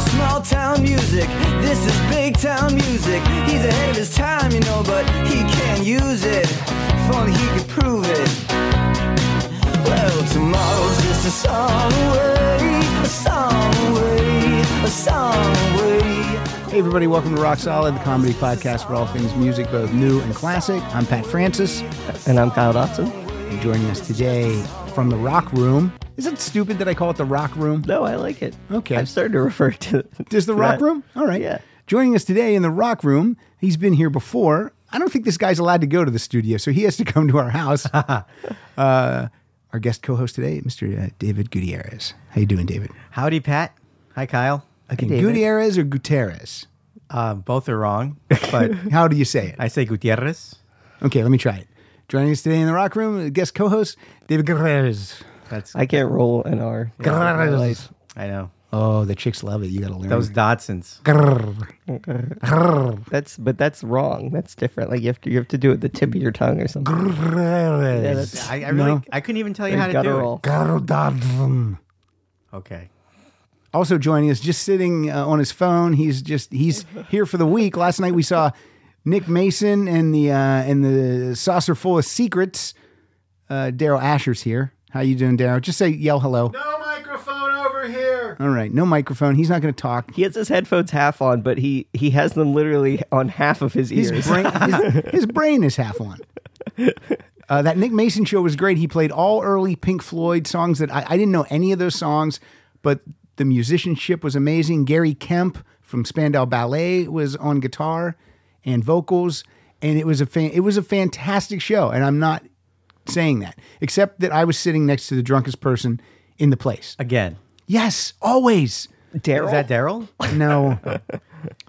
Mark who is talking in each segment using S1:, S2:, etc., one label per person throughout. S1: small town music. This is big town music. He's ahead of his time, you know, but he can't use it. If only he could prove it. Well, tomorrow's just a song away, a song away, a song away.
S2: Hey, everybody, welcome to Rock Solid, the comedy podcast for all things music, both new and classic. I'm Pat Francis,
S3: And I'm Kyle Dotson.
S2: and joining us today from the Rock Room. Is it stupid that I call it the Rock Room?
S3: No, I like it.
S2: Okay.
S3: I'm starting to refer to
S2: Is the
S3: to
S2: Rock
S3: that.
S2: Room? All right.
S3: Yeah.
S2: Joining us today in the Rock Room, he's been here before. I don't think this guy's allowed to go to the studio, so he has to come to our house. uh, our guest co-host today, Mr. Uh, David Gutierrez. How you doing, David?
S4: Howdy, Pat. Hi, Kyle.
S2: Okay,
S3: David.
S2: Gutierrez or Gutierrez?
S4: Uh, both are wrong, but
S2: How do you say it?
S4: I say Gutierrez.
S2: Okay, let me try it. Joining us today in the Rock Room, guest co-host David Gutierrez.
S4: That's
S3: I can't roll an R.
S4: Oh,
S2: Grrr.
S4: I know
S2: Oh, the chicks love it. You gotta learn.
S4: those Dodsons.
S2: Grrr. Grrr.
S3: That's but that's wrong. That's different. Like you have to you have to do it with the tip of your tongue or something. Yeah, that's
S4: I, I really,
S2: No.
S4: I couldn't even tell you
S3: There's
S4: how to do
S3: guttural.
S2: Grrr.
S4: it. Okay.
S2: Also joining us, just sitting uh, on his phone. He's just he's here for the week. Last night we saw Nick Mason and the uh, and the saucer full of secrets. Uh, Daryl Asher's here. How you doing, Daryl? Just say yell hello.
S5: No microphone over here.
S2: All right, no microphone. He's not going to talk.
S3: He has his headphones half on, but he he has them literally on half of his
S2: His
S3: ears.
S2: brain, his, his brain is half on. Uh, that Nick Mason show was great. He played all early Pink Floyd songs that I, I didn't know any of those songs, but the musicianship was amazing. Gary Kemp from Spandau Ballet was on guitar and vocals, and it was a fan, it was a fantastic show. And I'm not saying that, except that I was sitting next to the drunkest person in the place.
S4: Again,
S2: Yes, always.
S3: Daryl.
S4: is that Daryl?
S2: No.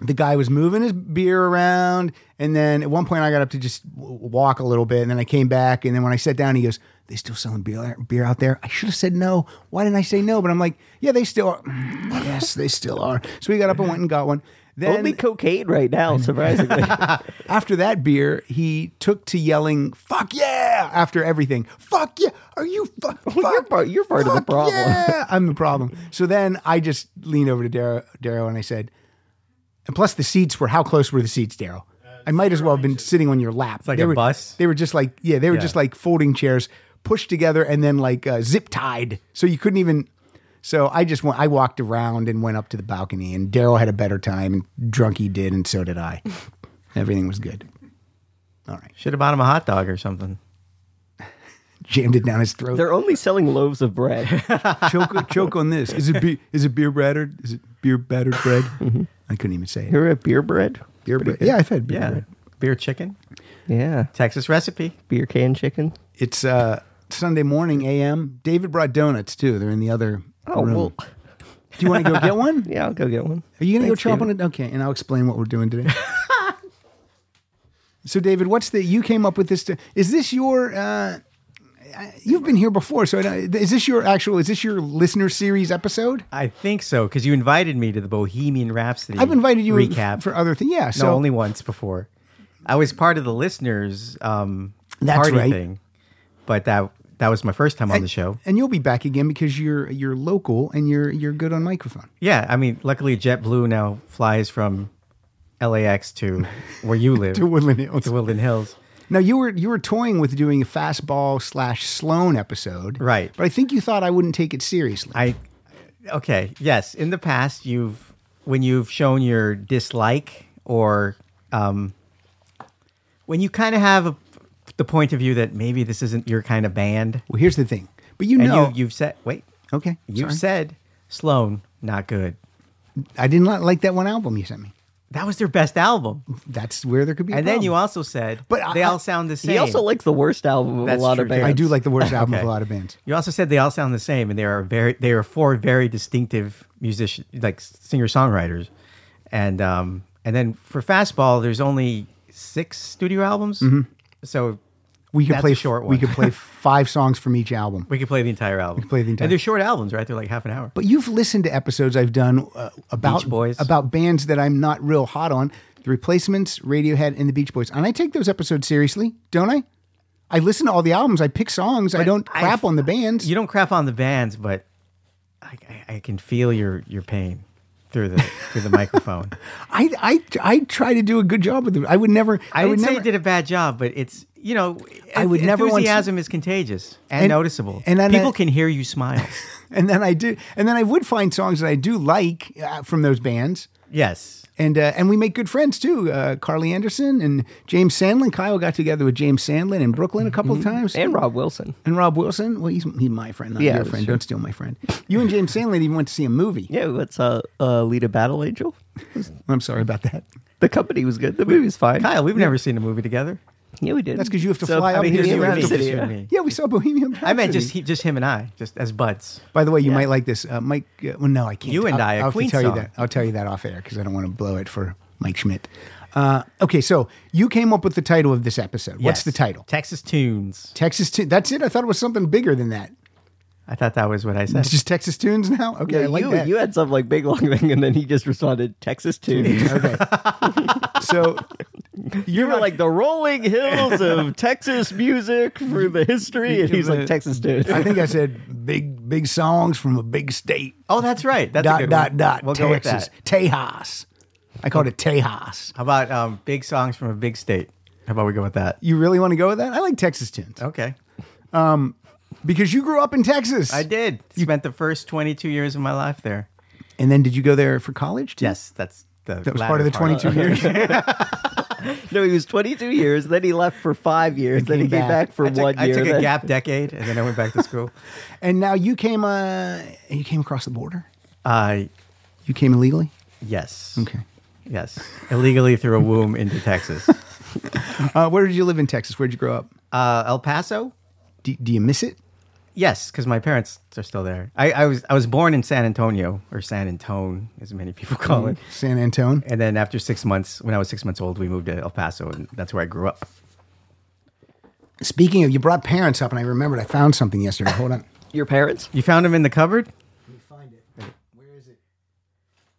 S2: the guy was moving his beer around. And then at one point, I got up to just w- walk a little bit. And then I came back. And then when I sat down, he goes, They still selling beer, beer out there? I should have said no. Why didn't I say no? But I'm like, Yeah, they still are. Mm, yes, they still are. So we got up and went and got one. Then
S3: Only cocaine right now, surprisingly.
S2: after that beer, he took to yelling "fuck yeah" after everything. Fuck yeah, are you? Fu- fuck,
S3: you're part- you're part of the
S2: fuck
S3: problem.
S2: Yeah, I'm the problem. So then I just leaned over to Darrow, Darrow and I said, and plus the seats were how close were the seats, Darrow? I might as well have been sitting on your lap. It's
S4: like
S2: they
S4: a
S2: were,
S4: bus.
S2: They were just like yeah, they were just
S4: Yeah.
S2: like folding chairs pushed together and then like uh, zip tied, so you couldn't even. So I just went. I walked around and went up to the balcony, and Darrow had a better time, and drunk he did, and so did I. Everything was good. All right.
S4: Should have bought him a hot dog or something.
S2: Jammed it down his throat.
S3: They're only selling loaves of bread.
S2: choke, choke on this. Is it be, is it beer battered? Is it beer battered bread? Mm-hmm. I couldn't even say it.
S3: You're a beer bread.
S2: Beer bread. Yeah, I've had beer
S4: Yeah.
S2: bread.
S4: Beer chicken,
S3: Yeah,
S4: Texas recipe.
S3: beer can chicken.
S2: It's uh, Sunday morning, a.m. David brought donuts too. They're in the other
S3: Oh
S2: room.
S3: well,
S2: Do you want to go get one?
S3: yeah, I'll go get one.
S2: Are you gonna
S3: Thanks,
S2: go chop
S3: David.
S2: on it? Okay, and I'll explain what we're doing today. so, David, what's the you came up with this? To, is this your? Uh, I- you've been here before, so I don't- is this your actual? Is this your listener series episode?
S4: I think so because you invited me to the Bohemian Rhapsody.
S2: I've invited you
S4: recap
S2: for other things. Yeah, so
S4: no, only once before. I was part of the listeners um,
S2: That's
S4: party
S2: right.
S4: thing, but that that was my first time on the show.
S2: and you'll be back again because you're you're local and you're you're good on microphone.
S4: Yeah, I mean, luckily JetBlue now flies from LAX to where you live
S2: To Woodland Hills.
S4: to Woodland Hills.
S2: Now you were you were toying with doing a fastball slash Sloan episode,
S4: Right.
S2: But I think you thought I wouldn't take it seriously.
S4: I okay, yes. In the past, you've when you've shown your dislike or um, when you kind of have a, the point of view that maybe this isn't your kind of band,
S2: well, here's the thing, but you
S4: and
S2: know,
S4: you, you've said, wait,
S2: okay,
S4: you've
S2: sorry.
S4: said Sloan not good.
S2: I did not like that one album you sent me.
S4: That was their best album,
S2: That's where there could be. A
S4: and then you
S2: problem.
S4: also said,
S2: But I-
S4: they
S2: I-
S4: all sound the same.
S3: He also likes the worst album of
S4: That's
S3: a lot
S4: true,
S3: of
S4: too.
S3: bands.
S2: I do like the worst album of
S4: Okay.
S2: a lot of bands.
S4: You also said they all sound the same, and they are very they are four very distinctive musician like singer songwriters, and um and then for fastball, there's only six studio albums,
S2: Mm-hmm.
S4: so
S2: We could
S4: That's
S2: play
S4: a short
S2: We
S4: one.
S2: could play five songs from each album.
S4: we could play the entire album.
S2: play the entire-
S4: and they're short albums, right? They're like half an hour.
S2: But you've listened to episodes I've done uh, about
S4: Beach Boys.
S2: about bands that I'm not real hot on, The Replacements, Radiohead, and the Beach Boys, and I take those episodes seriously, don't I? I listen to all the albums. I pick songs. I don't
S4: I-
S2: crap on the bands.
S4: You don't crap on the bands, but I, I, I can feel your your pain through the through the microphone.
S2: I, I, I try to do a good job with it. I would never.
S4: I,
S2: I, would
S4: didn't say
S2: never.
S4: you did a bad job, but it's you know,
S2: I would never want-
S4: enthusiasm is contagious and,
S2: And-
S4: noticeable,
S2: and
S4: and
S2: then
S4: people
S2: I-
S4: can hear you smile.
S2: and then I do. And then I would find songs that I do like uh, from those bands.
S4: yes,
S2: and uh, and we make good friends too. Uh, Carly Anderson and James Sandlin. Kyle got together with James Sandlin in Brooklyn a couple
S4: Mm-hmm.
S2: of times,
S3: and Rob Wilson.
S2: and Rob Wilson. Well, he's, he's my friend, not
S3: Yeah,
S2: your
S3: that's
S2: friend.
S3: true.
S2: Don't steal my friend. You and James Sandlin even went to see a movie.
S3: Yeah, what's uh, uh, lead a battle angel?
S2: I'm sorry about that.
S3: The company was good. The movie was fine.
S4: Kyle, we've never seen a movie together.
S3: Yeah, we did.
S2: That's 'cause you have to
S3: So,
S2: fly
S3: I
S2: up
S3: mean,
S2: here,
S3: you
S2: you
S3: have to
S2: have to-
S3: sit here.
S4: Me.
S2: Yeah, we saw Bohemian. Rhapsody.
S4: I meant just he, just him and I, just as buds.
S2: By the way, you might like this. Uh, Mike. Uh, well, no, I can't.
S4: You and
S2: I'll,
S4: I, a
S2: I'll have to
S4: Queen
S2: tell
S4: song.
S2: you that. I'll tell you that off air because I don't want to blow it for Mike Schmidt. Uh, okay, so you came up with the title of this episode. What's
S4: Yes.
S2: the title?
S4: Texas Tunes.
S2: Texas. T- that's it. I thought it was something bigger than that.
S4: I thought that was what I said.
S2: It's just Texas tunes now. Okay, I like
S3: you,
S2: that.
S3: you had some like big long thing, and then he just responded Texas too.
S2: okay. so
S3: You were like the rolling hills of Texas music through the history, and he's like Texas dude.
S2: I think I said big big songs from a big state.
S4: oh, that's right. That's a
S2: dot
S4: good
S2: dot
S4: one.
S2: dot.
S4: We'll
S2: Texas.
S4: go with that.
S2: Tejas. I called it Tejas.
S4: How about um, big songs from a big state? How about we go with that?
S2: You really want to go with that? I like Texas tunes
S4: Okay,
S2: Oh. because you grew up in Texas.
S4: I did. Spent the first 22 years of my life there.
S2: And then did you go there for college? Too?
S4: Yes, that's the
S2: That was part of the 22 years.
S3: no, he was 22 years. Then he left for five years. Then he
S2: came
S3: came
S2: back.
S3: back, for
S4: I took,
S3: one
S4: I
S3: year.
S4: took a
S3: then-
S4: gap decade, and then I went back to school.
S2: and now you came uh you came across the border.
S4: I
S2: You came illegally?
S4: yes.
S2: Okay.
S4: Yes, illegally through a womb into Texas,
S2: Uh, where did you live in Texas? Where did you grow up?
S4: uh, El Paso.
S2: Do, do you miss it?
S4: Yes, because my parents are still there. I, I was I was born in San Antonio or San Antone, as many people
S2: Mm-hmm.
S4: call it.
S2: San Antone?
S4: And then after six months, when I was six months old, we moved to El Paso, and that's where I grew up.
S2: Speaking of, you brought parents up, and I remembered I found something yesterday. Hold on.
S3: Your parents?
S4: You found him in the cupboard.
S2: Let me find it. Where is it?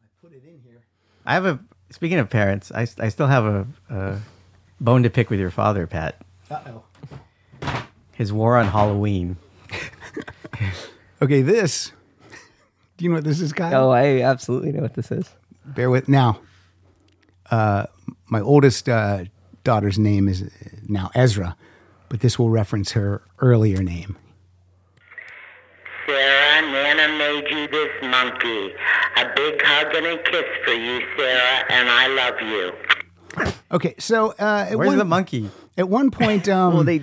S2: I put it in here.
S4: I have a. Speaking of parents, I, I still have a, a bone to pick with your father, Pat.
S2: Uh oh.
S4: His war on Halloween.
S2: Okay, this. Do you know what this is, Kyle?
S3: Oh, I absolutely know what this is.
S2: Bear with now. Uh, my oldest uh, daughter's name is uh, now Ezra, but this will reference her earlier name.
S6: Sarah, Nana made you this monkey. A big hug and a kiss for you, Sarah, and I love you.
S2: Okay, so uh, at,
S4: Where's
S2: one,
S4: the monkey?
S2: at one point, um,
S3: Well, they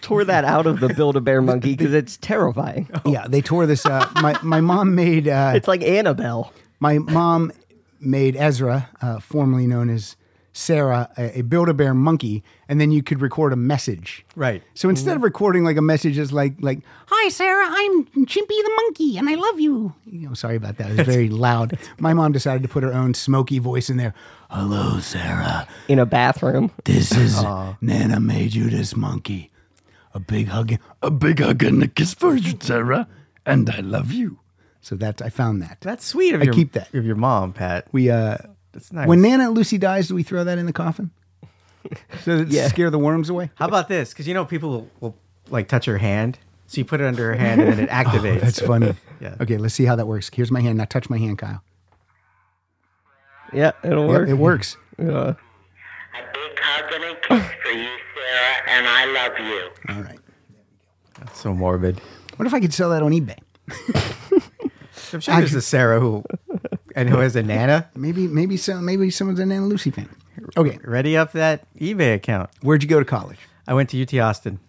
S3: tore that out of the Build a Bear Monkey because it's terrifying.
S2: yeah, they tore this. Uh, my my mom made uh,
S3: It's like Annabelle.
S2: My mom made Ezra, uh, formerly known as Sarah, a, a Build-A-Bear monkey, and then you could record a message.
S4: Right.
S2: So instead of recording like a message that's like like "Hi Sarah, I'm Chimpy the monkey, and I love you." You know, sorry about that. It was very loud. My mom decided to put her own smoky voice in there. Hello, Sarah.
S3: In a bathroom.
S2: This is Nana made you this monkey. A big hug, a big hug and a kiss for you, Sarah, and I love you. So that I found that.
S4: That's sweet of
S2: I
S4: your
S2: keep that.
S4: of your mom, Pat.
S2: We uh,
S4: That's nice.
S2: When Nana and Lucy dies, do we throw that in the coffin? So that
S3: Yeah.
S2: scare the worms away?
S4: How about this? Because you know people will, will like touch her hand, so you put it under her hand and then it activates.
S2: Oh, That's funny.
S4: Yeah.
S2: Okay, let's see how that works. Here's my hand. Now touch my hand, Kyle.
S3: Yeah, it'll
S2: Yep,
S3: work.
S2: it works.
S3: Yeah.
S6: A big hug and a kiss for you, Sarah, and I love you.
S2: All right.
S4: That's so morbid.
S2: What if I could sell that on eBay?
S4: I'm sure there's a Sarah who and who has a Nana.
S2: Maybe, maybe some, maybe someone's a Nana Lucy fan. Okay,
S4: Ready up that eBay account.
S2: where'd you go to college?
S4: I went to UT Austin,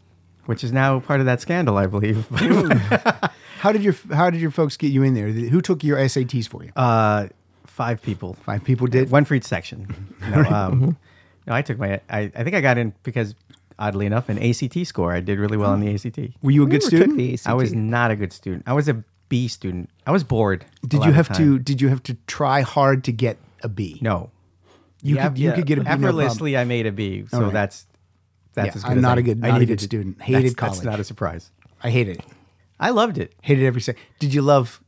S4: which is now part of that scandal, I believe.
S2: How did your How did your folks get you in there? Who took your SATs for you?
S4: uh, five people,
S2: Five people did.
S4: one for each section. No,
S2: Mm-hmm.
S4: um, no, I took my. I, I think I got in because, oddly enough, an ACT score. I did really well on the ACT.
S2: Were you a good
S3: Never took
S2: student?
S3: the ACT.
S4: I was not a good student. I was a B student. I was bored. a
S2: Did
S4: lot
S2: you
S4: of
S2: have
S4: the time.
S2: to? Did you have to try hard to get a B?
S4: No.
S2: you
S4: Yeah,
S2: could. You
S4: yeah.
S2: could get a B. no problem.
S4: effortlessly. I made a B, so
S2: right.
S4: that's that's
S2: Yeah,
S4: as good
S2: I'm
S4: as
S2: not
S4: I-
S2: a good-
S4: I
S2: not a
S4: needed
S2: good
S4: to-
S2: student.
S4: that's-
S2: Hated
S4: that's
S2: college.
S4: not a surprise.
S2: I hated it.
S4: I loved it.
S2: Hated every second. Did you love?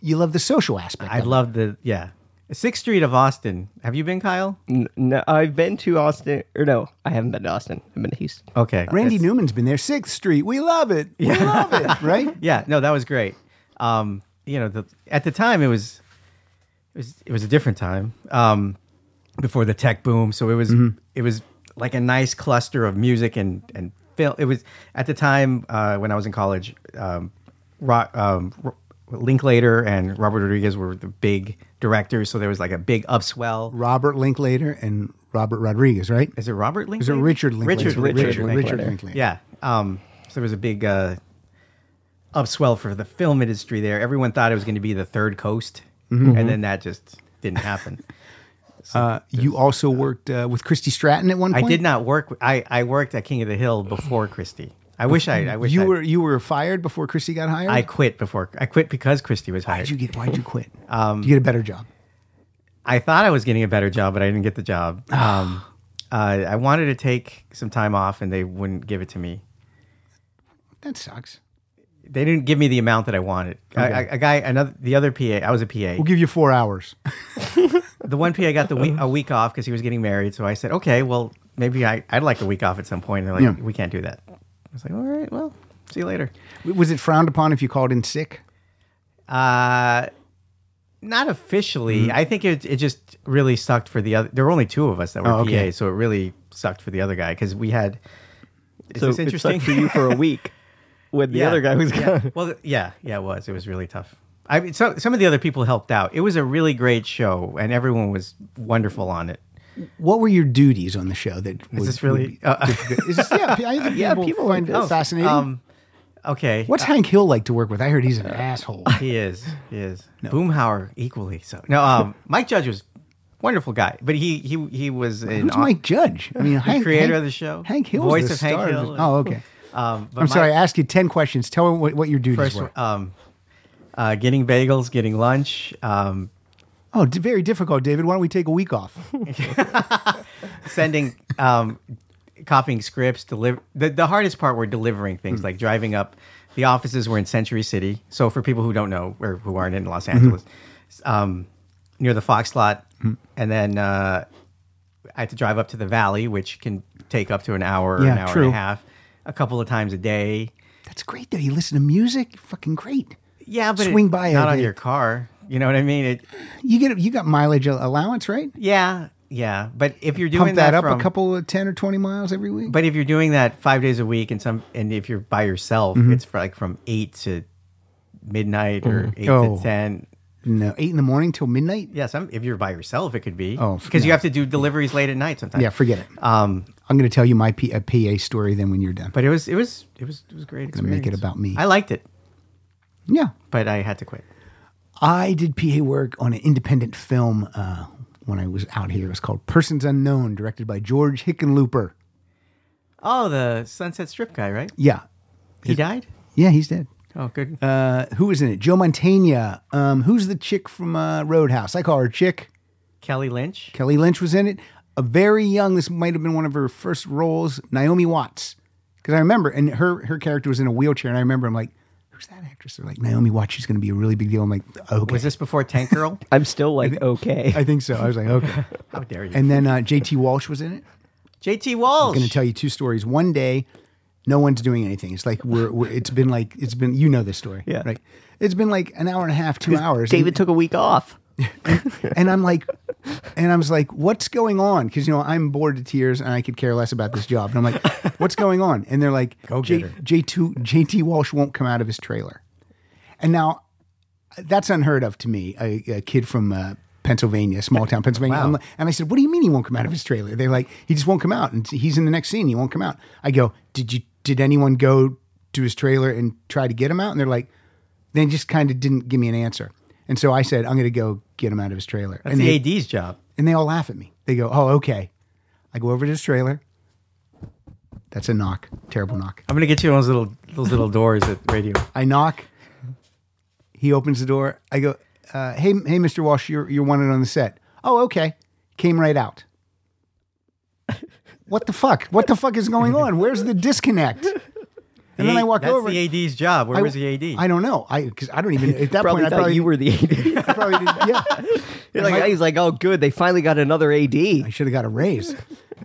S2: You love the social aspect.
S4: I
S2: of it.
S4: loved the yeah. Sixth Street of Austin. Have you been, Kyle?
S2: Mm.
S3: N- No, I've been to Austin, or no, I haven't been to Austin. I've been to Houston.
S4: Okay,
S2: Randy
S4: that's-
S2: Newman's been there. Sixth Street. We love it. We love it. Right?
S4: Yeah, no, that was great. Um, you know, the, at the time it was it was it was a different time um, before the tech boom. So it was
S2: Mm-hmm.
S4: it was like a nice cluster of music and and film. It was at the time uh, when I was in college. Um, Ro- um, Ro- Linklater and Robert Rodriguez were the big directors, so there was like a big upswell.
S2: Robert Linklater and Robert Rodriguez, right?
S4: Is it Robert Linklater?
S2: Is it Richard Linklater?
S4: Richard, Richard,
S2: Richard,
S4: Linklater.
S2: Richard Linklater.
S4: Yeah. Um, so there was a big uh, upswell for the film industry there. Everyone thought it was going to be the third coast,
S2: Mm-hmm.
S4: and then that just didn't happen.
S2: Uh, You also worked uh, with Christy Stratton at one
S4: I
S2: point.
S4: did not work. w- I, I worked at King of the Hill before Christie. I wish I. I wish
S2: You
S4: I,
S2: were you were fired before Christy got hired.
S4: I quit before. I quit because Christie was
S2: why'd
S4: hired.
S2: you get? Why'd you quit? Um, you get a better job.
S4: I thought I was getting a better job, but I didn't get the job.
S2: Ah.
S4: Um, uh, I wanted to take some time off, and they wouldn't give it to me.
S2: That sucks.
S4: They didn't give me the amount that I wanted. I- I- A guy, another, the other PA. I was a PA.
S2: We'll give you four hours.
S4: the one PA got the week, a week off because he was getting married. So I said, okay, well, maybe I, I'd like a week off at some point. And they're like,
S2: Yeah.
S4: we can't do that. I was like, all right, well, see you later.
S2: Was it frowned upon if you called in sick?
S4: Uh, not officially.
S3: Mm-hmm.
S4: I think it, it just really sucked for the other. There were only two of us that were
S2: Oh,
S4: PA,
S2: okay.
S4: so it really sucked for the other guy because we had. Is
S3: so
S4: this
S3: it
S4: interesting
S3: sucked for you for a week when the
S4: Yeah.
S3: other guy was
S4: yeah.
S3: gone.
S4: Well, yeah, yeah, it was. It was really tough. I mean, so, some of the other people helped out. It was a really great show, and everyone was wonderful on it.
S2: What were your duties on the show? That was
S4: Is this really? Uh,
S2: Is this, yeah, I think
S3: Yeah,
S2: people,
S3: people
S2: find
S3: would-
S2: it fascinating.
S4: um, uh, okay. Uh,
S2: What's Hank Hill like to work with? I heard he's an asshole.
S4: He is. He is. Boomhauer equally so. No, um, Mike Judge was a wonderful guy, but he he he was in
S2: Who's Mike Judge? I mean, Hank,
S4: creator
S2: Hank-
S4: of the show,
S2: Hank Hill,
S4: voice
S2: the
S4: of Hank
S2: star
S4: Hill.
S2: the- oh, okay.
S4: Um, but
S2: I'm sorry. I
S4: Mike-
S2: asked you ten questions. Tell me what, what your duties
S4: First,
S2: were.
S4: um, uh, getting bagels, getting lunch. Um,
S2: Oh, d- very difficult, David. Why don't we take a week off?
S4: sending um, copying scripts deliver the, the hardest part were delivering things
S2: Hmm.
S4: like driving up the offices were in century city so for people who don't know or who aren't in los angeles
S2: Mm-hmm.
S4: um, near the fox lot
S2: Hmm.
S4: and then uh, i had to drive up to the valley which can take up to an hour or an
S2: Yeah,
S4: hour
S2: true.
S4: and a half a couple of times a day
S2: That's great, though. You listen to music. Fucking great.
S4: yeah but it-
S2: Swing by
S4: not
S2: a
S4: on
S2: day.
S4: your car you know what i mean it
S2: You get you got mileage al- allowance, right?
S4: yeah yeah but if you're doing
S2: Pump that, up
S4: from,
S2: a couple of ten or twenty miles every week.
S4: But if you're doing that five days a week, and some, and if you're by yourself,
S2: Mm-hmm.
S4: it's for like from eight to midnight or eight
S2: Oh.
S4: to ten.
S2: no, eight in the morning till midnight.
S4: Yeah, some if you're by yourself, it could be.
S2: Oh,
S4: because
S2: no.
S4: you have to do deliveries late at night sometimes.
S2: Yeah, forget it.
S4: Um,
S2: I'm going to tell you my P- a PA story then when you're done.
S4: but it was it was it was it was a great.
S2: gonna
S4: Experience.
S2: make it about me.
S4: I liked it,
S2: yeah,
S4: but I had to quit.
S2: I did PA work on an independent film uh, when I was out here. It was called Persons Unknown, directed by George Hickenlooper.
S4: Oh, the Sunset Strip guy, right?
S2: Yeah,
S4: He died.
S2: yeah, he's dead.
S4: Oh, good.
S2: Uh, who was in it? Joe Mantegna. Um, who's the chick from uh, Roadhouse? I call her Chick.
S4: Kelly Lynch.
S2: Kelly Lynch was in it. A very young. This might have been one of her first roles. Naomi Watts, because I remember, and her her character was in a wheelchair, and I remember I'm like, who's that actress? They're like Naomi Watts. She's going to be a really big deal. I'm like, okay,
S4: Was this before Tank Girl?
S3: I'm still like okay.
S2: I think so. I was like, okay.
S4: How dare you?
S2: and then uh, J.T. Walsh was in it.
S4: JT Walsh.
S2: going to tell you two stories. One day, no one's doing anything. It's like we're, we're it's been like it's been you know this story,
S3: Yeah.
S2: Right? It's been like an hour and a half, two hours.
S3: David
S2: and,
S3: took a week off.
S2: and I'm like, and I was like, what's going on? Because you know I'm bored to tears and I could care less about this job. And I'm like, what's going on? And they're like,
S4: Go
S2: J-
S4: get her.
S2: J2 JT Walsh won't come out of his trailer. And now, that's unheard of to me. A, a kid from uh, Pennsylvania, small town Pennsylvania. I'm like- and I said, "What do you mean he won't come out of his trailer?" They're like, "He just won't come out, and he's in the next scene. He won't come out." I go, "Did you? Did anyone go to his trailer and try to get him out?" And they're like, "They just kind of didn't give me an answer." And so I said, "I'm going to go get him out of his trailer."
S4: That's
S2: and
S4: the
S2: they,
S4: AD's job.
S2: and they all laugh at me. They go, "Oh, okay." I go over to his trailer. That's a knock. Terrible knock.
S4: I'm gonna get you those little those little doors at radio.
S2: I knock. He opens the door. I go, uh, "Hey, hey, Mr. Walsh, you're you're wanted on the set." Oh, okay. Came right out. What the fuck? What the fuck is going on? Where's the disconnect? And then I walk
S4: that's
S2: over.
S4: the AD's job. Where
S2: I-
S4: was the AD?
S2: I don't know. I because I don't even at that
S3: Probably
S2: point. I
S3: thought
S2: probably
S3: you were the AD.
S2: I probably did, yeah.
S3: You're like,
S2: I-
S3: he's like, oh, good, they finally got another AD.
S2: I should have got a raise.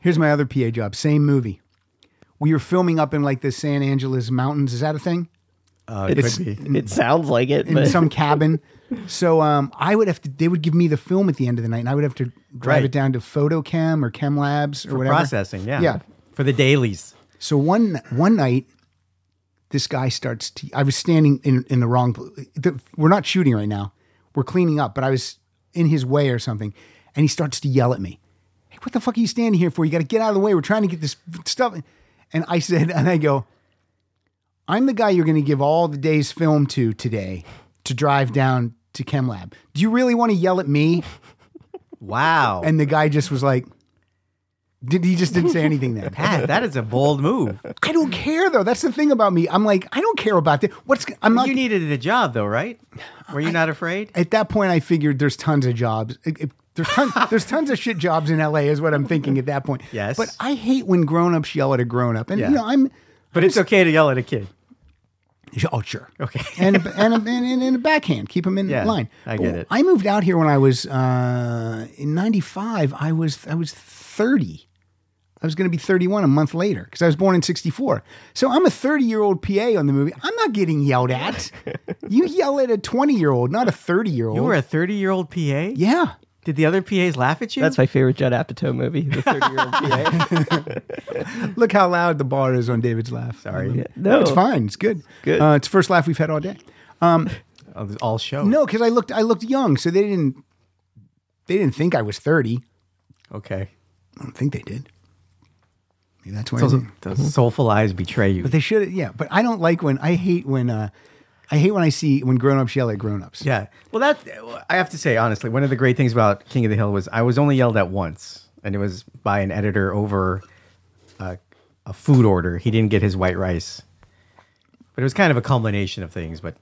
S2: Here's my other PA job. Same movie. We were filming up in like the San Angeles mountains. Is that a thing?
S4: Uh,
S3: It,
S4: could
S3: it sounds like it,
S2: in
S3: but
S2: some cabin. So um, I would have to. They would give me the film at the end of the night, and I would have to drive
S4: Right.
S2: it down to Photochem or Chem Labs or
S4: for
S2: whatever.
S4: processing. Yeah,
S2: Yeah.
S4: for the dailies.
S2: So one one night, this guy starts to. I was standing in in the wrong. pl- The, we're not shooting right now. We're cleaning up, but I was in his way or something, and he starts to yell at me. Hey, what the fuck are you standing here for? You got to get out of the way. We're trying to get this stuff. And I said, and I go, I'm the guy you're going to give all the day's film to today to drive down to Chem Lab. Do you really want to yell at me?
S4: Wow,
S2: And the guy just was like, did he just didn't say anything then?
S4: Pat, that is a bold move.
S2: I don't care though. That's the thing about me. I'm like, I don't care about that. What's I'm not
S4: you needed a job though, right? Were you not afraid?
S2: at that point. I figured there's tons of jobs. It- it- there's tons. there's tons of shit jobs in LA. Is what I'm thinking at that point.
S4: Yes.
S2: But I hate when grown ups yell at a grown up, and
S4: Yeah.
S2: you know I'm.
S4: But it's okay to yell at a kid.
S2: Oh sure.
S4: Okay.
S2: and a, and, a, and, and and a backhand. Keep them in
S4: Yeah,
S2: line. Oh,
S4: I get it.
S2: I moved out here when I was uh, in '95. I was I was 30. I was going to be 31 a month later because I was born in '64. So I'm a 30 year old PA on the movie. I'm not getting yelled at. you yell at a 20 year old, not a 30 year old.
S4: You were a 30 year old PA.
S2: Oh. yeah.
S4: Did the other PAs laugh at you?
S3: That's my favorite Judd Apatow movie, The 30 Year Old PA.
S2: Look how loud the bar is on David's laugh. Um,
S4: Sorry.
S3: No,
S2: It's fine. It's good.
S3: Good.
S2: Uh, it's the first laugh we've had all day.
S4: Oh, this- all show.
S2: No, because I looked I looked young, so they didn't they didn't think I was 30.
S4: Okay.
S2: I don't think they did. Maybe that's why. I
S4: Those,
S2: didn't.
S4: those soulful eyes betray you.
S2: But they should. Yeah, but I don't like when I hate when uh, I hate when I see when grown-ups yell at grown-ups.
S4: Yeah. Well, that I have to say honestly, one of the great things about King of the Hill was I was only yelled at once, and it was by an editor over a, a food order. He didn't get his white rice, but it was kind of a culmination of things. But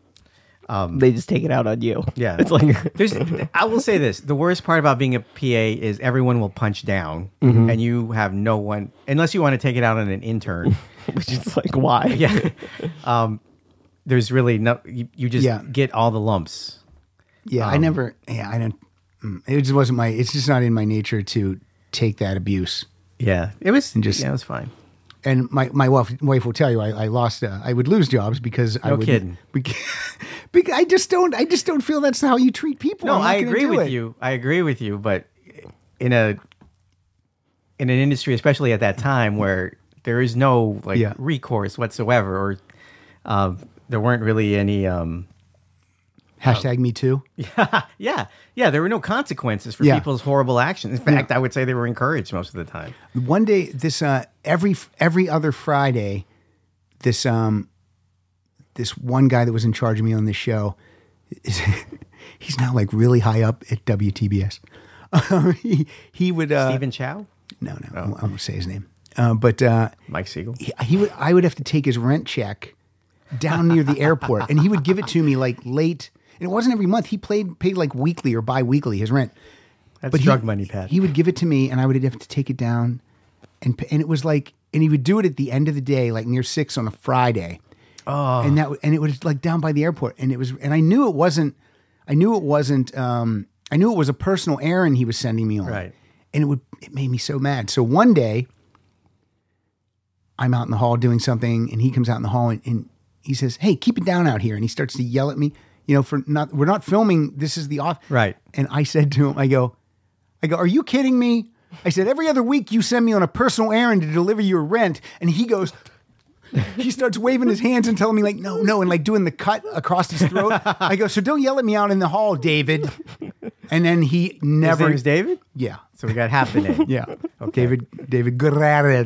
S3: they just take it out on you.
S4: yeah,
S3: It's like,
S4: there's. I will say this: the worst part about being a PA is everyone will punch down, and you have no one unless you want to take it out on an intern.
S3: which is like, why?
S4: yeah. Um, there's really no. You, you just
S2: Yeah.
S4: get all the lumps.
S2: Yeah,
S4: Um,
S2: I never. Yeah, I don't. mm, It just wasn't my. It's just not in my nature to take that abuse.
S4: Yeah, it was
S2: just-
S4: yeah, it was fine.
S2: And my, my wife wife will tell you I, I lost uh, I would lose jobs because I
S4: No
S2: would
S4: kidding.
S2: Because, because I just don't I just don't feel that's how you treat people.
S4: No,
S2: I'm not
S4: I
S2: gonna
S4: agree
S2: do
S4: with
S2: it.
S4: you. I agree with you, but in a in an industry, especially at that time, where there is no like
S2: Yeah.
S4: recourse whatsoever, or um, there weren't really any. Um,
S2: Hashtag me too.
S4: yeah, yeah, there were no consequences for
S2: Yeah.
S4: people's horrible actions. In fact, I would say they were encouraged most of the time.
S2: one day this uh every every other friday this um this one guy that was in charge of me on this show is, he's now like really high up at wtbs he, he would uh
S4: Stephen Chow,
S2: no no I won't- i won't say his name uh, but uh
S4: Mike Siegel.
S2: he, he would I would have to take his rent check down near the airport and he would give it to me like late and it wasn't every month he played paid like weekly or bi-weekly his rent
S4: That's
S2: he-
S4: drug money, Pat.
S2: He would give it to me, and I would have to take it down, and p- and it was like, and he would do it at the end of the day, like near six on a Friday. Oh, and that w- and it was like down by the airport, and it was, and I knew it wasn't, I knew it wasn't, um, I knew it was a personal errand he was sending me on,
S4: Right.
S2: And it would, it made me so mad. So one day, I'm out in the hall doing something, and he comes out in the hall and, and he says, "Hey, keep it down out here," and he starts to yell at me. You know, for not we're not filming. This is the off.
S4: Right.
S2: And I said to him, I go, I go, are you kidding me? I said, every other week you send me on a personal errand to deliver your rent. And he goes, he starts waving his hands and telling me, like, no, no, and like doing the cut across his throat. I go, so don't yell at me out in the hall, David. And then he
S4: His
S2: never.
S4: name is David.
S2: Yeah.
S4: So we got half the name.
S2: Yeah. David David Guerrero.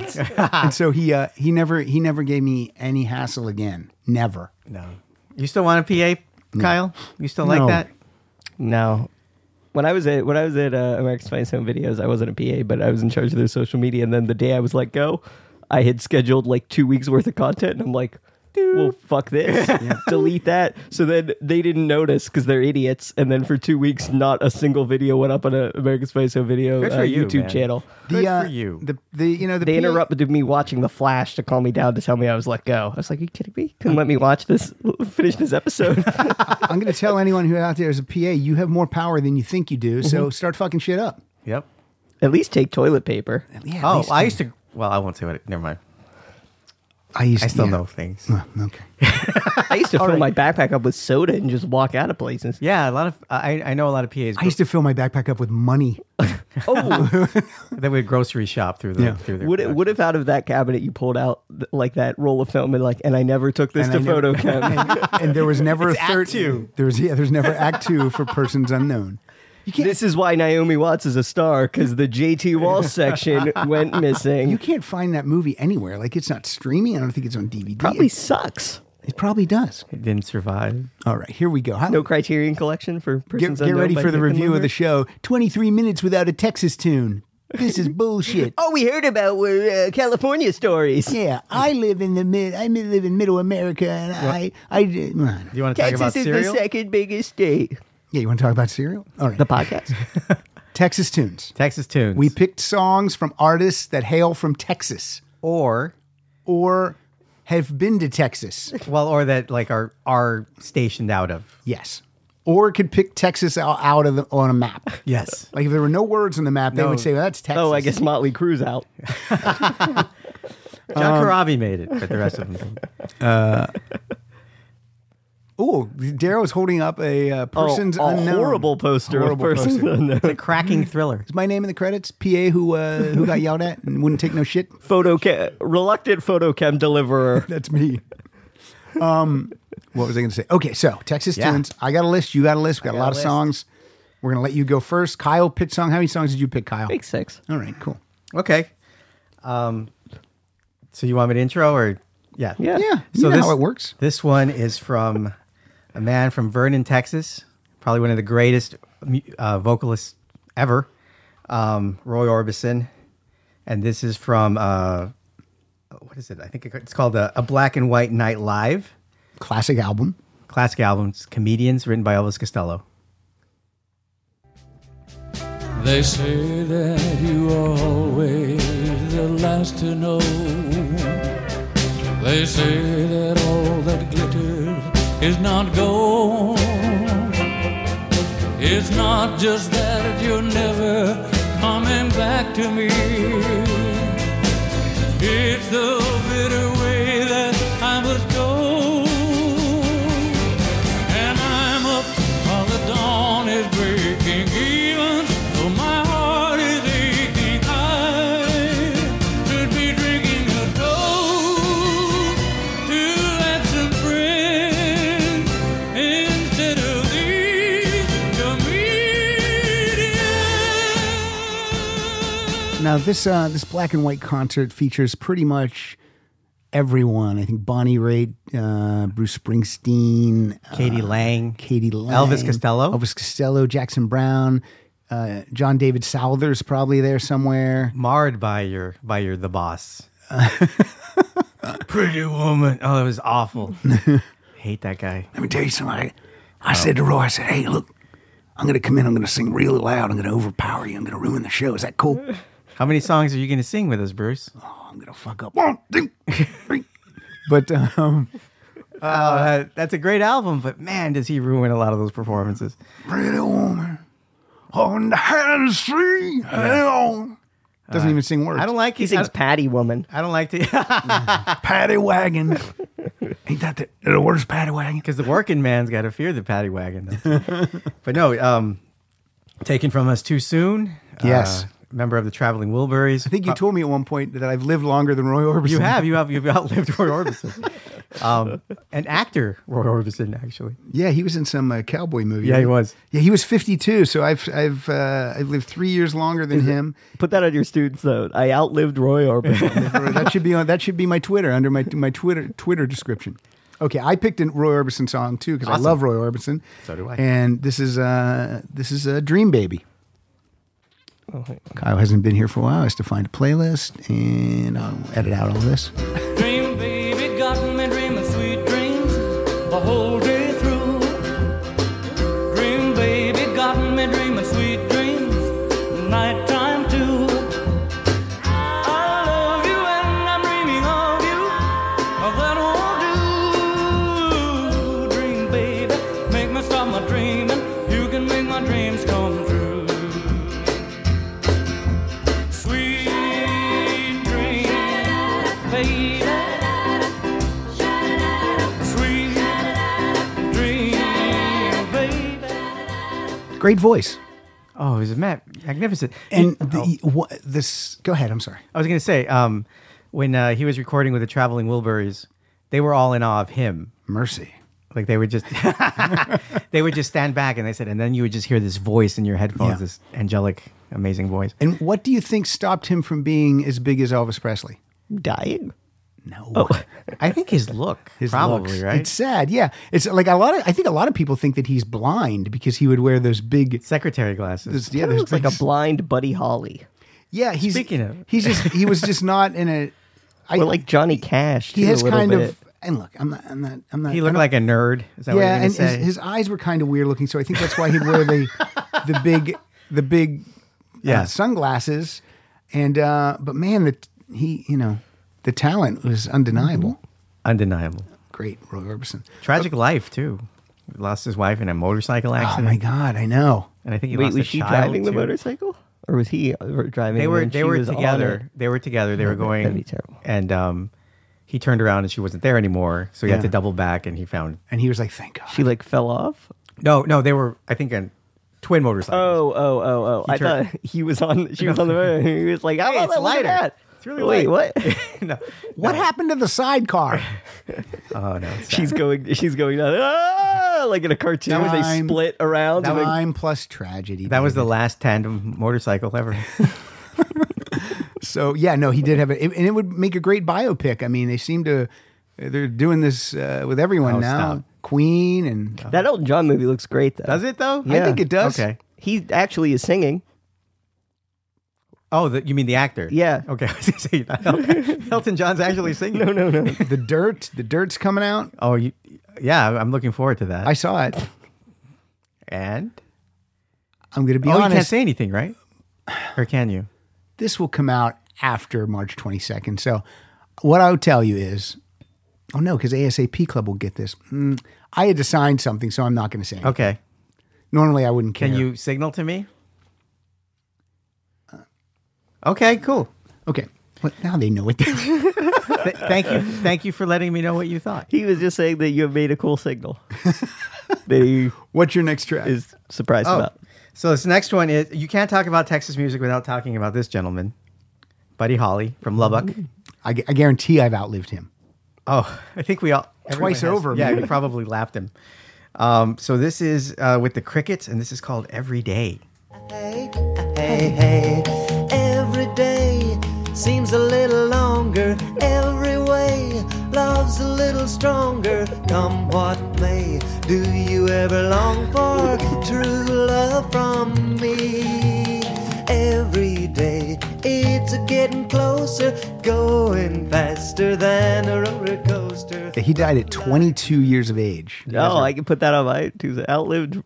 S2: and so he uh, he never he never gave me any hassle again. Never.
S4: No, you still want a PA, Kyle? You still
S2: No.
S4: like that?
S3: No. When I was at when I was at uh, America's Funniest Home Videos, I wasn't a PA, but I was in charge of their social media. And then the day I was let go, I had scheduled like two weeks worth of content, and I'm like, "Well, fuck this, delete that." So then they didn't notice because they're idiots. And then for two weeks, not a single video went up on a America's Funniest Home Video
S4: Good for
S3: uh,
S4: you,
S3: YouTube
S4: man.
S3: channel.
S4: Good for
S2: uh,
S4: you.
S2: The the you know the
S3: They
S2: PA
S3: interrupted me watching The Flash to calm me down to tell me I was let go. I was like, "You kidding me? Couldn't let me watch this, finish this episode."
S2: I'm going to tell anyone who out there is a PA, you have more power than you think you do.
S4: Mm-hmm.
S2: So start fucking shit up.
S4: Yep.
S3: At least take toilet paper.
S2: Yeah, at
S4: Oh,
S2: least-
S4: I used to. Well, I won't say what. It, never mind.
S2: I, used,
S4: I still
S2: yeah.
S4: know things.
S2: Okay.
S3: I used to fill my backpack up with soda and just walk out of places.
S4: Yeah, a lot of I, I know a lot of PAs
S2: I used to fill my backpack up with money.
S3: Oh,
S4: that would grocery shop through the
S2: Yeah.
S4: through their
S3: would it, would if out of that cabinet you pulled out th- like that roll of film and like, and I never took this
S2: And
S3: to
S2: I never-
S3: photo cam.
S2: and, and there was never a
S4: Act
S2: third.
S4: Two.
S2: There was yeah. There's never act two for persons unknown. You can't.
S3: this is why Naomi Watts is a star because the JT Wall section went missing.
S2: you can't find that movie anywhere. Like it's not streaming. I don't think it's on DVD.
S3: probably
S2: it,
S3: sucks.
S2: it probably does.
S4: It didn't survive.
S2: All right, here we go. How-
S3: No Criterion Collection for
S2: get,
S3: persons
S2: get
S3: unknown
S2: ready
S3: by
S2: for the
S3: Nathan
S2: review of
S3: Lundberg?
S2: the show. Twenty three minutes without a Texas tune. This is bullshit.
S3: All Oh, we heard about were uh, California stories.
S2: Yeah, I live in the mid. I mi- live in Middle America, and I, I, uh, d-
S4: Do you want to talk about
S3: Texas is
S4: cereal?
S3: the second biggest state.
S2: Yeah, you want to talk about cereal? All right,
S3: The podcast.
S2: Texas tunes.
S4: Texas tunes.
S2: We picked songs from artists that hail from Texas
S4: or
S2: or have been to Texas.
S4: well, or that like are are stationed out of.
S2: Yes, or could pick Texas out, out of the, on a map.
S4: Yes.
S2: Like if there were no words on the map, they
S4: No.
S2: would say, well, "That's Texas."
S3: oh, I guess Motley Crue's out.
S4: John
S2: Um,
S4: Karabi made it, but the rest of them. didn't.
S2: Oh, Darrow is holding up a uh, person's
S3: oh, a
S2: unknown.
S3: horrible poster
S2: Horrible
S3: of persons
S2: poster.
S3: unknown.
S4: It's a cracking thriller.
S2: Is my name in the credits? PA who uh, who got yelled at and wouldn't take no shit.
S3: photo chem, reluctant photochem deliverer.
S2: That's me. Um, what was I going to say? Okay, so Texas
S4: Yeah.
S2: tunes. I got a list. You got a list. We got, a
S4: got
S2: lot
S4: a
S2: of
S4: list.
S2: songs. We're going to let you go first. Kyle picked song. How many songs did you pick, Kyle?
S3: Big six.
S2: All right, cool.
S4: Okay. Um, so you want me to intro or yeah
S3: Yeah.
S2: Yeah, you
S4: So
S2: know
S4: this-
S2: how it works.
S4: This one is from a man from Vernon, Texas, probably one of the greatest mu- uh, vocalists ever, um, Roy Orbison. And this is from, uh, what is it? I think it's called uh, A Black and White Night Live,
S2: Classic album.
S4: classic album. It's Comedians, written by Elvis Costello.
S7: They say that you are always the last to know. They say that all that glitters is not gold. It's not just that you're never coming back to me. It's the bitter way that I must go. And I'm up while the dawn is breaking. Even though my heart is aching, I should be drinking a toast to absent friends instead of these comedians.
S2: Now this uh, this black and white concert features pretty much everyone. I think Bonnie Raitt, uh, Bruce Springsteen, uh,
S4: Katie Lang.
S2: Katie Lang,
S4: Elvis Costello.
S2: Elvis Costello, Jackson Brown, uh, John David Souther's probably there somewhere.
S4: Marred by your, by your, the boss. Pretty woman. Oh, that was awful. Hate that guy.
S2: Let me tell you something. I, I said to Roy, I said, "Hey, look, I'm going to come in. I'm going to sing really loud. I'm going to overpower you. I'm going to ruin the show. Is that cool?
S4: How many songs are you going to sing with us, Bruce?
S2: Oh, I'm going to fuck up." One, two, three. But um,
S4: Uh, that's a great album, but man, does he ruin a lot of those performances.
S2: pretty woman on the high sea, hell. Doesn't even sing words.
S4: I don't like
S3: He sings Patty Woman.
S4: I don't like to
S2: paddy wagon. Ain't that the, the worst paddy wagon?
S4: because the working man's got to fear the paddy wagon. but no, um, taken from us too soon.
S2: Yes.
S4: Uh, member of the Traveling Wilburys.
S2: I think you told me at one point that I've lived longer than Roy Orbison.
S4: you have you have you've outlived Roy Orbison, um, an actor Roy Orbison actually.
S2: Yeah, he was in some uh, cowboy movie.
S4: Yeah, he was.
S2: Yeah, he was 52. So I've I've uh, I've lived three years longer than him.
S3: Put that on your students note. I outlived Roy Orbison.
S2: that should be on. That should be my Twitter under my my Twitter Twitter description. Okay, I picked a Roy Orbison song too because
S4: Awesome.
S2: I love Roy Orbison.
S4: So do I.
S2: And this is uh this is a uh, Dream Baby. Kyle hasn't been here for a while. I has to find a playlist and I'll edit out all this.
S7: Dream baby got me dreaming sweet dreams the whole day through. Dream baby got me dreaming sweet dreams nighttime too. I love you and I'm dreaming of you. Oh, that won't do. Dream baby, make me stop my dreaming. You can make my dreams come true. Sweet dreams, baby.
S2: Great voice.
S4: Oh, it was ma- magnificent.
S2: And
S4: Oh.
S2: the, wha- this, go ahead. I'm sorry.
S4: I was going to say, um, when uh, he was recording with the Traveling Wilburys, they were all in awe of him.
S2: Mercy.
S4: Like they would just, they would just stand back and they said, and then you would just hear this voice in your headphones,
S2: Yeah.
S4: this angelic, amazing voice.
S2: And what do you think stopped him from being as big as Elvis Presley?
S3: Dying?
S2: No.
S4: I think his look,
S2: His
S4: probably
S2: looks.
S4: right.
S2: It's sad. Yeah. It's like a lot of, I think a lot of people think that he's blind because he would wear those big,
S4: Secretary glasses.
S2: those, yeah,
S3: He
S2: those
S3: looks like a
S2: big-
S3: blind Buddy Holly.
S2: Yeah, he's
S4: Speaking of-
S2: he's just he was just not in a. I
S3: Or like Johnny Cash.
S2: he
S3: too,
S2: has
S3: a little
S2: kind
S3: bit.
S2: of and look, I'm not, I'm not, I'm not.
S4: He looked
S2: I'm
S4: like a nerd. Is that
S2: not,
S4: what you're
S2: yeah,
S4: going
S2: and
S4: to say?
S2: his, his eyes were kind of weird looking, so I think that's why he'd wear the the big the big uh,
S4: Yeah.
S2: sunglasses. And uh but man, the he you know the talent was undeniable.
S4: Undeniable.
S2: Great, Roy Orbison.
S3: Uh,
S4: Tragic life too. Lost his wife in a motorcycle
S2: Oh
S4: accident,
S2: my God, I know.
S4: and I think he
S3: Wait,
S4: lost
S3: was
S4: a
S3: she
S4: child,
S3: driving the
S4: too.
S3: motorcycle? Or was he uh, driving
S4: They
S3: it
S4: were
S3: and
S4: they
S3: she
S4: were
S3: was on
S4: together.
S3: it? Oh,
S4: They were together. They were going.
S3: that'd be terrible.
S4: And um, he turned around and she wasn't there anymore, so he had to
S2: Yeah.
S4: double back, and he found
S2: And he was like, "Thank God."
S3: She like fell off?
S4: no, no. They were I think on twin motorcycles.
S3: Oh, oh, oh, oh. I
S4: turned-
S3: thought he was on she was on the road. He was like, I
S4: Hey,
S3: love
S4: it's
S3: that, look at
S4: lighter.
S3: that.
S4: It's really
S3: Wait,
S4: light.
S3: what?
S4: no,
S2: what happened to the sidecar?
S4: oh no. it's sad.
S3: she's going she's going down ah, like in a cartoon where they
S2: Time.
S3: split around. and like-
S2: Time plus tragedy.
S4: that was
S2: baby.
S4: the last tandem motorcycle ever.
S2: So yeah, no, he did have it, and it would make a great biopic. I mean, they seem to they're doing this uh, with everyone
S4: Oh,
S2: now.
S4: stop.
S2: Queen and
S3: that Elton John movie looks great though.
S4: Does it though?
S3: Yeah.
S2: I think it does.
S4: Okay.
S3: He actually is singing.
S4: Oh, the, you mean the actor?
S3: Yeah.
S4: Okay. I was gonna say, okay. Elton John's actually singing. No, no, no.
S2: The dirt, the dirt's coming out.
S4: Oh, you, yeah. I'm looking forward to that.
S2: I saw it.
S4: and
S2: I'm going to be
S4: oh, you can't
S2: honest.
S4: say anything, right? Or can you?
S2: this will come out after March 22nd. So what I would tell you is, oh no, because ASAP Club will get this. Mm, I had to sign something, so I'm not going to say. it.
S4: Okay.
S2: Normally, I wouldn't care.
S4: Can you signal to me? Okay, cool.
S2: Okay. Well, now they know what they're
S4: Th- thank you, thank you for letting me know what you thought.
S3: He was just saying that you have made a cool signal. that he
S2: What's your next track?
S3: is surprised
S4: Oh,
S3: about.
S4: so this next one is you can't talk about Texas music without talking about this gentleman, Buddy Holly from Lubbock.
S2: I, gu- I guarantee I've outlived him.
S4: Oh, I think we all everyone
S2: Twice over,
S4: Yeah,
S2: maybe.
S4: we probably laughed him. Um, so this is uh, with the Crickets, and this is called Every Day.
S8: Hey, hey, hey, every day seems a little longer. Every way, love's a little stronger. Come what may, do you ever long for true love from me? Every day, it's a getting closer, going faster than a roller coaster.
S2: He died at 22 years of age.
S3: Oh, I can put that on my Tuesday. Outlived.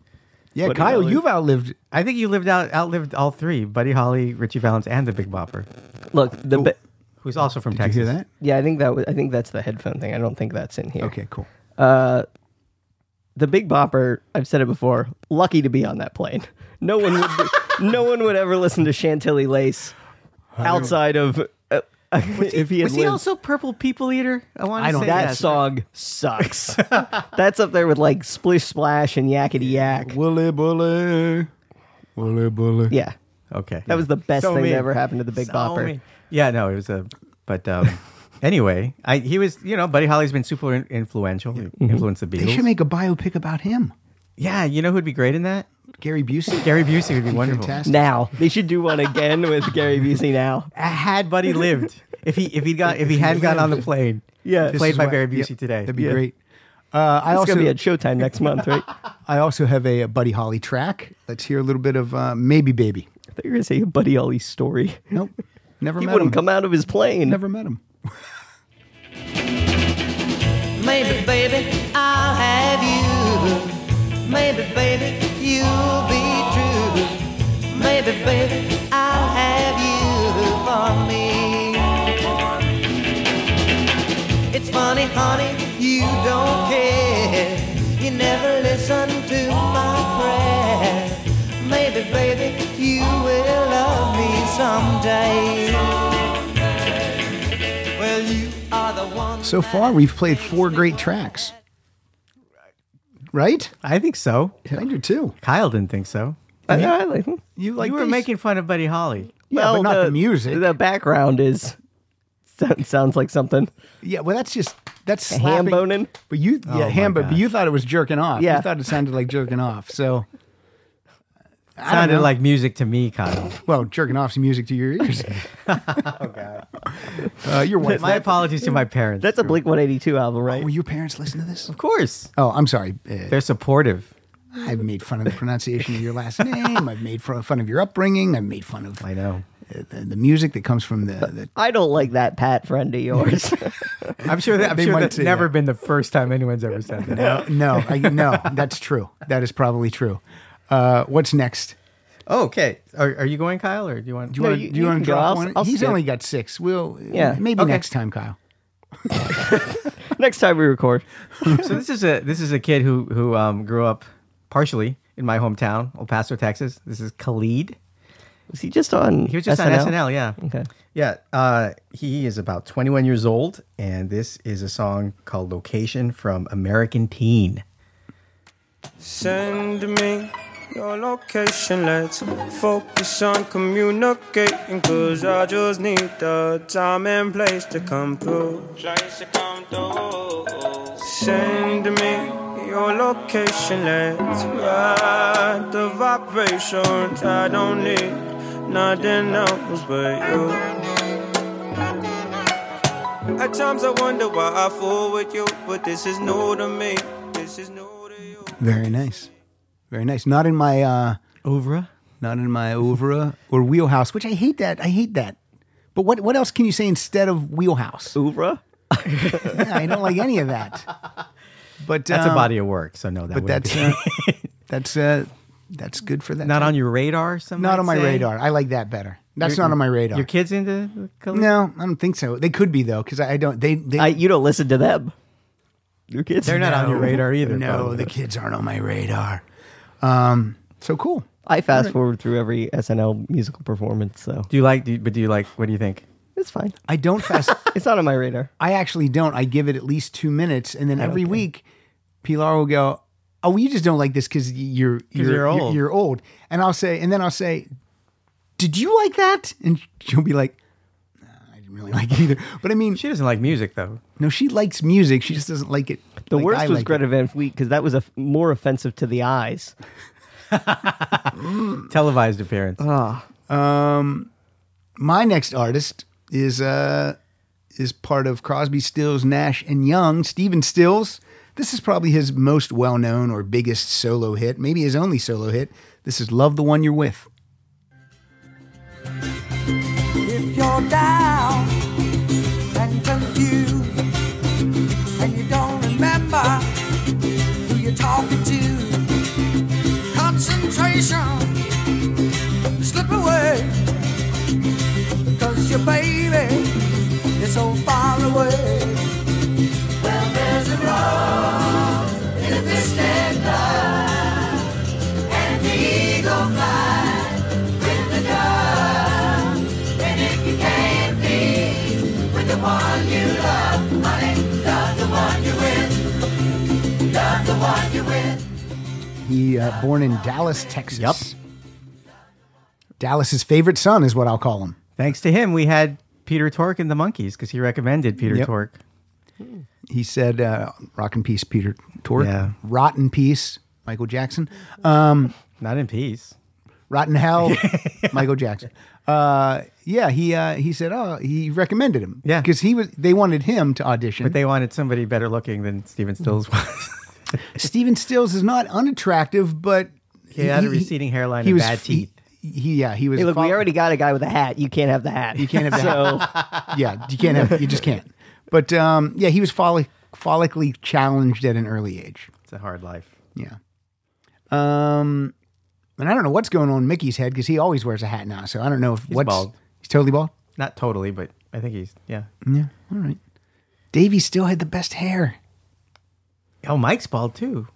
S2: Yeah,
S3: What do you
S2: Kyle,
S3: outlive?
S2: you've outlived.
S4: I think you lived out outlived all three: Buddy Holly, Richie Valens, and the Big Bopper,
S3: Look, the ba-
S4: who's also from
S2: Did
S4: Texas.
S2: you hear that?
S3: yeah, I think that was, I think that's the headphone thing. I don't think that's in here. Uh,
S2: Okay, cool.
S3: the Big Bopper, I've said it before, lucky to be on that plane. No one would no one would ever listen to Chantilly Lace outside of uh, if he had
S4: Was he
S3: lived.
S4: also Purple People Eater? I want to
S2: I don't-
S4: say
S3: that
S4: yes.
S3: song sucks. That's up there with like Splish Splash and Yakety Yak.
S2: Willy bully, willy bully.
S3: Yeah.
S4: Okay,
S3: That was the best
S4: So
S3: thing
S4: mean.
S3: that ever happened to the Big
S4: So
S3: Bopper.
S4: mean. Yeah, no, it was a. But um, anyway, I he was you know Buddy Holly's been super in- influential, He influenced the
S2: They
S4: Beatles.
S2: should make a biopic about him.
S4: yeah, you know who'd be great in that?
S2: Gary Busey.
S4: Gary Busey would be wonderful.
S2: Fantastic.
S3: Now they should do one again with Gary Busey. Now,
S4: Uh, Had Buddy lived, if he if he got if he hadn't gotten on the plane,
S3: yeah,
S4: played
S2: is
S4: by
S2: why-
S4: Barry Busey
S2: yep,
S4: today.
S2: That'd be
S4: Yeah.
S2: great. Uh, I
S3: it's
S2: also
S3: gonna be at Showtime next month, right? I
S2: I also have a, Buddy Holly track. Let's hear a little bit of uh, Maybe Baby.
S3: thought you were gonna say Buddy Ollie's story.
S2: Nope, never
S3: He
S2: met
S3: wouldn't
S2: him.
S3: come out of his plane.
S2: Never met him.
S8: Maybe, baby, I'll have you. Maybe, baby, you'll be true. Maybe, baby, I'll have you for me. It's funny, honey, you don't care. You never listen to my prayer. Maybe, baby, you will love me someday. Well, you are the one.
S2: So far, we've played four great tracks. Right?
S4: I think so.
S2: I do too.
S4: Kyle didn't think so.
S3: I, I like them.
S2: You like
S4: you were
S2: these?
S4: making fun of Buddy Holly.
S2: yeah, but not the, music.
S3: The background is sound- sounds like something.
S2: yeah, well, that's just that's
S3: A ham
S2: slapping-
S3: boning?
S2: But you, yeah,
S4: Oh my
S2: ham, but
S4: God.
S2: you thought it was jerking off.
S3: Yeah.
S2: you thought it sounded like jerking off. So I don't
S4: Sounded
S2: know.
S4: like music to me, Kyle.
S2: well, jerking off's music to your ears. uh, your wife.
S4: Oh, My apologies to my parents.
S3: That's a Blink 182 album, right?
S2: Will your parents listen to this?
S4: of course.
S2: Oh, I'm sorry. Uh,
S4: They're supportive.
S2: I've made fun of the pronunciation of your last name. I've made fr- fun of your upbringing. I've made fun of
S4: I know.
S2: uh, the, the music that comes from the. the
S3: I don't like that Pat friend of yours.
S4: I'm sure that I'm
S2: They
S4: sure
S2: might
S4: that's
S2: say
S4: never
S2: that.
S4: been the first time anyone's ever said that.
S2: no, I, no, that's true. That is probably true. Uh, what's next?
S4: Oh, okay. Are, are you going, Kyle, or do you want?
S2: Do you
S3: No,
S2: want to
S3: you-
S2: do
S3: you
S2: you want
S3: can
S2: to
S3: go.
S2: drop
S3: I'll-
S2: one?
S3: I'll
S2: He's
S3: skip.
S2: only got six. We'll
S3: Yeah.
S2: yeah. maybe
S4: Okay.
S2: next time, Kyle.
S3: Next time we record.
S4: so this is a this is a kid who who um, grew up partially in my hometown, El Paso, Texas. This is Khalid.
S3: Was he just on?
S4: He was just
S3: SNL?
S4: on SNL. Yeah.
S3: Okay.
S4: Yeah. Uh, he is about 21 years old, and this is a song called "Location" from American Teen.
S9: Send me your location. Let's focus on communicating. Cause I just need the time and place to come through. Send me your location. Let's ride the vibrations. I don't need nothing else but you. At times I wonder why I fool with you, but this is new to me. This is new to you.
S2: Very nice, very nice. Not in my, uh,
S4: Ovra.
S2: not in my oeuvre or wheelhouse. Which I hate that. I hate that. But what what else can you say instead of wheelhouse?
S3: Ouvra.
S2: Yeah, I don't like any of that. But
S4: That's a
S2: um,
S4: body of work, so no, that
S2: But
S4: wouldn't
S2: that's
S4: be.
S2: uh, that's uh, that's good for that.
S4: not on your radar. Some
S2: not
S4: might
S2: on my
S4: say?
S2: radar. I like that better. That's not on my radar.
S4: Your kids into Khalid?
S2: No, I don't think so. They could be though, because I, I don't. They, they
S3: I, you don't listen to them. Your kids.
S4: They're not on your
S2: No.
S4: radar either.
S2: No,
S4: probably.
S2: the kids aren't on my radar. Um, so cool.
S3: I fast forward through every SNL musical performance, so
S4: Do you like? Do you, but do you like? What do you think?
S3: it's fine.
S2: I don't fast.
S3: It's not on my radar.
S2: I actually don't. I give it at least two minutes, and then every week, Pilar will go, "Oh, well, you just don't like this because you're you're,
S4: you're old."
S2: You're, old." And I'll say, and then I'll say, "Did you like that?" And she'll be like, "Nah, "I didn't really like it either." But I mean,
S4: She doesn't like music though.
S2: no, she likes music. She just doesn't like it.
S3: The
S2: like
S3: worst
S2: I
S3: was
S2: like it.
S3: Greta Van Fleet because that was a f- more offensive to the eyes.
S4: Televised appearance.
S2: my next artist is uh is part of Crosby, Stills, Nash and Young, Steven Stills. This is probably his most well-known or biggest solo hit, maybe his only solo hit. This is Love the One You're With.
S10: If you're down and confused and you don't remember who you're talking to, concentration slip away because your baby is so far away. Well, there's a road in a distant land, and the eagle flies with the dove. And if you can't be with the one you love, honey, love the one you're with. Love the one you're with.
S2: He uh, born in Dallas, Texas. Yep. Dallas's favorite son is what I'll call him.
S4: Thanks to him, we had Peter Tork and the Monkeys because he recommended Peter
S2: Yep.
S4: Tork.
S2: He said, uh, "Rock and peace, Peter Tork.
S4: Yeah.
S2: Rotten peace, Michael Jackson.
S4: Not in peace.
S2: Rotten Hell, Michael Jackson. Uh, yeah, he uh, he said, oh, he recommended him.
S4: Yeah.
S2: because he was. They wanted him to audition.
S4: But they wanted somebody better looking than Steven
S2: Mm.
S4: Stills was.
S2: Steven Stills is not unattractive, but
S4: He had a receding hairline and bad teeth.
S2: He, he- yeah, he was.
S3: Hey, look,
S2: fo-
S3: we already got a guy with a hat. You can't have the hat. You
S2: can't have the
S3: so,
S2: Yeah, you can't have. You just can't. But um, yeah, he was follic- follically challenged at an early age.
S4: it's a hard life.
S2: Yeah. Um, and I don't know what's going on in Mickey's head because he always wears a hat now. So I don't know if what's
S4: bald.
S2: he's totally bald.
S4: Not totally, but I think he's yeah.
S2: Yeah. All right. Davey still had the best hair.
S4: Oh, Mike's bald too.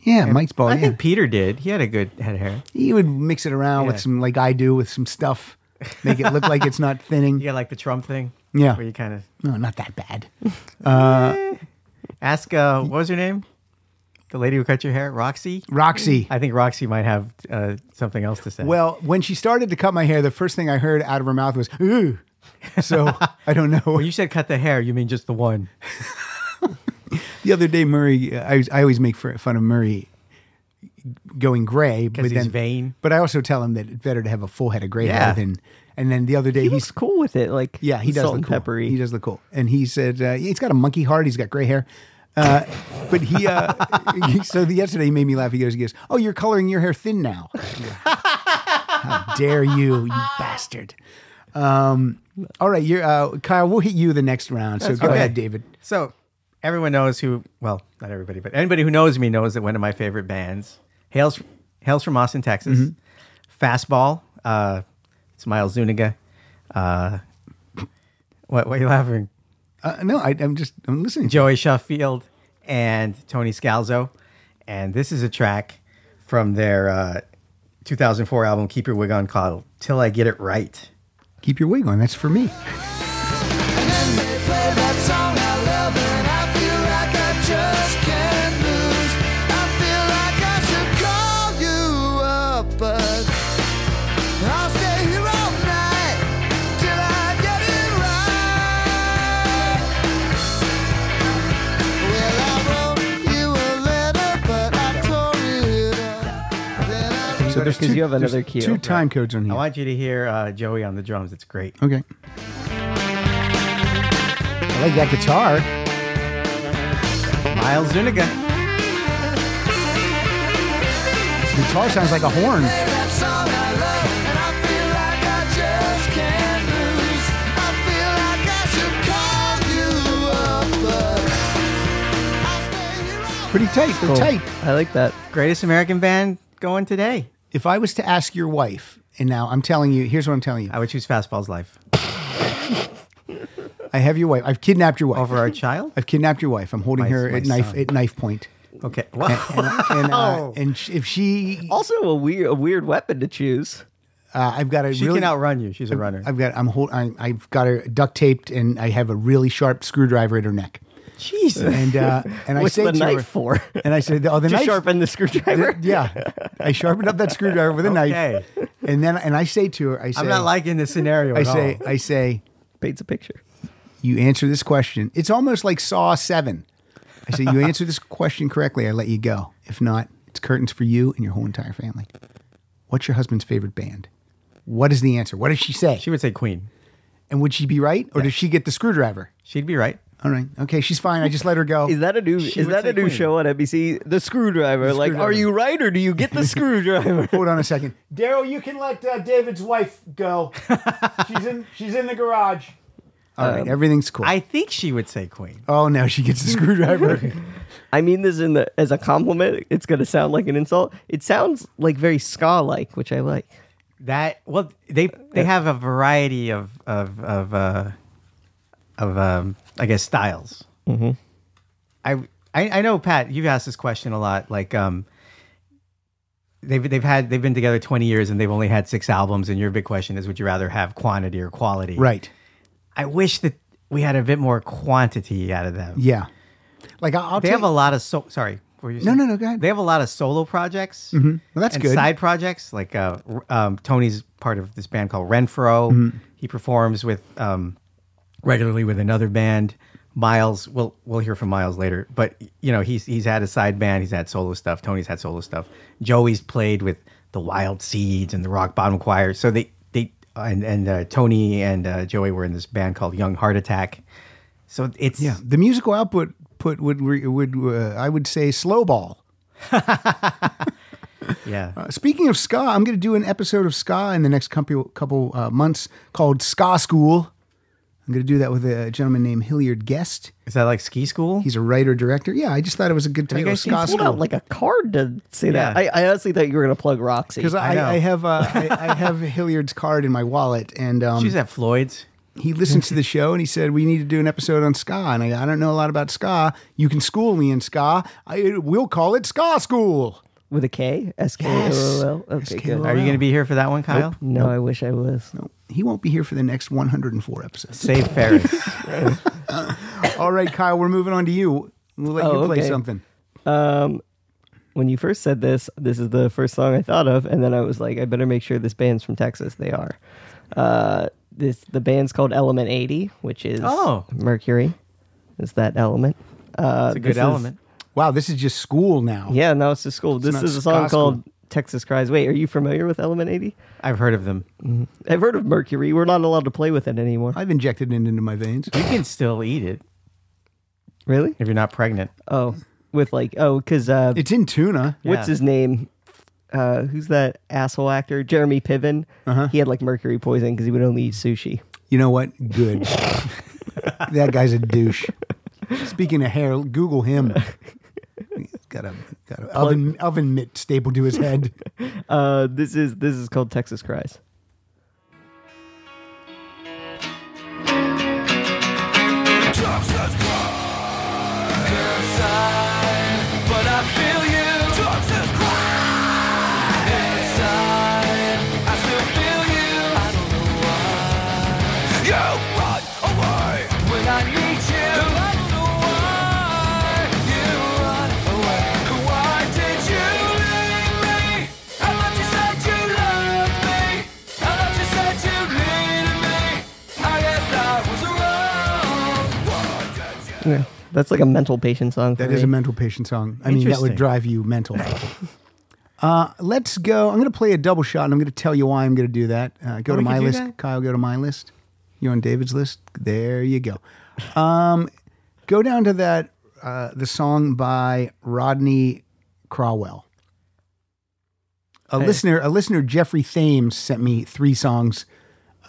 S2: Yeah, Mike's
S4: I
S2: bald. Oh, yeah.
S4: think Peter did. He had a good head of hair.
S2: he would mix it around
S4: Yeah.
S2: with some like I do with some stuff, make it look like it's not thinning.
S4: You got like the Trump thing.
S2: Yeah.
S4: Where you kind of
S2: No, not that bad.
S4: ask, uh, what was her name? the lady who cut your hair, Roxy.
S2: Roxy.
S4: I think Roxy might have uh, something else to say.
S2: Well, when she started to cut my hair, the first thing I heard out of her mouth was "ooh." So I don't know.
S4: when you said cut the hair, you mean just the one.
S2: The other day, Murray, I, was- I always make f- fun of Murray going gray, but
S4: he's
S2: then
S4: vain.
S2: But I also tell him that it's better to have a full head of gray hair
S4: Yeah.
S2: than. And then the other day,
S3: He
S2: he's
S3: looks cool with it. Like
S2: yeah, he does
S3: salt
S2: look
S3: and
S2: cool.
S3: peppery.
S2: He does look cool, and he said uh, he's got a monkey heart. He's got gray hair. Uh, but he, uh, he- so the, yesterday he made me laugh. He goes, he goes, oh, you're coloring your hair thin now. How dare you, you bastard! Um, all right, you're, uh, Kyle. We'll hit you the next round. So go
S4: okay.
S2: ahead, David.
S4: So everyone knows who, well, not everybody, but anybody who knows me knows that one of my favorite bands hails hails from Austin, Texas. Fastball. Uh, it's Miles Zuniga. Uh, what, what are you laughing?
S2: Uh, no, I, I'm just I'm listening.
S4: Joey Sheffield and Tony Scalzo. And this is a track from their uh, 2004 album, Keep Your Wig On Coddle, Till I Get It Right.
S2: Keep your wig on. That's for me. So there's
S3: Because
S2: two,
S3: you have
S2: there's
S3: another Oh, cue.
S2: two
S3: Right.
S2: time codes on
S4: I
S2: here.
S4: want you to hear uh, Joey on the drums. It's great.
S2: okay. I like that guitar.
S4: Miles Zuniga.
S2: The guitar sounds like a horn. Pretty tight. They're
S3: Cool.
S2: tight.
S3: I like that.
S4: Greatest American band going today.
S2: If I was to ask your wife, and now I'm telling you, here's what I'm telling you.
S4: I would choose Fastball's Life
S2: I have your wife. I've kidnapped your wife.
S4: over our child.
S2: I've kidnapped your wife. I'm holding
S4: My-
S2: her
S4: my
S2: at knife
S4: son.
S2: at knife point.
S4: Okay. Wow.
S2: And, uh,
S4: Oh.
S2: and sh- if she,
S3: Also, a weird, a weird weapon to choose.
S2: uh, I've got a
S4: She
S2: really.
S4: can outrun you. She's a runner.
S2: I've got. I'm hold. I, I've got her duct taped, and I have a really sharp screwdriver at her neck.
S4: Jesus.
S2: And uh, and I
S3: What's
S2: say
S3: the
S2: to
S3: knife
S2: her,
S3: for?
S2: and I said, "Oh, the
S3: to
S2: knife."
S3: sharpen the screwdriver.
S2: yeah, I sharpened up that screwdriver with a
S4: Okay.
S2: knife, and then and I say to her, "I say,
S4: I'm not liking this scenario.
S2: I
S4: at
S2: say,
S4: all.
S2: I say,
S3: Paints a picture.
S2: you answer this question. It's almost like Saw Seven. I say, you answer this question correctly, I let you go. If not, it's curtains for you and your whole entire family. What's your husband's favorite band? What is the answer? What does she say?
S4: she would say Queen.
S2: And would she be right, or does she get the screwdriver?
S4: She'd be right.
S2: All right, okay, she's fine. I just let her go.
S3: Is that a new?
S4: She
S3: is
S4: would
S3: that a
S4: say
S3: new
S4: queen.
S3: show on NBC? The screwdriver. like,
S2: Screwdriver.
S3: are you right or do you get the screwdriver?
S2: Hold on a second.
S5: Daryl, you can let uh, David's wife go. she's in. She's in the garage. Um,
S2: All right, everything's cool.
S4: I think she would say Queen.
S2: oh no, she gets the screwdriver.
S3: I mean this in the as a compliment. It's gonna sound like an insult. It sounds like very ska like, which I like.
S4: That well, they they have a variety of of of uh, of um, I guess styles. Mm-hmm. I, I I know Pat. You've asked this question a lot. Like um, they've they've had they've been together twenty years and they've only had six albums. And your big question is, would you rather have quantity or quality?
S2: right.
S4: I wish that we had a bit more quantity out of them.
S2: Yeah. Like I'll, I'll
S4: they
S2: tell
S4: have a
S2: you-
S4: lot of so. Sorry. what were you
S2: No,
S4: saying?
S2: no, no, go ahead. Mm-hmm.
S4: They have a lot of solo projects.
S2: Well, that's
S4: and
S2: good.
S4: side projects like uh, R- um, Tony's part of this band called Renfro.
S2: Mm-hmm.
S4: He performs with um, regularly with another band. Miles, we'll we'll hear from Miles later, but you know he's he's had a side band, he's had solo stuff. Tony's had solo stuff. Joey's played with the Wild Seeds and the Rock Bottom Choir. So they they and and uh, Tony and uh, Joey were in this band called Young Heart Attack. So it's
S2: Yeah, the musical output put would re- would uh, I would say slow ball.
S4: yeah.
S2: Uh, Speaking of ska, I'm going to do an episode of ska in the next couple couple uh, months called Ska School. I'm going to do that with a gentleman named Hilliard Guest.
S4: Is that like ski school?
S2: He's a writer director. Yeah, I just thought it was a good title,
S4: guys seen
S2: Ska
S3: Pulled out
S2: School.
S3: like a card to say that. I,
S4: Yeah.
S3: I honestly thought you were gonna plug Roxy.
S2: Because I,
S4: know.
S2: I, have uh, I, I have Hilliard's card in my wallet, and um,
S4: She's at Floyd's.
S2: he listens to the show and he said we need to do an episode on ska and I, I don't know a lot about ska you can school me in ska I, we'll call it ska school
S3: With a K? S K O O L. Okay, good.
S2: SKOOL.
S4: Are you going to be here for that one, Kyle?
S3: No, I wish I was.
S2: he won't be here for the next 104 episodes
S4: Save Ferris.
S2: all right kyle we're moving on to you we'll let
S3: Oh,
S2: you play
S3: okay.
S2: something
S3: Um, when you first said this, this is the first song I thought of, and then I was like, I better make sure this band's from Texas. They are. Uh, this the band's called Element Eighty, which is
S4: Oh.
S3: Mercury. Is that element? Uh,
S4: It's a good element.
S2: Wow, this is just school now.
S3: yeah, no, it's just cool. This
S2: not
S3: is a song
S2: gospel.
S3: called Texas Cries. Wait, are you familiar with Element Eighty?
S4: I've heard of them. You
S3: I've heard of Mercury. We're not allowed to play with it anymore.
S2: I've injected it into my veins.
S4: can still eat it
S3: Really?
S4: if you're not pregnant.
S3: Oh, with like oh, because uh,
S2: It's in tuna.
S4: Yeah.
S3: what's his name? Uh, who's that asshole actor? Jeremy Piven.
S2: Uh-huh.
S3: He had like mercury poisoning because he would only eat sushi.
S2: You know what? Good. that guy's a douche. Speaking of hair, Google him. He's Got a got a oven oven mitt stapled to his head.
S3: Uh, this is this is called Texas Cries.
S7: But I feel you. Toxic Inside, I still feel you. I don't know why. You run away when I need you. I don't know why you run away. Why did you leave me? I thought you said you loved me. I thought you said you needed me. I guess I was wrong. Why did you?
S3: Yeah, that's like a mental patient song. For
S2: That is a
S3: me.
S2: mental patient song. I mean, that would
S4: Interesting.
S2: drive you mental. Uh, let's go. I'm going to play a double shot, and I'm going to tell you why I'm going to do that. Uh, go
S4: Oh,
S2: to
S4: we
S2: my
S4: could do
S2: list,
S4: that?
S2: Kyle. Go to my list. You on David's list? There you go. Um, go down to that uh, the song by Rodney Crowell. A listener, a listener, Jeffrey Thames sent me three songs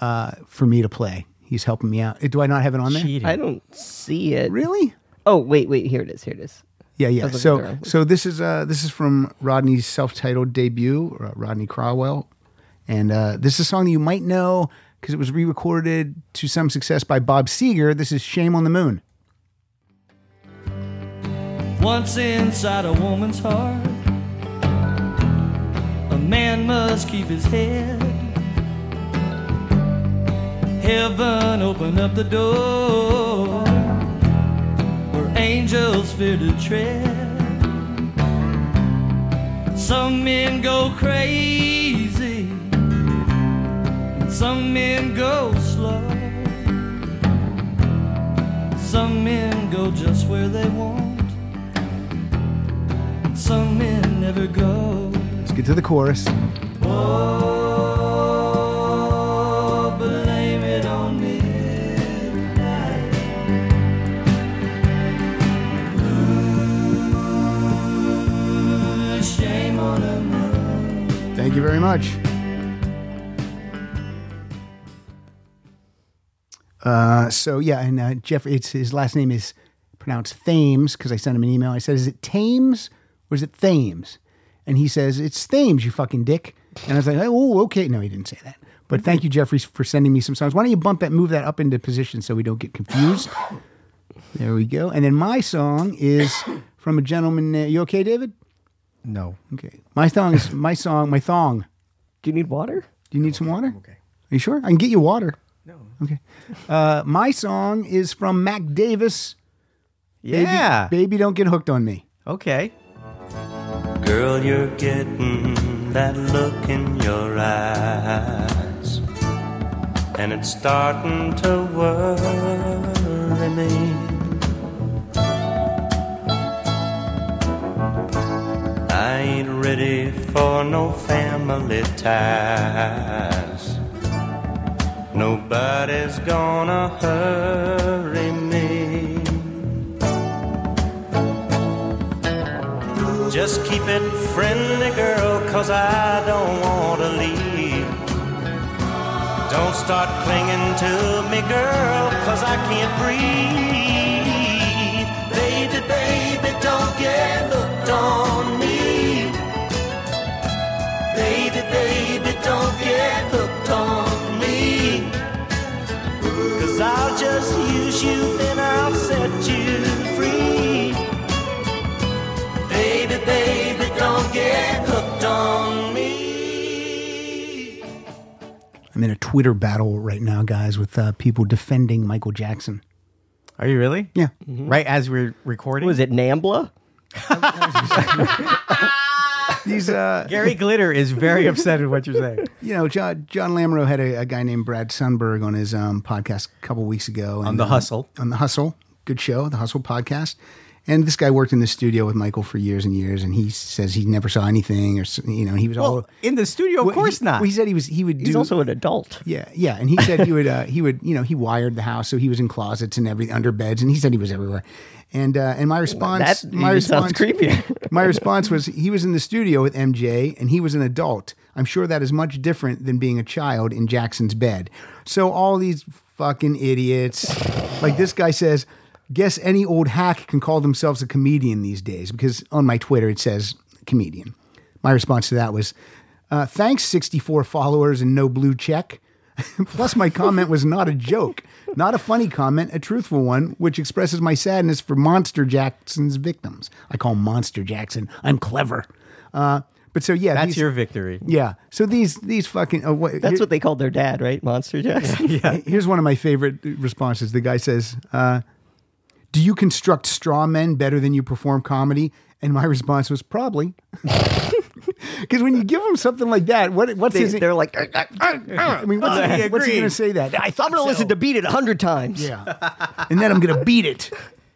S2: uh, for me to play. He's helping me out. Do I not have it on there?
S4: Cheating.
S3: I don't see it.
S2: Really?
S3: Oh wait, wait. Here it is. Here it is.
S2: Yeah, yeah.
S3: That's what they're
S2: So,
S3: on.
S2: so this is uh, this is from Rodney's self-titled debut, uh, Rodney Crowell, and uh, this is a song that you might know because it was re-recorded to some success by Bob Seger. This is "Shame on the Moon."
S7: Once inside a woman's heart, a man must keep his head. Heaven open up the door where angels fear to tread. Some men go crazy, and some men go slow. Some men go just where they want. Some men never go.
S2: Let's get to the chorus.
S7: Oh, blame it on midnight. Ooh, shame on a moon.
S2: Thank you very much. Uh, so yeah, and uh, Jeff, it's his last name is pronounced Thames because I sent him an email. I said, "Is it Thames or is it Thames?" And he says, "It's Thames, you fucking dick." And I was like, "Oh, okay." No, he didn't say that. But thank you, Jeffries, for sending me some songs. Why don't you bump that, move that up into position so we don't get confused? There we go. And then my song is from a gentleman. na- You okay, David?
S4: No.
S2: Okay. My song is my song. My thong.
S3: Do you need water?
S2: Do you need some water? okay. Are you sure? I can get you water. No. Okay. Uh, my song is from Mac Davis. Baby-
S4: Yeah.
S2: Baby, don't get hooked on me.
S4: Okay.
S8: Girl, you're getting that look in your eyes, and it's starting to worry me. I ain't ready for no family ties. Nobody's gonna hurry me. Just keep it friendly, girl, cause I don't want to leave. Don't start clinging to me, girl, cause I can't breathe. Baby, baby, don't get hooked on me. Baby, baby, don't get hooked on me. Cause I'll just use you and I'll set you free. Baby, baby, don't get hooked on me.
S2: I'm in a Twitter battle right now, guys, with uh, people defending Michael Jackson.
S4: Are you really?
S2: Yeah.
S4: Right as we're recording?
S3: Was it Nambla?
S2: These uh,
S4: Gary Glitter is very upset at what you're saying.
S2: You know, John John Lamoureux had a, a guy named Brad Sunberg on his um, podcast a couple weeks ago.
S4: On The
S2: uh,
S4: Hustle.
S2: on the Hustle, good show, the Hustle podcast. And this guy worked in the studio with Michael for years and years, and he says he never saw anything, or s- you know, he was all
S4: Well, in the studio, of
S2: Well, he-
S4: course not.
S2: well, he said he was he would do
S3: He's also an adult.
S2: yeah yeah, and he said he would uh, he would you know he wired the house, so he was in closets and every under beds, and he said he was everywhere. And uh, and my response,
S3: that
S2: my
S3: even sounds
S2: response,
S3: creepier.
S2: my response was he was in the studio with MJ and he was an adult. I'm sure that is much different than being a child in Jackson's bed. So all these fucking idiots, like this guy says, guess any old hack can call themselves a comedian these days because on my Twitter it says comedian. My response to that was, uh, thanks 64 followers and no blue check. Plus, my comment was not a joke, not a funny comment, a truthful one, which expresses my sadness for Monster Jackson's victims. I call him Monster Jackson. I'm clever. Uh, but so yeah,
S4: That's
S2: these-
S4: your victory.
S2: yeah. So these these fucking oh, what,
S3: That's
S2: here-
S3: what they called their dad, right? Monster Jackson.
S2: Here's one of my favorite responses. The guy says, uh, "Do you construct straw men better than you perform comedy?" And my response was probably because when you give him something like that, what what's
S3: They,
S2: his?
S3: they're like,
S2: I mean, what's, he, what's he
S4: agreed.
S2: going to say that?
S3: I thought I'm gonna listen to Beat It a hundred times.
S2: Yeah. and then I'm going to beat it.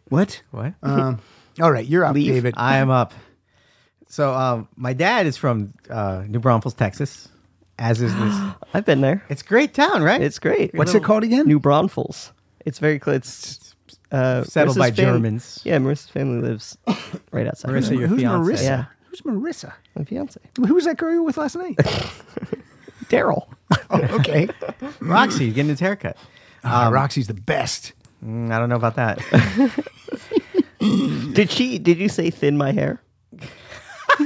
S2: What?
S4: What? Uh,
S2: Um, all right, you're up,
S3: Leave.
S2: David.
S4: I am up. So um, my dad is from uh, New Braunfels, Texas, as is this.
S3: I've been there.
S4: it's a great town, right?
S3: It's great.
S2: What's it called again?
S3: New Braunfels. It's very close. It's, uh,
S4: Settled
S3: Marissa's
S4: by
S3: fam-
S4: Germans.
S3: Yeah, Marissa's family lives right outside.
S4: Marissa,
S3: of
S4: your
S2: Who's
S4: fiance.
S2: Marissa?
S3: Yeah.
S2: Who's Marissa?
S3: my fiance,
S2: Who was that girl you were with last night?
S3: Daryl.
S2: oh, okay.
S3: Um,
S4: Roxy getting his haircut.
S2: Ah, Roxy's the best.
S4: Mm, I don't know about that.
S3: Did she? Did you say thin my hair?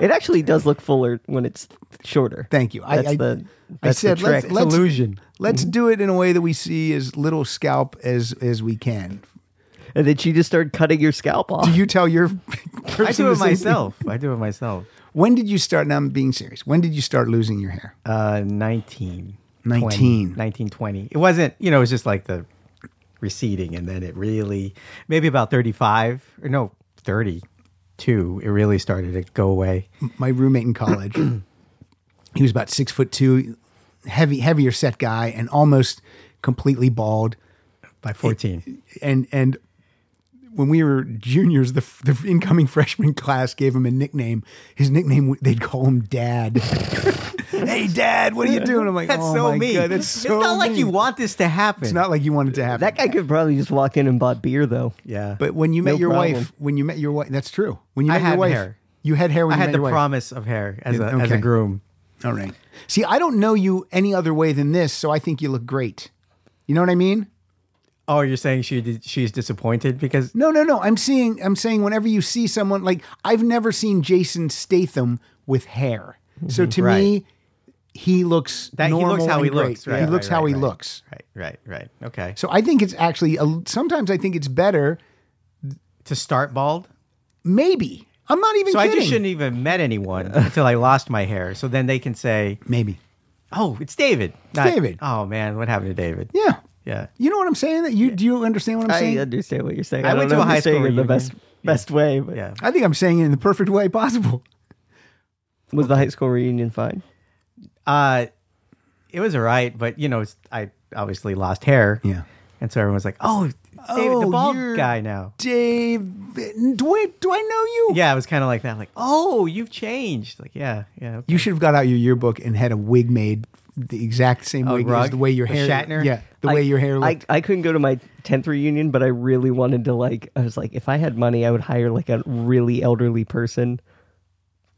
S3: it actually does look fuller when it's shorter.
S2: Thank you.
S3: That's the. That's
S2: I said
S3: the trick. Mm-hmm.
S2: let's, let's
S4: Illusion.
S2: Let's do it in a way that we see as little scalp as as we can.
S3: and then she just started cutting your scalp off.
S2: Do you tell your? person
S4: I do
S2: the
S4: it
S2: same thing?
S4: myself. I do it myself.
S2: When did you start? Now I'm being serious. When did you start losing your hair?
S4: Uh, 19.
S2: 19.
S4: 19, 20. It wasn't, you know, it was just like the receding. And then it really, maybe about 35, or no, 32, it really started to go away.
S2: my roommate in college. he was about six foot two, heavy, heavier set guy, and almost completely bald.
S4: By 14.
S2: And and when we were juniors, the the incoming freshman class gave him a nickname. His nickname w- they'd call him Dad. hey, Dad, what are you doing? I'm like,
S4: That's
S2: oh
S4: so
S2: my
S4: mean.
S2: God, that's so.
S4: it's not like
S2: mean."
S4: you want this to happen.
S2: It's not like you want it to happen.
S3: that guy could probably just walk in and bought beer though.
S4: Yeah.
S2: But when you met
S3: No
S2: your
S3: problem.
S2: wife, when you met your wife, that's true. When you
S4: I
S2: met your
S4: had
S2: wife,
S4: hair.
S2: you had hair. When
S4: I
S2: you met
S4: had the
S2: your wife.
S4: promise of hair as,
S2: Yeah,
S4: a, as a
S2: okay.
S4: groom.
S2: All right. See, I don't know you any other way than this, so I think you look great. You know what I mean?
S4: Oh, you're saying she did, she's disappointed because
S2: No, no, no. I'm seeing I'm saying whenever you see someone like I've never seen Jason Statham with hair. So to me, he looks
S4: Mm-hmm. That- he looks
S2: normal
S4: how
S2: and
S4: he
S2: great.
S4: looks, right,
S2: he
S4: right,
S2: looks how
S4: right,
S2: he
S4: right.
S2: looks.
S4: right, right, right. Okay.
S2: So I think it's actually a, sometimes I think it's better.
S4: to start bald.
S2: Maybe I'm not even
S4: So I
S2: kidding.
S4: just shouldn't even met anyone until I lost my hair. So then they can say,
S2: Maybe.
S4: "Oh, it's David."
S2: David.
S4: Oh man, what happened to David?
S2: Yeah.
S4: Yeah.
S2: You know what I'm saying? That you do you understand what I'm
S3: I
S2: saying?
S4: uh,
S3: understand what you're saying.
S4: I
S3: I,
S4: went
S3: don't
S4: to a
S3: know if
S4: high
S3: you're saying
S4: school
S3: it in the
S4: reunion.
S3: best best way. But
S4: Yeah.
S2: I think I'm saying it in the perfect way possible.
S3: was the high school reunion fine?
S4: Uh, it was all right, but you know, it's, I obviously lost hair.
S2: Yeah.
S4: And so everyone was like, "Oh, it's David, the
S2: Oh,
S4: bald
S2: you're-
S4: guy now."
S2: Dave, do I, do I know you?
S4: Yeah, it was kind of like that. Like, "Oh, you've changed." Like, yeah, yeah. okay.
S2: You should have got out your yearbook and had a wig made the exact same
S4: A
S2: wig as
S4: rug?
S2: the way your
S4: The
S2: hair.
S4: Shatner?
S2: Yeah, the way your hair
S3: I,
S2: looked.
S3: I couldn't go to my tenth reunion, but I really wanted to. Like, I was like, if I had money, I would hire like a really elderly person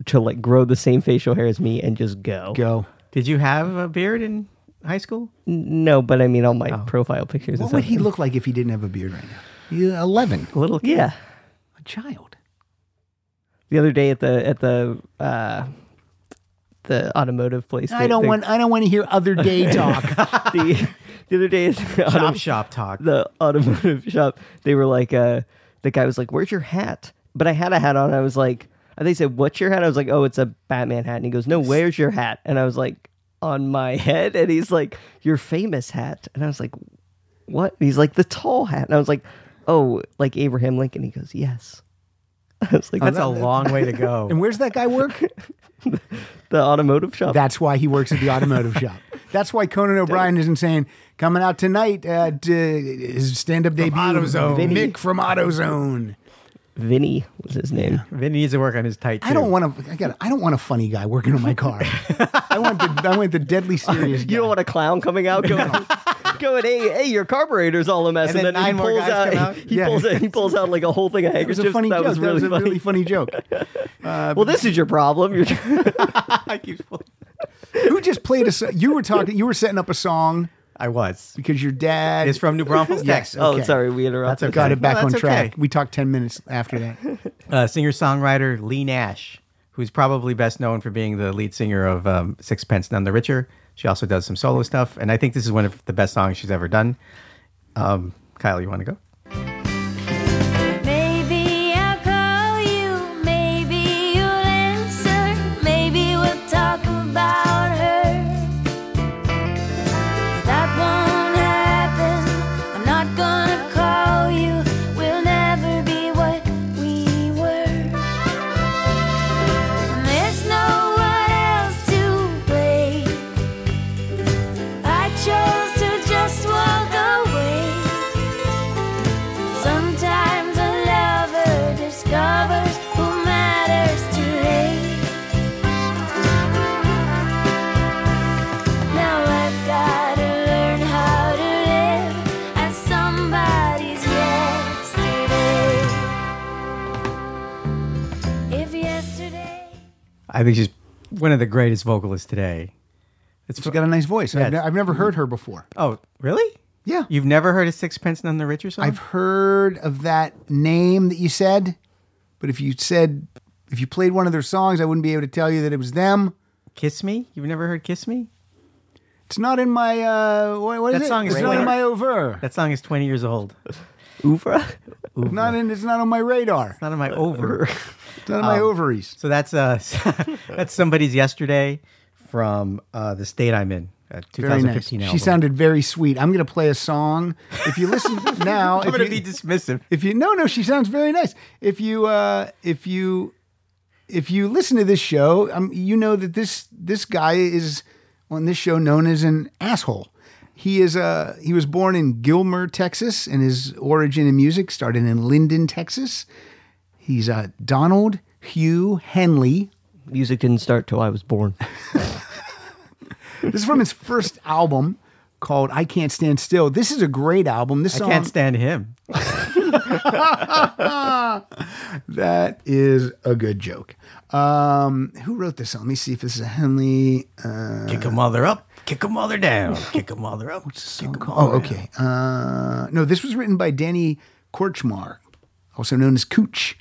S3: to like grow the same facial hair as me and just go.
S2: go.
S4: Did you have a beard in high school?
S3: N- No, but I mean, all my profile pictures.
S2: Oh. What
S3: and
S2: would he
S3: something.
S2: look like if he didn't have a beard right now? He's eleven,
S3: A little, yeah.
S2: a child.
S3: The other day at the at the uh, the automotive place.
S2: I
S3: the-
S2: don't
S3: the-
S2: want. I don't want to hear other day talk.
S3: the the other day at the
S4: Shop
S3: auto-
S4: shop talk.
S3: the automotive shop, they were like, uh, the guy was like, "Where's your hat?" But I had a hat on. I was like, and they said, "What's your hat?" I was like, "Oh, it's a Batman hat." And he goes, "No, where's your hat?" And I was like, "On my head." And he's like, "Your famous hat." And I was like, "What?" And he's like, "The tall hat." And I was like, "Oh, like Abraham Lincoln." He goes, "Yes." I was like,
S4: That's a long way to go.
S2: And where's that guy work?
S3: the automotive shop.
S2: That's why he works at the automotive shop. That's why Conan O'Brien isn't saying coming out tonight uh, d- his stand-up debut.
S4: AutoZone.
S2: Vinny.
S4: Vinny.
S2: Mick from AutoZone.
S3: Vinny was his name.
S4: Vinny needs to work on his tight.
S2: I don't want to. I got. I don't want a funny guy working on my car. I want the. I want the deadly serious.
S3: You don't want a clown coming out going, going hey, hey, your carburetor's all a mess.
S4: And
S3: And,
S4: then
S3: then,
S4: nine
S3: he
S4: more
S3: pulls
S4: guys
S3: out,
S4: come out?
S3: He,
S2: Yeah.
S3: pulls out, he pulls out like a whole thing of
S2: It was
S3: handkerchiefs.
S2: a funny
S3: that
S2: joke.
S3: was really
S2: that was a
S3: funny.
S2: really funny joke. Uh,
S3: well, this is your problem. You're
S4: I keep.
S2: who just played a? so- You were talking. You were setting up a song
S4: I was.
S2: because your dad.
S4: It's from New Braunfels,
S2: Yes.
S4: Texas.
S3: Oh,
S2: Okay.
S3: sorry, we interrupted.
S4: That's
S2: Got
S4: okay.
S2: it back
S4: No,
S2: on
S4: Oh, that's
S2: track.
S4: okay.
S2: We talked ten minutes after that.
S4: Uh, singer songwriter Lee Nash, who's probably best known for being the lead singer of um, Sixpence None the Richer. She also does some solo stuff, and I think this is one of the best songs she's ever done. Um, Kyle, you want to go?
S8: Maybe I'll call you, maybe you'll answer, maybe we'll talk about her. That won't happen, I'm not gonna call you, we'll never be what we were. And there's no one else to blame. I chose to just walk away. Sometimes a lover discovers who matters too late. Now I've gotta learn how to live as somebody's yesterday. If yesterday.
S4: I think she's one of the greatest vocalists today. It's
S2: She's got a nice voice. I've,
S4: Yes.
S2: ne- I've never heard her before.
S4: oh, really?
S2: Yeah.
S4: You've never heard of Sixpence None the Richer song?
S2: I've heard of that name that you said, but if you said if you played one of their songs, I wouldn't be able to tell you that it was them.
S4: Kiss Me. You've never heard Kiss Me?
S2: It's not in my uh what, what is
S4: That
S2: it?
S4: song is
S2: it's not
S4: great.
S2: in my over.
S4: That song is 20 years old.
S3: Oofra?
S2: It's not in it's not on my radar.
S4: It's not on my over.
S2: It's not in
S4: Oh.
S2: my ovaries.
S4: So that's uh, that's somebody's yesterday from uh, the state I'm in. uh, A
S2: Very
S4: 2015
S2: nice.
S4: album.
S2: She sounded very sweet. I'm gonna play a song. If you listen now,
S4: I'm
S2: if
S4: going
S2: you,
S4: to be dismissive.
S2: if you no no, she sounds very nice. If you uh if you if you listen to this show, um, you know that this this guy is on this show known as an asshole. He is uh he was born in Gilmer, Texas, and his origin in music started in Linden, Texas. He's uh Donald Hugh Henley.
S3: Music didn't start till I was born.
S2: This is from his first album called I Can't Stand Still. This is a great album. This
S4: I
S2: song
S4: can't stand him.
S2: That is a good joke. Um, who wrote this song? Let me see if this is a Henley. Uh,
S4: Kick a mother up, kick a mother down, kick a mother up.
S2: song called- Oh, okay. Uh, no, this was written by Danny Korchmar, also known as Cooch.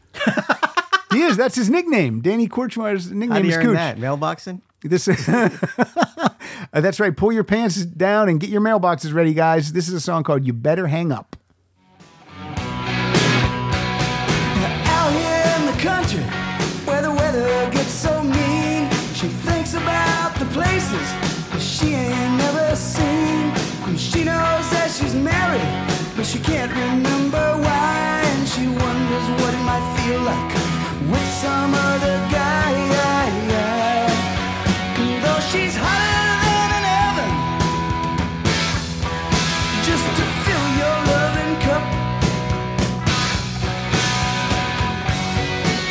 S2: he is. That's his nickname. Danny Korchmar's
S4: How
S2: nickname
S4: do you
S2: is
S4: earn
S2: Cooch.
S4: that? Mailboxing?
S2: This. Uh, that's right. Pull your pants down and get your mailboxes ready, guys. This is a song called "You Better Hang Up."
S11: Out here in the country, where the weather gets so mean, she thinks about the places that she ain't never seen. And she knows that she's married, but she can't remember why. And she wonders what it might feel like with some other guy. And Though she's hotter than an oven, just to fill your loving cup.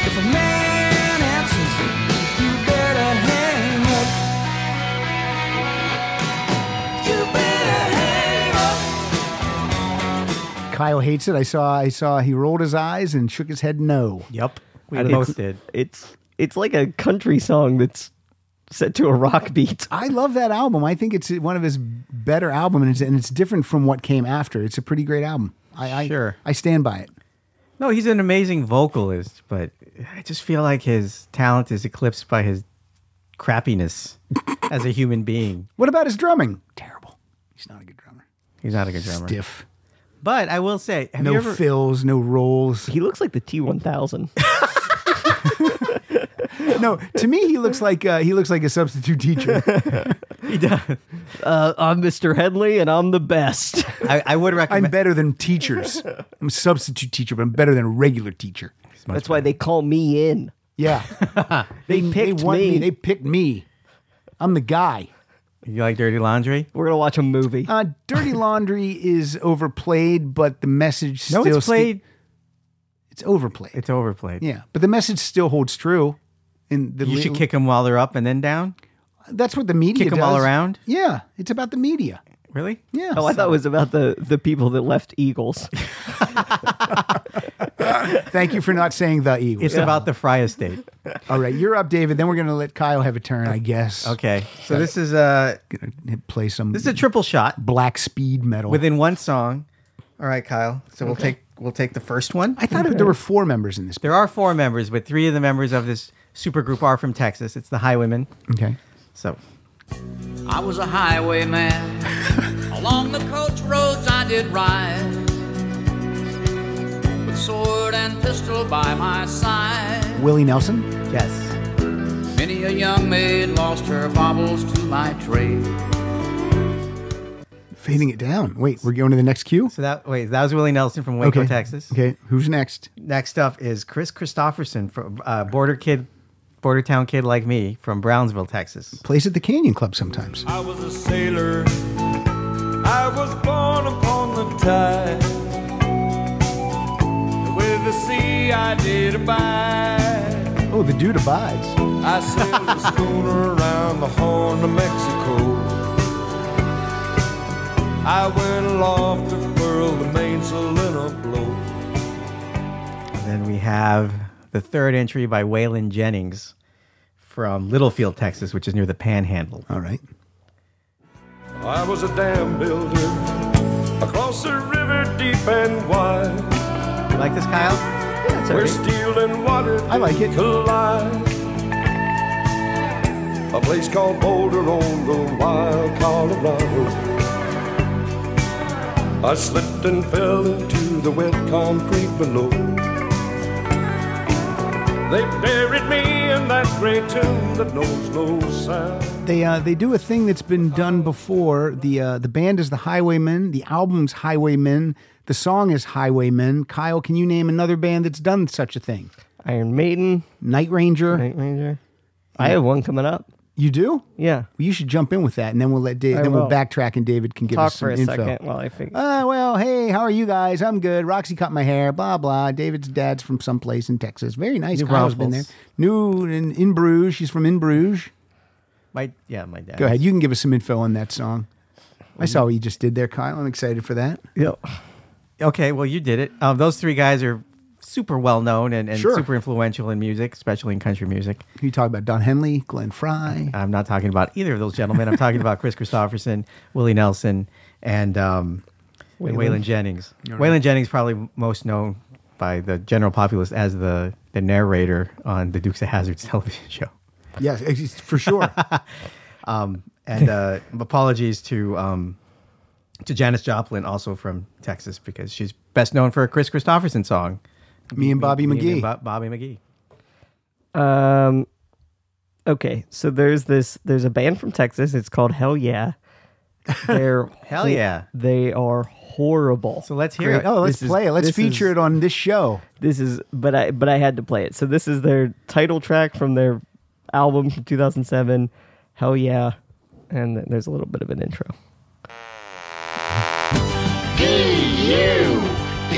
S11: If a man answers, you better hang up. You better hang up.
S2: Kyle hates it. I saw. I saw. He rolled his eyes and shook his head no.
S4: Yep. We
S3: I don't-
S4: both did.
S3: It's it's like a country song that's set to a rock beat.
S2: I love that album. I think it's one of his better album, and it's and it's different from what came after. It's a pretty great album. I, I
S4: Sure.
S2: I stand by it.
S4: No, he's an amazing vocalist, but I just feel like his talent is eclipsed by his crappiness as a human being.
S2: What about his drumming? Terrible. He's not a good drummer.
S4: He's not a good drummer.
S2: Stiff.
S4: But I will say, have
S2: No
S4: you ever
S2: fills. No rolls.
S3: He looks like the T1000.
S2: no. To me, he looks like uh, he looks like a substitute teacher.
S3: Uh, I'm Mr. Headley and I'm the best.
S4: I, I would
S2: I'm
S4: recommend
S2: better than teachers. I'm a substitute teacher, but I'm better than a regular teacher.
S4: much
S3: That's why they call me in.
S2: Yeah.
S3: They
S2: they
S3: picked
S2: want
S3: me.
S2: They picked me. I'm the guy.
S4: You like Dirty Laundry?
S3: We're gonna watch a movie.
S2: Uh, Dirty Laundry is overplayed, but the message
S4: No,
S2: still
S4: it's
S2: sti-
S4: played.
S2: it's overplayed.
S4: It's overplayed.
S2: yeah, but the message still holds true. And the
S4: You
S2: li-
S4: should kick them while they're up and then down.
S2: That's what the media
S4: kick 'em all
S2: does.
S4: around?
S2: Yeah, it's about the media.
S4: Really?
S2: Yeah.
S3: Oh, I thought it was about the the people that left Eagles.
S2: Thank you for not saying the Eagles.
S4: It's about the Fry estate.
S2: All right, you're up, David. Then we're gonna let Kyle have a turn, I guess.
S4: Okay. So this is a
S2: Gonna hit- play some
S4: this is a triple shot
S2: black speed metal.
S4: within one song. All right, Kyle. So we'll take we'll take the first one.
S2: I thought there were four members in this.
S4: There are four members, but three of the members of this supergroup are from Texas. It's the Highwaymen.
S2: Okay.
S4: So
S12: I was a highwayman. Along the coach roads I did ride, with sword and pistol by my side.
S2: Willie Nelson.
S4: yes,
S12: Many a young maid lost her baubles to my trade.
S2: Fading it down. Wait, we're going to the next cue.
S4: so that wait that was Willie Nelson from Waco,
S2: okay.
S4: Texas.
S2: Okay, who's next?
S4: Next up is Chris Christopherson from uh, border kid, border town kid like me from Brownsville, Texas.
S2: Plays at the Canyon Club sometimes.
S9: I was a sailor. I was born upon the tide. With the sea I did abide.
S2: Oh, the dude abides.
S9: I sailed a schooner around the Horn of Mexico. I went aloft to furl the mainsail in a blow.
S4: And then we have the third entry by Waylon Jennings from Littlefield, Texas, which is near the Panhandle.
S2: All right.
S9: I was a dam builder across the river deep and wide.
S4: You like this, Kyle?
S3: That's all
S9: Where
S3: right.
S9: steel and water
S2: I like it.
S9: collide. A place called Boulder on the wild Colorado. I slipped and fell into the wet concrete below. They buried me in that great tomb that knows no sound.
S2: They uh, they do a thing that's been done before. The uh, the band is the Highwaymen. The album's Highwaymen. The song is Highwaymen. Kyle, can you name another band that's done such a thing?
S3: Iron Maiden,
S2: Night Ranger.
S3: Night Ranger. I have one coming up.
S2: You do? Well,
S3: Yeah,
S2: you should jump in with that, and then we'll let Dave.
S3: I
S2: Then we'll
S3: will.
S2: backtrack, and David can give
S3: talk
S2: us some
S3: for a
S2: info.
S3: second while I figure.
S2: Uh, well, hey, how are you guys? I'm good. Roxy cut my hair, blah, blah. David's dad's from someplace in Texas. Very nice.
S4: New
S2: Kyle's been there.
S4: Braunfels.
S2: New in, in Bruges. She's from in Bruges.
S4: My yeah, my dad.
S2: Go ahead. You can give us some info on that song. I saw what you just did there, Kyle. I'm excited for that.
S3: Yep.
S4: Okay, well, you did it. Um, those three guys are super well known and, and
S2: Sure.
S4: super influential in music, especially in country music.
S2: You talk about Don Henley, Glenn Fry.
S4: I'm not talking about either of those gentlemen. I'm talking about Chris Christopherson, Willie Nelson, and um, and Waylon Jennings. Waylon Jennings probably most known by the general populace as the the narrator on the Dukes of Hazards television show.
S2: Yes, it's- for sure.
S4: And uh, apologies to um, to Janis Joplin, also from Texas, because she's best known for a Chris Christopherson song,
S2: Me and Bobby
S4: Me- Me
S2: McGee.
S4: and Bo- Bobby McGee.
S3: Um. Okay, so there's this. There's a band from Texas. It's called Hell Yeah. They're
S4: Hell yeah.
S3: They are horrible.
S4: So let's hear
S2: Great.
S4: it.
S2: Oh, let's
S4: This is-
S2: play it. Let's
S4: this
S2: feature
S4: is-
S2: it on this show.
S3: this is but i but i had to play it so this is their title track from their album from 2007 hell yeah and th- there's a little bit of an intro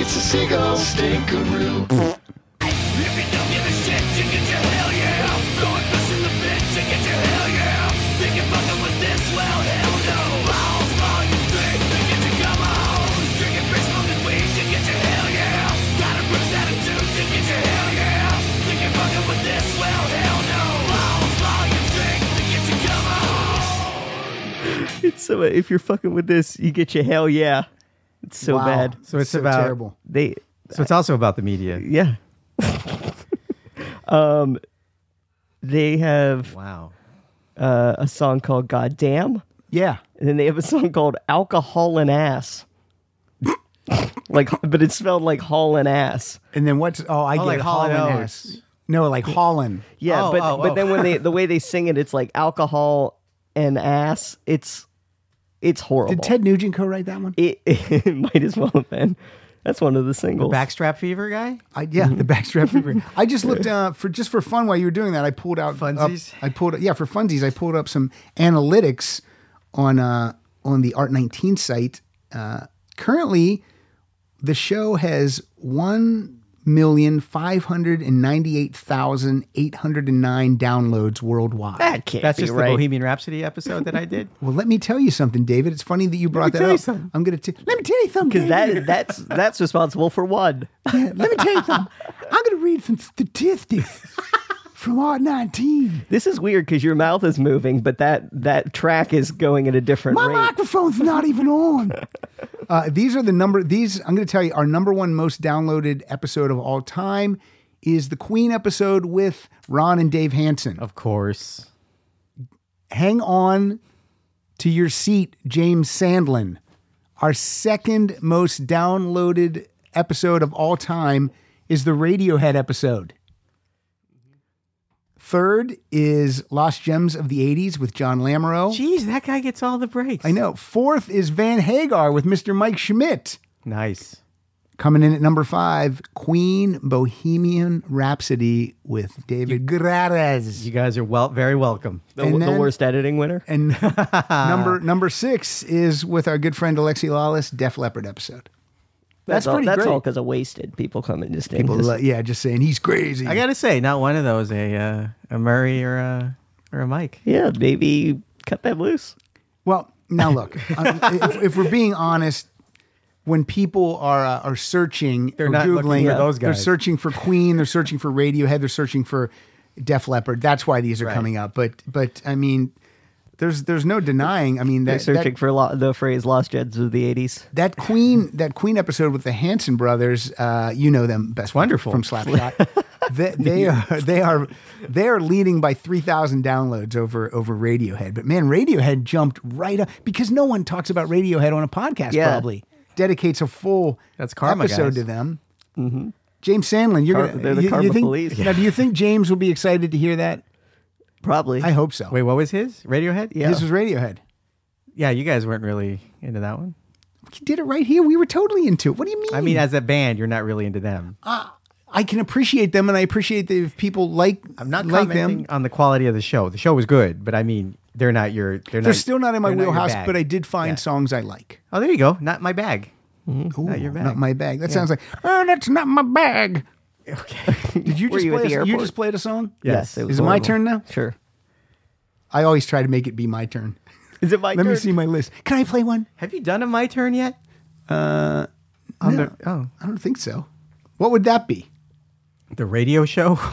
S8: It's a seagull stinkeroo.
S7: If you don't give a shit, you get your hell yeah. Go and push in the bitch, you get your hell yeah. Think you're fucking with this? Well, hell no. I'll smile you think, think you can come on. Drinking bitch, smoking weed, you get your hell yeah. Got a bruised attitude, you get your hell yeah. Think you're fucking with this? Well, hell no. I'll smile you think, think you can come on.
S3: it's so if you're fucking with this you get your hell yeah it's so
S2: Wow.
S3: bad
S4: So it's about
S2: terrible.
S3: they
S4: So it's also about the media.
S3: yeah um they have
S4: Wow.
S3: uh, a song called goddamn
S2: Yeah.
S3: and then they have a song called alcohol and ass like but it's spelled like hall and ass
S2: And then what's oh I get
S4: like Holland
S2: Holland
S4: Oats.
S2: ass. No, like Holland.
S3: Yeah,
S4: Oh,
S3: but
S4: oh,
S3: but
S4: oh.
S3: then when they the way they sing it, it's like alcohol and ass. It's it's horrible.
S2: Did Ted Nugent co-write that one?
S3: it, it might as well have been. That's one of the singles.
S4: Backstrap Fever guy?
S2: I, yeah,
S3: Mm-hmm.
S2: the backstrap fever. I just looked uh, for just for fun while you were doing that. I pulled out up-
S4: Funsies?
S2: I pulled yeah for funsies. I pulled up some analytics on uh, on the Art 19 site. Uh, currently, the show has one million five hundred and ninety eight thousand eight hundred and nine downloads worldwide.
S3: That can't
S4: That's just the Bohemian Rhapsody episode that I did.
S2: Well, let me tell you something, David. It's funny that you brought
S4: me
S2: that
S4: tell you
S2: up.
S4: something.
S2: I'm going to let me tell you something.
S3: because that that's that's responsible for one.
S2: Yeah, let me tell you something. I'm going to read some statistics from Art 19.
S3: This is weird because your mouth is moving, but that that track is going at a different
S2: My
S3: rate.
S2: microphone's not even on. Uh, these are the number. These I'm going to tell you. Our number one most downloaded episode of all time is the Queen episode with Ron and Dave Hansen.
S4: Of course.
S2: Hang on to your seat, James Sandlin. Our second most downloaded episode of all time is the Radiohead episode. Third is Lost Gems of the 80s with John Lamoureux.
S4: Jeez, that guy gets all the breaks.
S2: I know. Fourth is Van Hagar with Mr. Mike Schmidt.
S4: Nice.
S2: Coming in at number five, Queen Bohemian Rhapsody with David Guerrez.
S4: You guys are well, very welcome.
S3: the,
S2: and
S3: the
S2: then-
S3: worst editing winner.
S2: And number number six is with our good friend Alexi Lawless, Def Leppard episode. That's,
S3: all,
S2: pretty
S3: That's
S2: great.
S3: all because of wasted people coming to stand.
S2: People
S3: just-
S2: like- yeah, just saying he's crazy.
S4: I gotta say, not one of those a uh, a Murray or a or a Mike.
S3: yeah, maybe cut that loose.
S2: Well, now look, um, if, if we're being honest, when people are uh, are searching,
S4: They're
S2: or
S4: not looking
S2: googling
S4: for those
S2: They're
S4: guys.
S2: searching for Queen. They're searching for Radiohead. They're searching for Def Leppard. That's why these are
S4: Right.
S2: coming up. But but I mean, there's there's no denying. I mean,
S3: They're
S2: that,
S3: searching
S2: that,
S3: for lo- the phrase "lost jets of the '80s."
S2: that Queen that Queen episode with the Hanson brothers. Uh, you know them best
S4: wonderful.
S2: from Slapshot. they, they are they are they are leading by three thousand downloads over over Radiohead. But man, Radiohead jumped right up because no one talks about Radiohead on a podcast.
S3: Yeah.
S2: Probably dedicates a full
S4: That's karma,
S2: episode
S4: guys. Mm-hmm.
S2: to them. James Sandlin, you're
S3: Kar-
S2: gonna,
S3: they're the
S2: you,
S3: karma
S2: you think,
S3: police.
S2: Now, do you think James will be excited to hear that?
S3: Probably.
S2: I hope so.
S4: Wait, uh, what was his Radiohead?
S3: Yeah.
S2: This was Radiohead.
S4: yeah. You guys weren't really into that one.
S2: He did it right here. We were totally into it. What do you mean?
S4: I mean, as a band, you're not really into them.
S2: I can appreciate them, and I appreciate that if people like
S4: I'm not
S2: like
S4: commenting
S2: them.
S4: on the quality of the show. The show was good, but I mean, they're not your. They're,
S2: They're
S4: not,
S2: still not in my
S4: they're your
S2: wheelhouse,
S4: bag.
S2: but I did find
S4: Yeah.
S2: songs I like.
S4: Oh, there you go. Not my bag.
S2: Ooh,
S4: Not your bag.
S2: my bag. That sounds like oh, that's not my bag. Okay. Did you
S3: Were
S2: just
S3: you at
S2: play?
S3: the
S2: a, you
S3: airport?
S2: just played a song.
S4: Yes.
S3: it was
S2: Is it my
S3: horrible.
S2: turn now?
S3: Sure.
S2: I always try to make it be my turn.
S3: Is it my
S2: Let
S3: turn?
S2: me see my list. Can I play one?
S4: Have you done a my turn yet? Uh, on the oh
S2: I don't think so. What would that be?
S4: the radio show.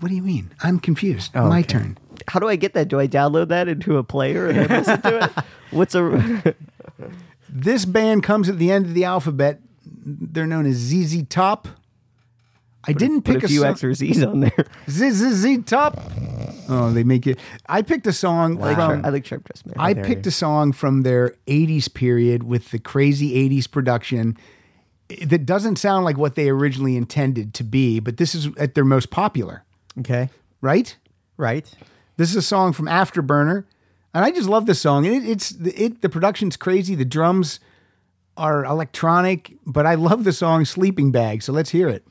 S2: What do you mean? I'm confused.
S4: Oh,
S2: my
S4: okay.
S2: turn.
S3: How do I get that? Do I download that into a player and then listen to it? What's a?
S2: This band comes at the end of the alphabet. They're known as ZZ Top. I didn't
S3: put
S2: pick
S3: a few
S2: song-
S3: X's or Z's on there.
S2: ZZ Top. Oh, they make it. I picked a song
S3: I like
S2: from
S3: Sharp- I like Sharp Dressmaker.
S2: Um, I
S4: dare
S2: picked
S4: you.
S2: a song from their 80s period with the crazy 80s production that doesn't sound like what they originally intended to be, but this is at their most popular,
S4: Okay,
S2: right?
S4: right.
S2: This is a song from Afterburner, and I just love this song. It, it's it the production's crazy, the drums are electronic, but I love the song Sleeping Bag, so let's hear it.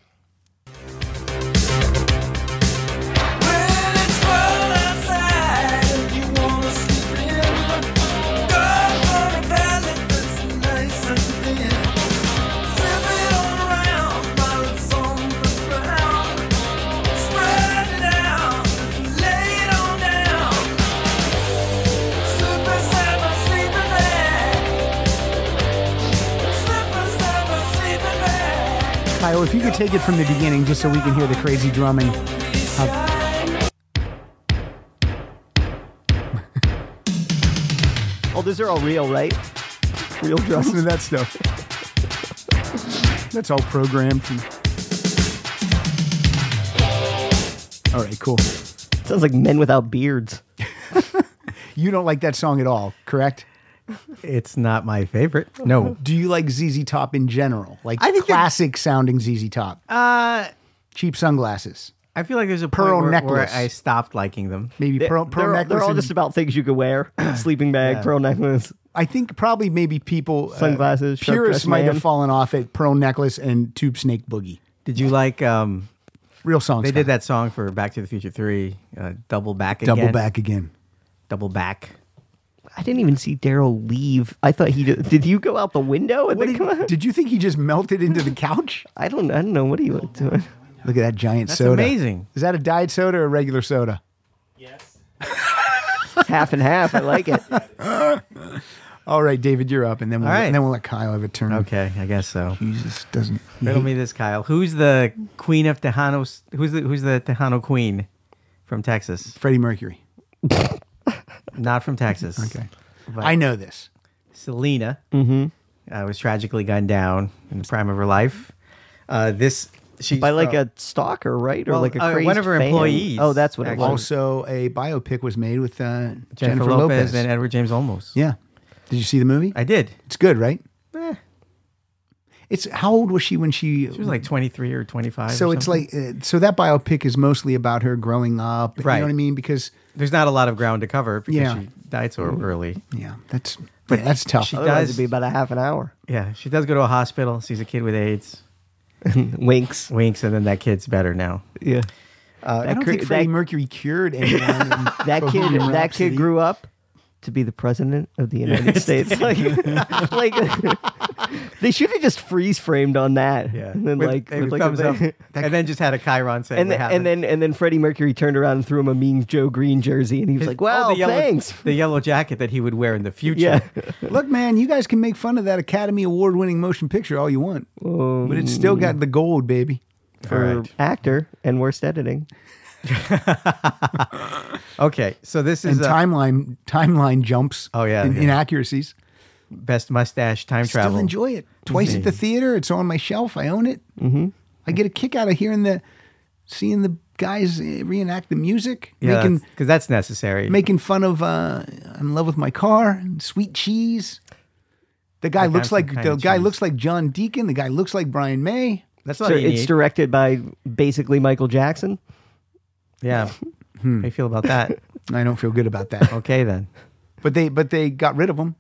S2: Kyle, if you could take it from the beginning just so we can hear the crazy drumming.
S3: Oh, these are all real, right? Real drums.
S2: Listen to that stuff. That's all programmed. and- All right, cool.
S3: Sounds like men without beards.
S2: You don't like that song at all, correct?
S4: It's not my favorite. No.
S2: Do you like ZZ Top in general? Like
S4: I think they're-
S2: classic sounding ZZ Top.
S4: Uh,
S2: Cheap sunglasses.
S4: I feel like there's a
S2: Pearl
S4: point where, where
S2: necklace.
S4: I stopped liking them.
S2: Maybe pearl, pearl
S3: they're, all-
S2: necklace.
S3: they're all
S2: and-
S3: just about things you could wear: sleeping bag,
S4: Yeah.
S3: pearl necklace.
S2: I think probably maybe people uh,
S3: Sunglasses, sharp
S2: purists
S3: dressed
S2: might
S3: man.
S2: have fallen off at Pearl Necklace and Tube Snake Boogie.
S4: Did you like um,
S2: real songs?
S4: They did that song for Back to the Future Three, uh, Double Back Again.
S2: Double back again.
S4: Double Back.
S3: I didn't even see Daryl leave. I thought he did. Did you go out the window and then come out?
S2: Did you think he just melted into the couch?
S3: I don't. I don't know what he was doing.
S2: Look at that giant
S3: That's
S2: soda.
S3: amazing.
S2: Is that a diet soda or a regular soda?
S3: half and half. I like it.
S2: All right, David, you're up, and then we'll,
S4: All right.
S2: and then we'll let Kyle have a turn.
S4: Okay, I guess so.
S2: Jesus doesn't.
S4: Riddle me this, Kyle. Who's the queen of Tejanos? Who's the Who's the Tejano queen from Texas?
S2: Freddie Mercury.
S4: Not from Texas. Okay.
S2: I know this.
S4: Selena mm-hmm. uh, was tragically gunned down in the prime of her life. Uh, this she
S3: By like a stalker, right? Or
S4: Well,
S3: like a
S4: uh,
S3: crazed
S4: one of her
S3: fan?
S4: employees,
S3: Oh, that's what it was.
S2: Also, a biopic was made with uh, Jennifer,
S4: Jennifer, Lopez, and Edward James Olmos.
S2: yeah. Did you see the movie?
S4: I did.
S2: It's good, right?
S4: Eh.
S2: It's how old was she when she?
S4: She was
S3: Mm-hmm.
S4: like twenty three or twenty five.
S2: so it's like uh, so that biopic is mostly about her growing up.
S4: Right.
S2: You know what I mean? Because
S4: there's not a lot of ground to cover because
S2: Yeah.
S4: she died so
S3: Mm-hmm.
S4: early.
S2: yeah, that's yeah, that's tough.
S4: She
S3: Otherwise,
S4: does.
S3: it'd be about a half an hour.
S4: yeah, she does go to a hospital, sees a kid with AIDS,
S3: Winks.
S4: winks, and then that kid's better now.
S3: Yeah.
S4: Uh,
S2: I don't
S3: cra-
S2: think Freddie Mercury cured anyone. in
S3: That kid.
S2: Bohemian
S3: That
S2: Rhapsody.
S3: kid grew up to be the president of the United States. Like, like they should have just freeze framed on that.
S4: yeah,
S3: And then
S4: With-
S3: like,
S4: with
S3: with, like, a
S4: thumbs up,
S3: big-
S4: and then just had a Chiron say,
S3: And
S4: what
S3: then,
S4: happened?
S3: and then and then Freddie Mercury turned around and threw him a mean Joe Green jersey, and he was
S4: His-
S3: like,
S4: oh,
S3: "Wow,
S4: the yellow,
S3: thanks."
S4: The yellow jacket that he would wear in the future.
S3: Yeah,
S2: Look, man, you guys can make fun of that Academy Award winning motion picture all you want, but it's still got the gold, baby.
S3: for
S4: right.
S3: actor and worst editing.
S4: Okay, so this
S2: And
S4: is uh,
S2: timeline timeline jumps.
S4: Oh, yeah,
S2: and
S4: yeah.
S2: inaccuracities.
S4: best mustache time
S2: Still
S4: travel.
S2: enjoy it. Twice at the theater. It's on my shelf. I own it. Mm-hmm. I get a kick out of hearing the, seeing the guys eh, reenact the music,
S4: yeah,
S2: making
S4: because that's necessary.
S2: making fun of uh, "I'm in love with my car" and "Sweet Cheese." The guy
S4: Like,
S2: looks
S4: I'm
S2: like
S4: some kind
S2: the
S4: of
S2: guy
S4: cheese.
S2: looks like John Deacon. The guy looks like Brian May.
S4: that's all
S3: So
S4: you
S3: it's
S4: need.
S3: directed by basically Michael Jackson.
S4: yeah,
S2: Hmm.
S4: how you feel about that?
S2: I don't feel good about that.
S4: Okay, then.
S2: but they but they got rid of him.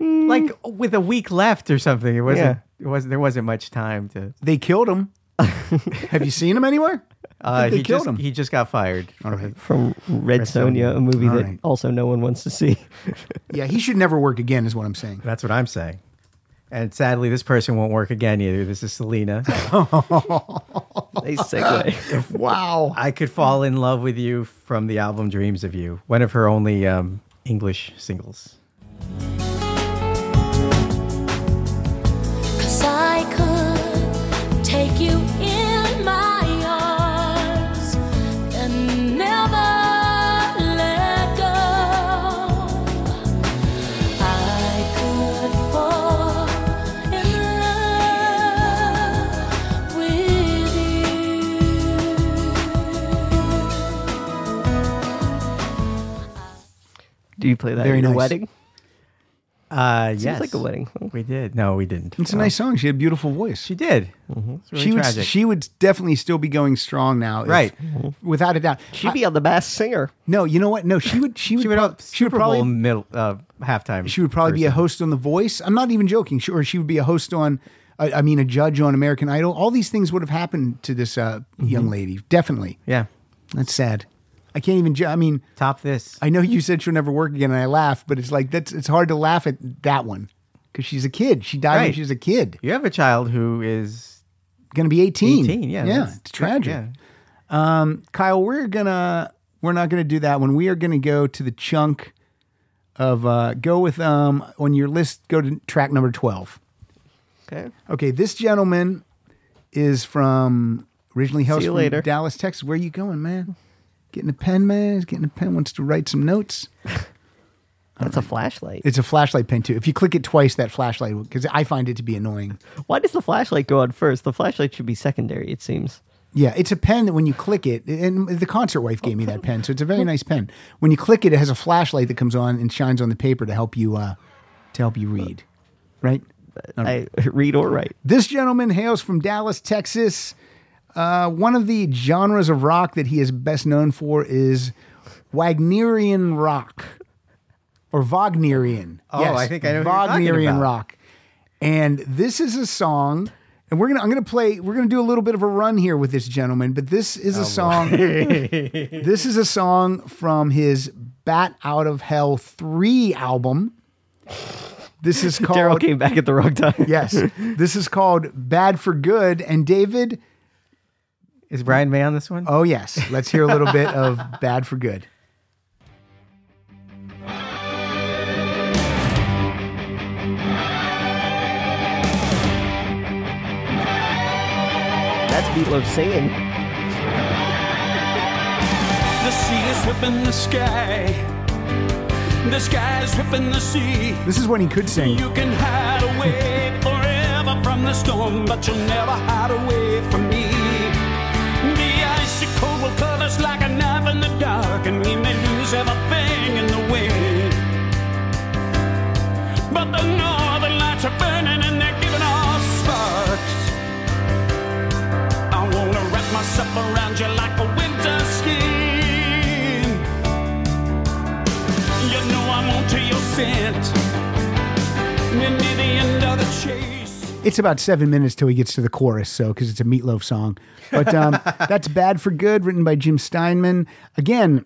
S4: Like with a week left or something, it wasn't.
S3: Yeah.
S4: It wasn't. There wasn't much time to.
S2: They killed him. Have you seen him anywhere?
S4: Uh,
S2: they
S4: he
S2: killed
S4: just,
S2: him.
S4: He just got fired.
S2: All right.
S3: from Red, Sonja, a movie
S2: All
S3: that
S2: right.
S3: also no one wants to see.
S2: Yeah, he should never work again. Is what I'm saying.
S4: That's what I'm saying. And sadly, this person won't work again either. This is Selena.
S3: Nice segue.
S2: Wow.
S4: I could fall in love with you from the album Dreams of You, one of her only um, English singles.
S13: Cause I could take you in my arms and never let go. I could fall in love with you.
S3: Do you play that
S2: Very
S3: at your
S2: nice.
S3: wedding?
S4: Uh,
S3: Seems
S4: yes.
S3: like a wedding.
S4: We did. No, we didn't.
S2: It's a nice Mm-hmm. song. She had a beautiful voice.
S4: She did. It's really
S2: she would
S4: tragic.
S2: she would definitely still be going strong now, if-
S4: Right.
S2: Without a doubt.
S3: She'd
S2: I-
S3: be on the Masked Singer.
S2: no, you know what? No, she would. She would.
S4: she would
S2: prob-
S4: up
S2: she would
S4: Super
S2: probably.
S4: Bowl middle uh, halftime.
S2: she would probably be a
S4: person.
S2: host on The Voice. I'm not even joking. She, or she would be a host on. I I mean, a judge on American Idol. All these things would have happened to this uh, young lady. Definitely.
S4: Yeah.
S2: That's sad. I can't even. Ju- I mean,
S4: Top this.
S2: I know you said she'll never work again, and I laugh, but it's like that's. It's hard to laugh at that one because she's a kid. She died when
S4: Right.
S2: she was a kid.
S4: you have a child who is
S2: Going to be 18.
S4: 18. Yeah.
S2: Yeah.
S4: that's-
S2: It's tragic.
S4: yeah.
S2: Kyle, we're gonna we're not gonna do that one. We are gonna go to the chunk of uh, go with um on your list. Go to track number twelve.
S3: Okay.
S2: Okay, this gentleman is from originally hails
S3: you
S2: from
S3: later.
S2: Dallas, Texas. Where you going, man? Getting a pen, man. He's Getting a pen. Wants to write some notes.
S3: That's a flashlight.
S2: It's a flashlight pen too. If you click it twice, that flashlight because I find it to be annoying.
S3: Why does the flashlight go on first? The flashlight should be secondary, it seems.
S2: Yeah, it's a pen that when you click it, and the concert wife gave me that pen, so it's a very nice pen. When you click it, it has a flashlight that comes on and shines on the paper to help you uh, to help you read, right?
S3: I read or write.
S2: This gentleman hails from Dallas, Texas. Uh, one of the genres of rock that he is best known for is Wagnerian rock. or Wagnerian.
S4: Oh,
S2: Yes,
S4: I think I know what you're talking
S2: Wagnerian
S4: about.
S2: rock. And this is a song, and we're gonna I'm gonna play. We're gonna do a little bit of a run here with this gentleman, but this
S4: Oh,
S2: is a song. this is a song from his Bat Out of Hell three album. This is called.
S3: Daryl came back at the wrong time.
S2: yes, this is called Bad for Good. And David,
S4: is Brian May on this one?
S2: Oh yes, let's hear a little bit of Bad for Good.
S3: That's Meatloaf singing.
S14: The sea is whipping the sky. The sky is whipping the sea.
S2: This is when he could sing.
S14: You can hide away forever from the storm, but you'll never hide away from me. The icicle will cut us like a knife in the dark, and we may lose everything in the way. But the northern lights are burning and they're giving off sparks. I wanna wrap myself around you like a winter skin. You know I'm onto your scent. Near the end of the chase.
S2: It's about seven minutes till he gets to the chorus, so because it's a meatloaf song. But um, that's Bad for Good, written by Jim Steinman. Again,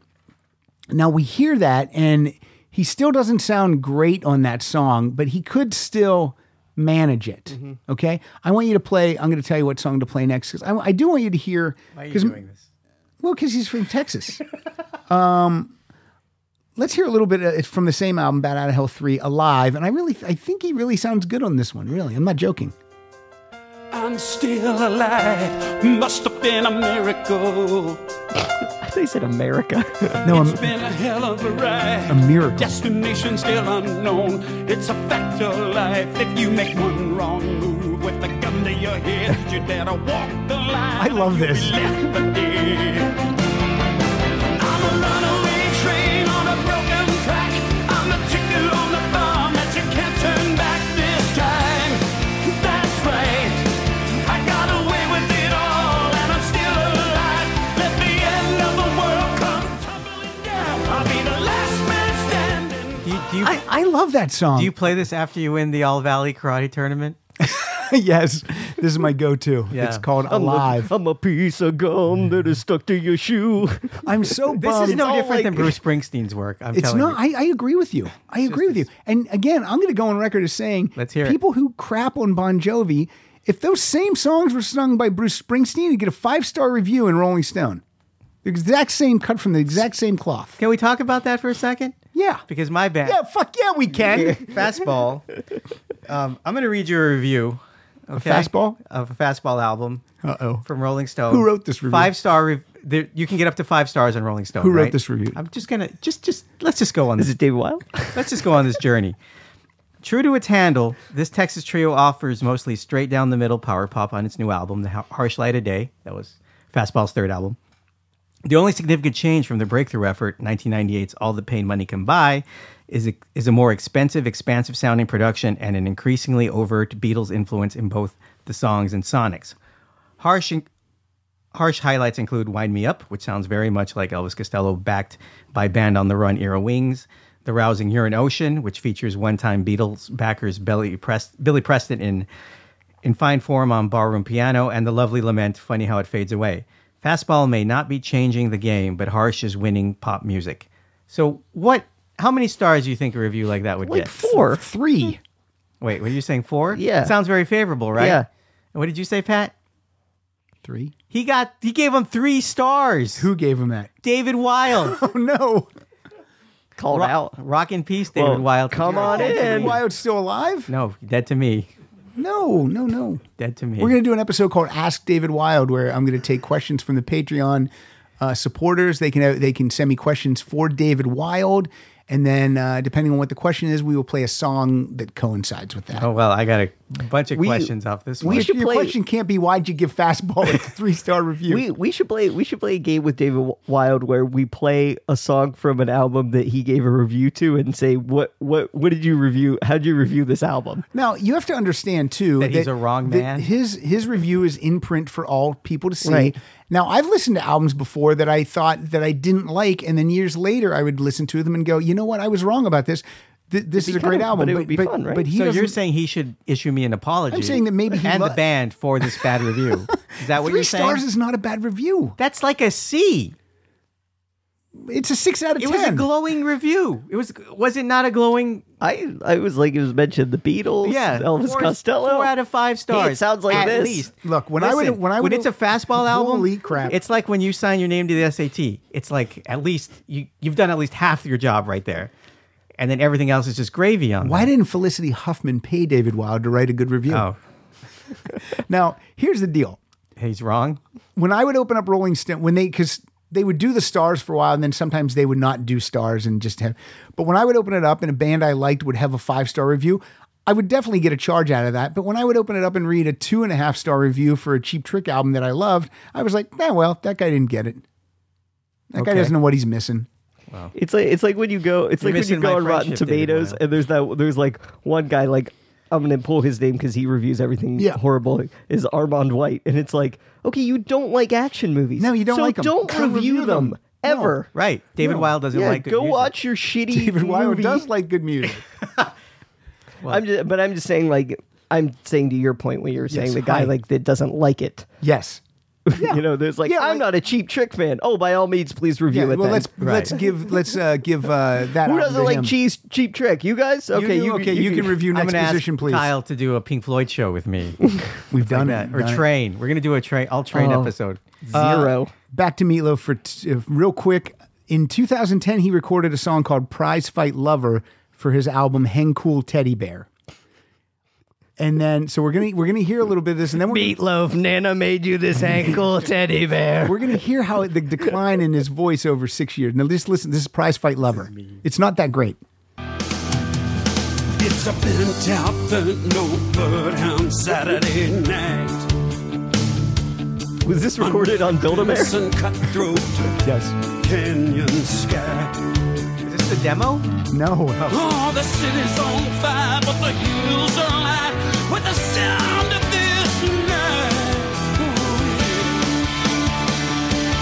S2: now we hear that, and he still doesn't sound great on that song, but he could still manage it.
S4: Mm-hmm.
S2: Okay. I want you to play, I'm going to tell you what song to play next because I, I do want you to hear.
S4: Why are you
S2: 'cause-
S4: doing this?
S2: Well, because he's from Texas. um, let's hear a little bit uh, from the same album, Bad Out of Hell 3, Alive. And I really, I think he really sounds good on this one, really. I'm not joking.
S14: I'm still alive. Must have been a miracle.
S3: They said America.
S2: No,
S14: It's been a hell of a ride.
S2: A miracle.
S14: Destination still unknown. It's a fact of life. If you make one wrong move with a gun to your head, you better walk the line.
S2: I love this.
S14: Left the dead. I'm a runaway train on a broken track. I'm the chicken on the farm that you can't turn back this time. That's right. I got away with it all, and I'm still alive. Let the end of the world come tumbling down. I'll be the last man standing.
S4: Do you, do you,
S2: I, I love that song.
S4: do you play this after you win the All Valley Karate Tournament?
S2: yes, this is my go-to.
S4: Yeah.
S2: It's called
S4: I'm
S2: Alive.
S3: I'm a piece of gum that is stuck to your shoe.
S2: I'm so bummed.
S4: This is no
S2: It's all
S4: different
S2: like-
S4: than Bruce Springsteen's work. I'm
S2: It's
S4: telling
S2: not.
S4: you.
S2: I, I agree with you. I agree with you. And again, I'm going to go on record as saying,
S4: Let's hear it.
S2: people who crap on Bon Jovi, if those same songs were sung by Bruce Springsteen, you'd get a five-star review in Rolling Stone. The exact same cut from the exact same cloth.
S4: Can we talk about that for a second?
S2: Yeah.
S4: Because my band,
S2: Yeah. Fuck yeah, we can.
S4: Fastball. Um, I'm going to read you a review. Okay?
S2: Fastball?
S4: Of a Fastball album.
S2: Uh oh.
S4: From Rolling Stone.
S2: Who wrote this review?
S4: Five star. Rev- there, you can get up to five stars on Rolling Stone.
S2: Who wrote
S4: right?
S2: this review?
S4: I'm just gonna just just let's just go on.
S3: Is
S4: This.
S3: it David Wild?
S4: let's just go on this journey. True to its handle, this Texas trio offers mostly straight down the middle power pop on its new album, The Har- Harsh Light of Day. That was Fastball's third album. The only significant change from the breakthrough effort, 1998's All the Pain Money Can Buy, is a, is a more expensive, expansive sounding production and an increasingly overt Beatles influence in both the songs and sonics. Harsh, in- harsh highlights include Wind Me Up, which sounds very much like Elvis Costello backed by Band on the Run era Wings, The Rousing Urine Ocean, which features one time Beatles backers Billy, Prest- Billy Preston in in fine form on barroom piano, and the lovely lament, Funny How It Fades Away. Fastball may not be changing the game, but Harsh is winning pop music. So, what, how many stars do you think a review like that would
S3: Like
S4: get?
S3: four.
S2: Three.
S4: Wait, were you saying four?
S3: Yeah.
S4: Sounds very favorable, right?
S3: Yeah.
S4: And what did you say, Pat?
S2: Three.
S4: He got, he gave him three stars.
S2: Who gave him that?
S4: David Wild.
S2: Oh no.
S3: Called
S4: Rock,
S3: out.
S4: rock in peace, David
S3: Well,
S4: Wild.
S3: come
S4: You're
S3: on
S4: dead to
S3: in.
S4: me.
S2: Why it's still alive?
S4: No, dead to me.
S2: No. No. No.
S4: Dead to me.
S2: We're going to do an episode called Ask David Wild, where I'm going to take questions from the Patreon uh, supporters. They can they can send me questions for David Wild, and then uh, depending on what the question is, we will play a song that coincides with that.
S4: oh, well, I got a bunch of questions off this
S2: we
S4: one.
S2: should
S3: should
S2: your
S3: play-
S2: question can't be why'd you give fastball a three star review?
S3: We we should play we should play a game with David Wild where we play a song from an album that he gave a review to and say what what what did you review? How did you review this album?
S2: now you have to understand too
S4: That he's a wrong man?
S2: His his review is in print for all people to see,
S3: Right.
S2: Now, I've listened to albums before that I thought that I didn't like, and then years later I would listen to them and go, you know what, I was wrong about this. Th- this is a great album, but he
S4: so you're
S2: doesn't-
S4: saying he should issue me an apology?
S2: I'm saying that maybe he
S4: and
S2: lo-
S4: the band for this bad review. Is that what
S2: Three
S4: you're saying?
S2: stars is not a bad review.
S4: That's like a C.
S2: It's a six out of
S4: it
S2: ten.
S4: was a glowing review. It was was it not a glowing?
S3: I I was like it was mentioned the Beatles,
S4: Yeah,
S3: Elvis
S4: four-
S3: Costello.
S4: Four out of five stars.
S3: Hey, it sounds like
S4: at
S3: this.
S4: least.
S2: Look, when I would-
S4: Listen,
S2: when I would-
S4: it's a fastball album,
S2: Holy crap.
S4: It's like when you sign your name to the SAT. It's like at least you you've done at least half your job right there, and then everything else is just gravy on.
S2: Why didn't Felicity Huffman pay David Wilde to write a good review?
S4: Oh.
S2: now, here's the deal.
S4: He's wrong.
S2: When I would open up Rolling Stone, when they, because they would do the stars for a while and then sometimes they would not do stars and just have, but when I would open it up and a band I liked would have a five star review, I would definitely get a charge out of that. But when I would open it up and read a two and a half star review for a Cheap Trick album that I loved, I was like, nah, well, that guy didn't get it. That guy
S3: Okay.
S2: doesn't know what he's missing.
S3: It's like it's like when you go it's
S4: You're
S3: like when you
S4: missing my
S3: go on Rotten
S4: friendship, David
S3: Tomatoes and there's that there's like one guy like I'm gonna pull his name because he reviews everything
S2: Yeah.
S3: horrible is Armand White and it's like okay you don't like action movies
S2: No, you don't
S3: so
S2: like 'em.
S3: don't
S2: Don't
S3: review,
S2: review
S3: them,
S2: them.
S3: ever
S4: Right. David
S3: No.
S4: Wilde doesn't
S3: yeah,
S4: like good
S3: go
S4: music.
S3: watch your shitty
S2: David Wilde
S3: movie.
S2: does like good music.
S3: I'm just, but I'm just saying like I'm saying to your point when you were saying
S2: Yes,
S3: the guy
S2: hi.
S3: like that doesn't like it
S2: yes.
S3: you know there's like
S2: Yeah,
S3: I'm
S2: like-
S3: not a cheap trick fan oh by all means please review
S2: Yeah,
S3: it
S2: well,
S3: then.
S2: let's let's give let's uh, give uh, that.
S3: who
S2: album
S3: doesn't
S2: to
S3: like
S2: him.
S3: cheese cheap trick you guys okay
S2: do? Okay, you can review
S4: I'm
S2: next
S4: gonna
S2: position,
S4: ask
S2: please.
S4: Kyle to do a Pink Floyd show with me,
S2: We've done
S4: Yeah,
S2: it.
S4: or
S2: done it.
S4: train. We're gonna do a train. I'll train
S3: Oh.
S4: episode. Uh,
S3: zero
S2: Back to Meatloaf for t- uh, real quick. In 2010, he recorded a song called "Prize Fight Lover" for his album "Hang Cool Teddy Bear." And then, so we're gonna we're gonna hear a little bit of this, and then we're
S3: Meatloaf Nana made you this ankle teddy bear.
S2: we're gonna hear how the decline in his voice over six years. Now, just listen. This is "Prize Fight Lover." It's not that great.
S14: It's a pent out thing, no bloodhound Saturday night.
S3: Was this recorded on Build a Bear?
S14: Crimson cutthroat
S2: Yes.
S14: canyon sky.
S4: Is this the demo?
S2: No.
S14: Oh, the city's on fire, but the hills are alive with the sound of this night.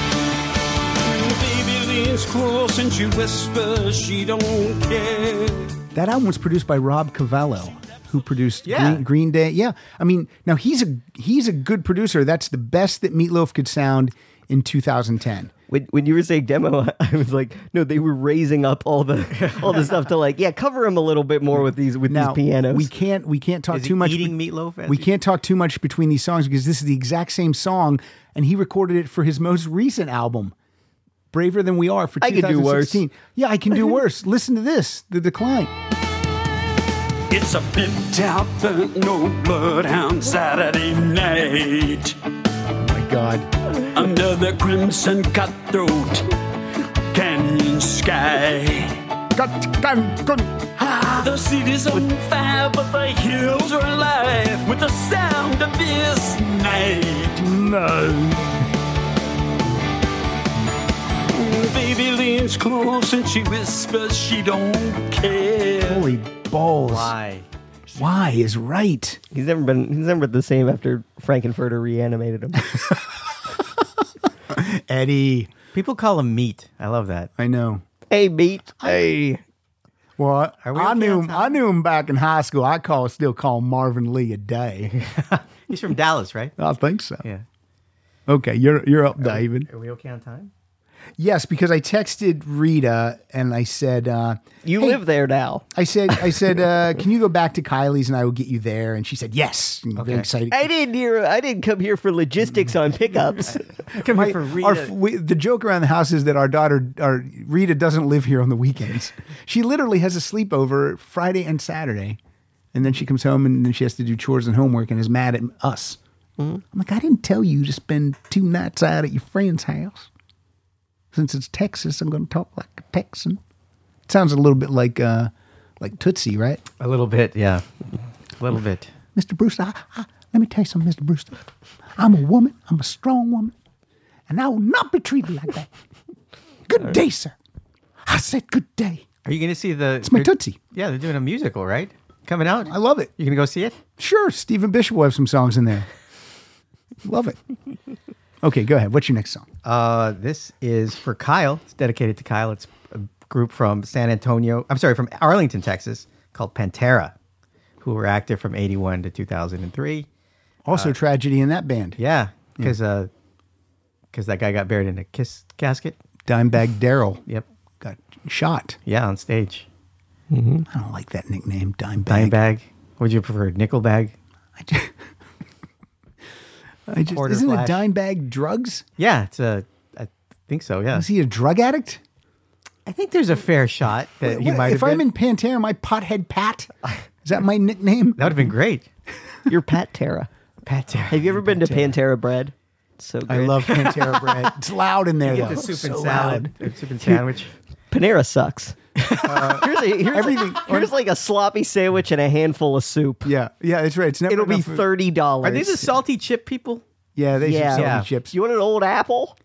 S14: Oh, Baby leans close and she whispers she don't care.
S2: That album was produced by Rob Cavallo, who produced
S4: Yeah.
S2: Green, Green Day. Yeah, I mean, now he's a he's a good producer. That's the best that Meatloaf could sound in 2010.
S3: When, when you were saying demo, I- I was like, no, they were raising up all the all the stuff to like, yeah, cover him a little bit more with these with
S2: Now
S3: these pianos.
S2: we can't we can't talk
S4: Is he
S2: too much.
S4: eating meatloaf as
S2: we
S4: he-
S2: can't talk too much between these songs because this is the exact same song, and he recorded it for his most recent album, "Braver Than We Are." For
S3: I could do worse.
S2: 2016. Yeah, I can do worse. Listen to this, the decline.
S14: It's a pimped out the no bloodhound Saturday night.
S2: Oh my God,
S14: Under the crimson cutthroat canyon sky. Ah, the city's on fire, but the hills are alive with the sound of this night. Mm, Baby leans close and she whispers she don't care.
S2: holy balls!
S4: Why?
S2: Why is right?
S3: he's never been he's never the same after Frankenfurter reanimated him.
S2: Eddie,
S4: People call him meat. I love that.
S2: I know.
S3: hey, beat. Hey,
S2: Well, I,
S4: we okay
S2: knew
S4: on
S2: him.
S4: time?
S2: I knew him back in high school. I call still call him Marvin Lee a day.
S4: He's from Dallas, right?
S2: I think so.
S4: Yeah.
S2: Okay, you're you're up, David.
S4: Are we okay on time?
S2: Yes, because I texted Rita and I said, uh,
S3: you
S2: Hey.
S3: live there now.
S2: I said, I said, uh, can you go back to Kylie's and I will get you there? And she said, yes. And Very
S4: Okay.
S2: excited.
S3: I didn't hear. I didn't come here for logistics on pickups.
S4: Come
S2: My- our- we- the joke around the house is that our daughter, our Rita, doesn't live here on the weekends. she literally has a sleepover Friday and Saturday, and then she comes home and then she has to do chores and homework and is mad at us. I'm like, I didn't tell you to spend two nights out at your friend's house. Since it's Texas, I'm going to talk like a Texan. It sounds a little bit like uh, like Tootsie, right,
S4: A little bit, yeah. A little bit.
S2: Mr. Brewster? I, I, let me tell you something, Mr. Brewster. I'm a woman. I'm a strong woman, and I will not be treated like that. Good day, sir. I said good day.
S4: Are you going to see the?
S2: It's my Tootsie.
S4: Yeah, they're doing a musical, right? Coming out.
S2: I love it.
S4: You going to go see it?
S2: Sure, Stephen Bishop will have some songs in there. Love it. Okay, go ahead. What's your next song?
S4: Uh, this is for Kyle. It's dedicated to Kyle. It's a group from San Antonio. I'm sorry, from Arlington, Texas, called Pantera, who were active from '81 to 2003.
S2: Also, tragedy in that band.
S4: Yeah, because that guy got buried in a kiss casket.
S2: Dimebag Daryl.
S4: Yep.
S2: Got shot.
S4: Yeah, on stage.
S2: I don't like that nickname, Dimebag.
S4: Dime bag. Would you prefer nickel bag?
S2: I just,
S4: Quarter
S2: isn't
S4: flash.
S2: a dime bag drugs?
S4: Yeah, it's a. I think so. Yeah.
S2: Is he a drug addict?
S4: I think there's a fair shot that he
S2: What-
S4: might.
S2: if
S4: have
S2: I'm
S4: been.
S2: in Pantera, my pothead Pat. Is that my nickname?
S4: that would have been great.
S3: You're Pat Terra.
S4: Pat Terra.
S3: Have you ever been to Pantera bread? It's So good.
S2: I love Pantera bread. It's loud in there.
S4: You get
S2: though.
S4: the soup
S2: So
S4: and salad,
S2: loud.
S4: or soup and sandwich.
S3: Panera sucks.
S2: Uh,
S3: here's a, here's
S2: everything-
S3: here's like a sloppy sandwich and a handful of soup.
S2: Yeah, yeah, that's right. It's never
S3: It'll be
S2: enough food.
S3: thirty dollars.
S4: Are they the salty chip people?
S2: Yeah, they
S3: Yeah.
S2: should sell
S3: Yeah.
S2: me chips.
S3: You want an old apple?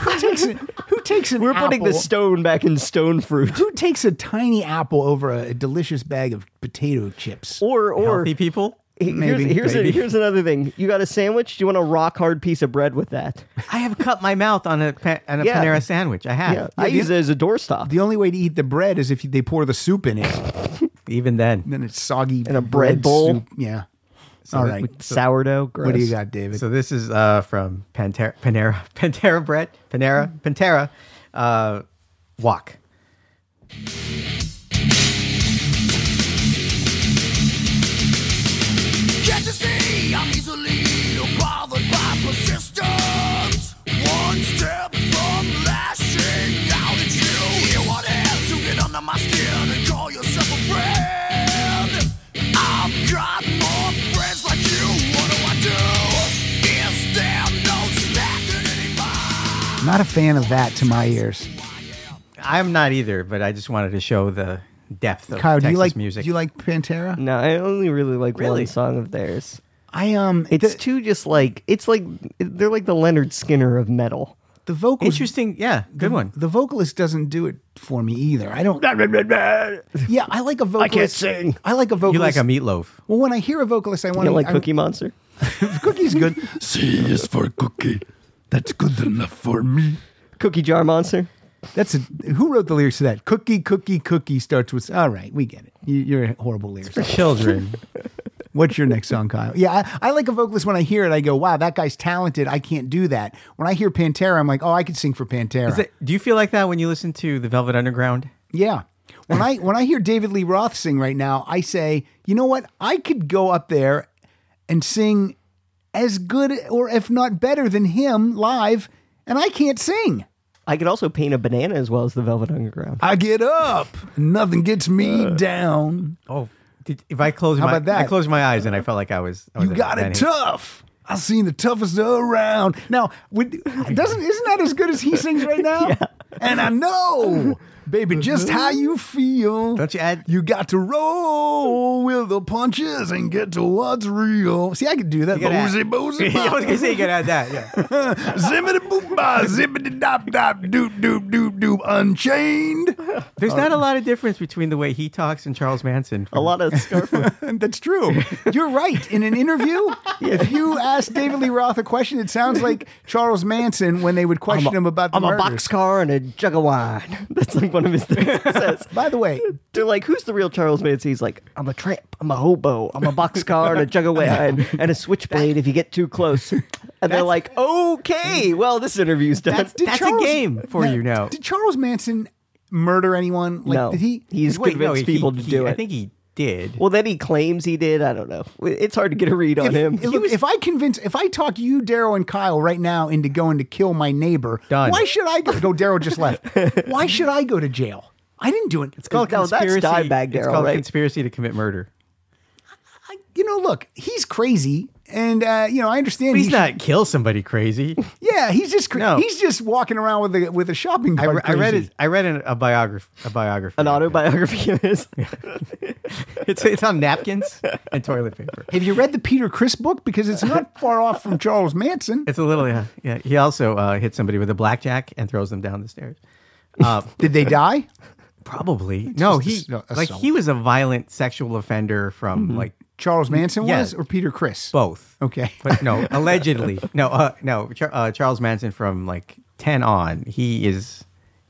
S2: Who takes it? Who takes an
S3: We're putting the
S2: apple-
S3: stone back in stone fruit.
S2: Who takes a tiny apple over a, a delicious bag of potato chips?
S3: Or or
S4: Healthy people.
S3: he- here's
S2: Maybe,
S3: here's,
S2: maybe.
S3: A, here's another thing. You got a sandwich? Do you want a rock hard piece of bread with that?
S4: I have cut my mouth on a pa- on a
S3: Yeah.
S4: Panera sandwich. I
S2: Ah.
S4: have.
S3: Yeah, I use it as a doorstop
S2: The only way to eat the bread is if they pour the soup in it.
S4: Even then.
S2: then it's soggy
S3: in a bread bowl.
S2: soup. Yeah. All right.
S3: with sourdough. Gross.
S2: What do you got, David?
S4: So this is uh, from Pantera, Panera, Pantera bread, Panera, Pantera, uh, walk.
S14: Can't you see I'm easily bothered by persistence? One step from lashing out at you. You wanted to get under my skin and call yourself a friend. I've got more friends like you. What do I do? Is there no snapping anymore?
S2: Not a fan of that to my ears.
S4: I'm not either, but I just wanted to show the depth of
S2: Kyle,
S4: Texas
S2: do you like
S4: music.
S2: Do you like Pantera?
S3: No, I only really like
S4: Really?
S3: one song of theirs.
S2: I um,
S3: It's
S2: the,
S3: too just like it's like they're like the Leonard Skinner of metal.
S2: the vocals.
S4: Interesting. Yeah, good one.
S2: The vocalist doesn't do it for me either. I don't. yeah, I like a vocalist.
S3: sing.
S2: I like a vocalist.
S4: You like a meatloaf.
S2: Well, when I hear a vocalist, I
S3: You
S2: want
S3: know, like
S2: to
S3: Cookie Monster.
S2: Cookie's good.
S15: C is for cookie. That's good enough for me.
S3: Cookie Jar Monster.
S2: That's a, who wrote the lyrics to that? Cookie, cookie, cookie starts with. All right, we get it. You, you're a horrible lyricist.
S4: Children.
S2: What's your next song, Kyle? Yeah, I, I like a vocalist when I hear it. I go, wow, that guy's talented. I can't do that. When I hear Pantera, I'm like, oh, I could sing for Pantera.
S4: Is it- do you feel like that when you listen to the Velvet Underground?
S2: Yeah. When I when I hear David Lee Roth sing right now, I say, you know what? I could go up there and sing as good or if not better than him live, and I can't sing.
S3: I could also paint a banana as well as the Velvet Underground.
S2: I get up. Nothing gets
S4: Uh,
S2: me down.
S4: Oh, did, if I close
S2: How
S4: my
S2: about that?
S4: I closed my eyes and I felt like I was. I was
S2: You
S4: at
S2: got
S4: Benny.
S2: it tough. I seen the toughest around. Now, would, doesn't isn't that as good as he sings right now? And I know, baby, just how you feel.
S4: Uh-huh. Don't you add?
S2: You got to roll with the punches and get to what's real. See, I could do that.
S4: gotta add-
S2: Boozy, boozy,
S4: I was
S2: bop.
S4: gonna say you gotta add that. Yeah.
S15: Zippity boop ba, zippity dop dop, doop doop doop doop, unchained.
S4: There's not a lot of difference between the way he talks and Charles Manson.
S3: Um, A lot of scarf.
S2: That's true. You're right. In an interview, if you ask David Lee Roth a question, it sounds like Charles Manson when they would question him about the
S3: I'm a
S2: murders.
S3: boxcar and a jug of wine. That's like one of his things. He says.
S2: By the way,
S3: They're like, who's the real Charles Manson? He's like, I'm a tramp, I'm a hobo, I'm a boxcar and a jug of wine and a switchblade if you get too close. And they're like, okay, well, this interview's done.
S4: That's-
S2: did
S4: that's a game for you now.
S2: Did Charles Manson murder anyone? Like,
S3: no,
S2: did he?
S3: he's
S4: Wait, no,
S3: convinced
S4: he-
S3: people to
S4: he-
S3: do it.
S4: I think he did.
S3: Well, then he claims he did. I don't know. It's hard to get a read on
S2: If,
S3: him.
S2: look, if I convince, if I talk you, Daryl, and Kyle right now into going to kill my neighbor,
S4: Done.
S2: why should I go? Go, Daryl just left. why should I go to jail? I didn't do it. It's
S3: called No, that's Dimebag
S4: it's
S3: Darryl,
S4: called
S3: right?
S4: conspiracy to commit murder.
S2: I, you know, look, he's crazy, and uh, you know, I understand.
S4: But he's
S2: he
S4: not kill somebody crazy.
S2: should- yeah, he's just cra-
S4: No.
S2: he's just walking around with a with a shopping
S4: I,
S2: cart.
S4: re- I read
S2: crazy.
S4: it. I read an, a biography. A biography.
S3: An autobiography of his.
S4: It's it's on napkins and toilet paper.
S2: Have you read the Peter Chris book? Because it's not far off from Charles Manson.
S4: It's a little yeah yeah. He also uh, hits somebody with a blackjack and throws them down the stairs. Uh,
S2: Did they die?
S4: probably no.
S2: just
S4: He
S2: a s- a
S4: like
S2: assault.
S4: he was a violent sexual offender from like
S2: Charles Manson
S4: Yeah.
S2: was or Peter Chris?
S4: Both.
S2: Okay.
S4: But no, allegedly. No, uh, no. Char- uh, Charles Manson from like 10 on, he is,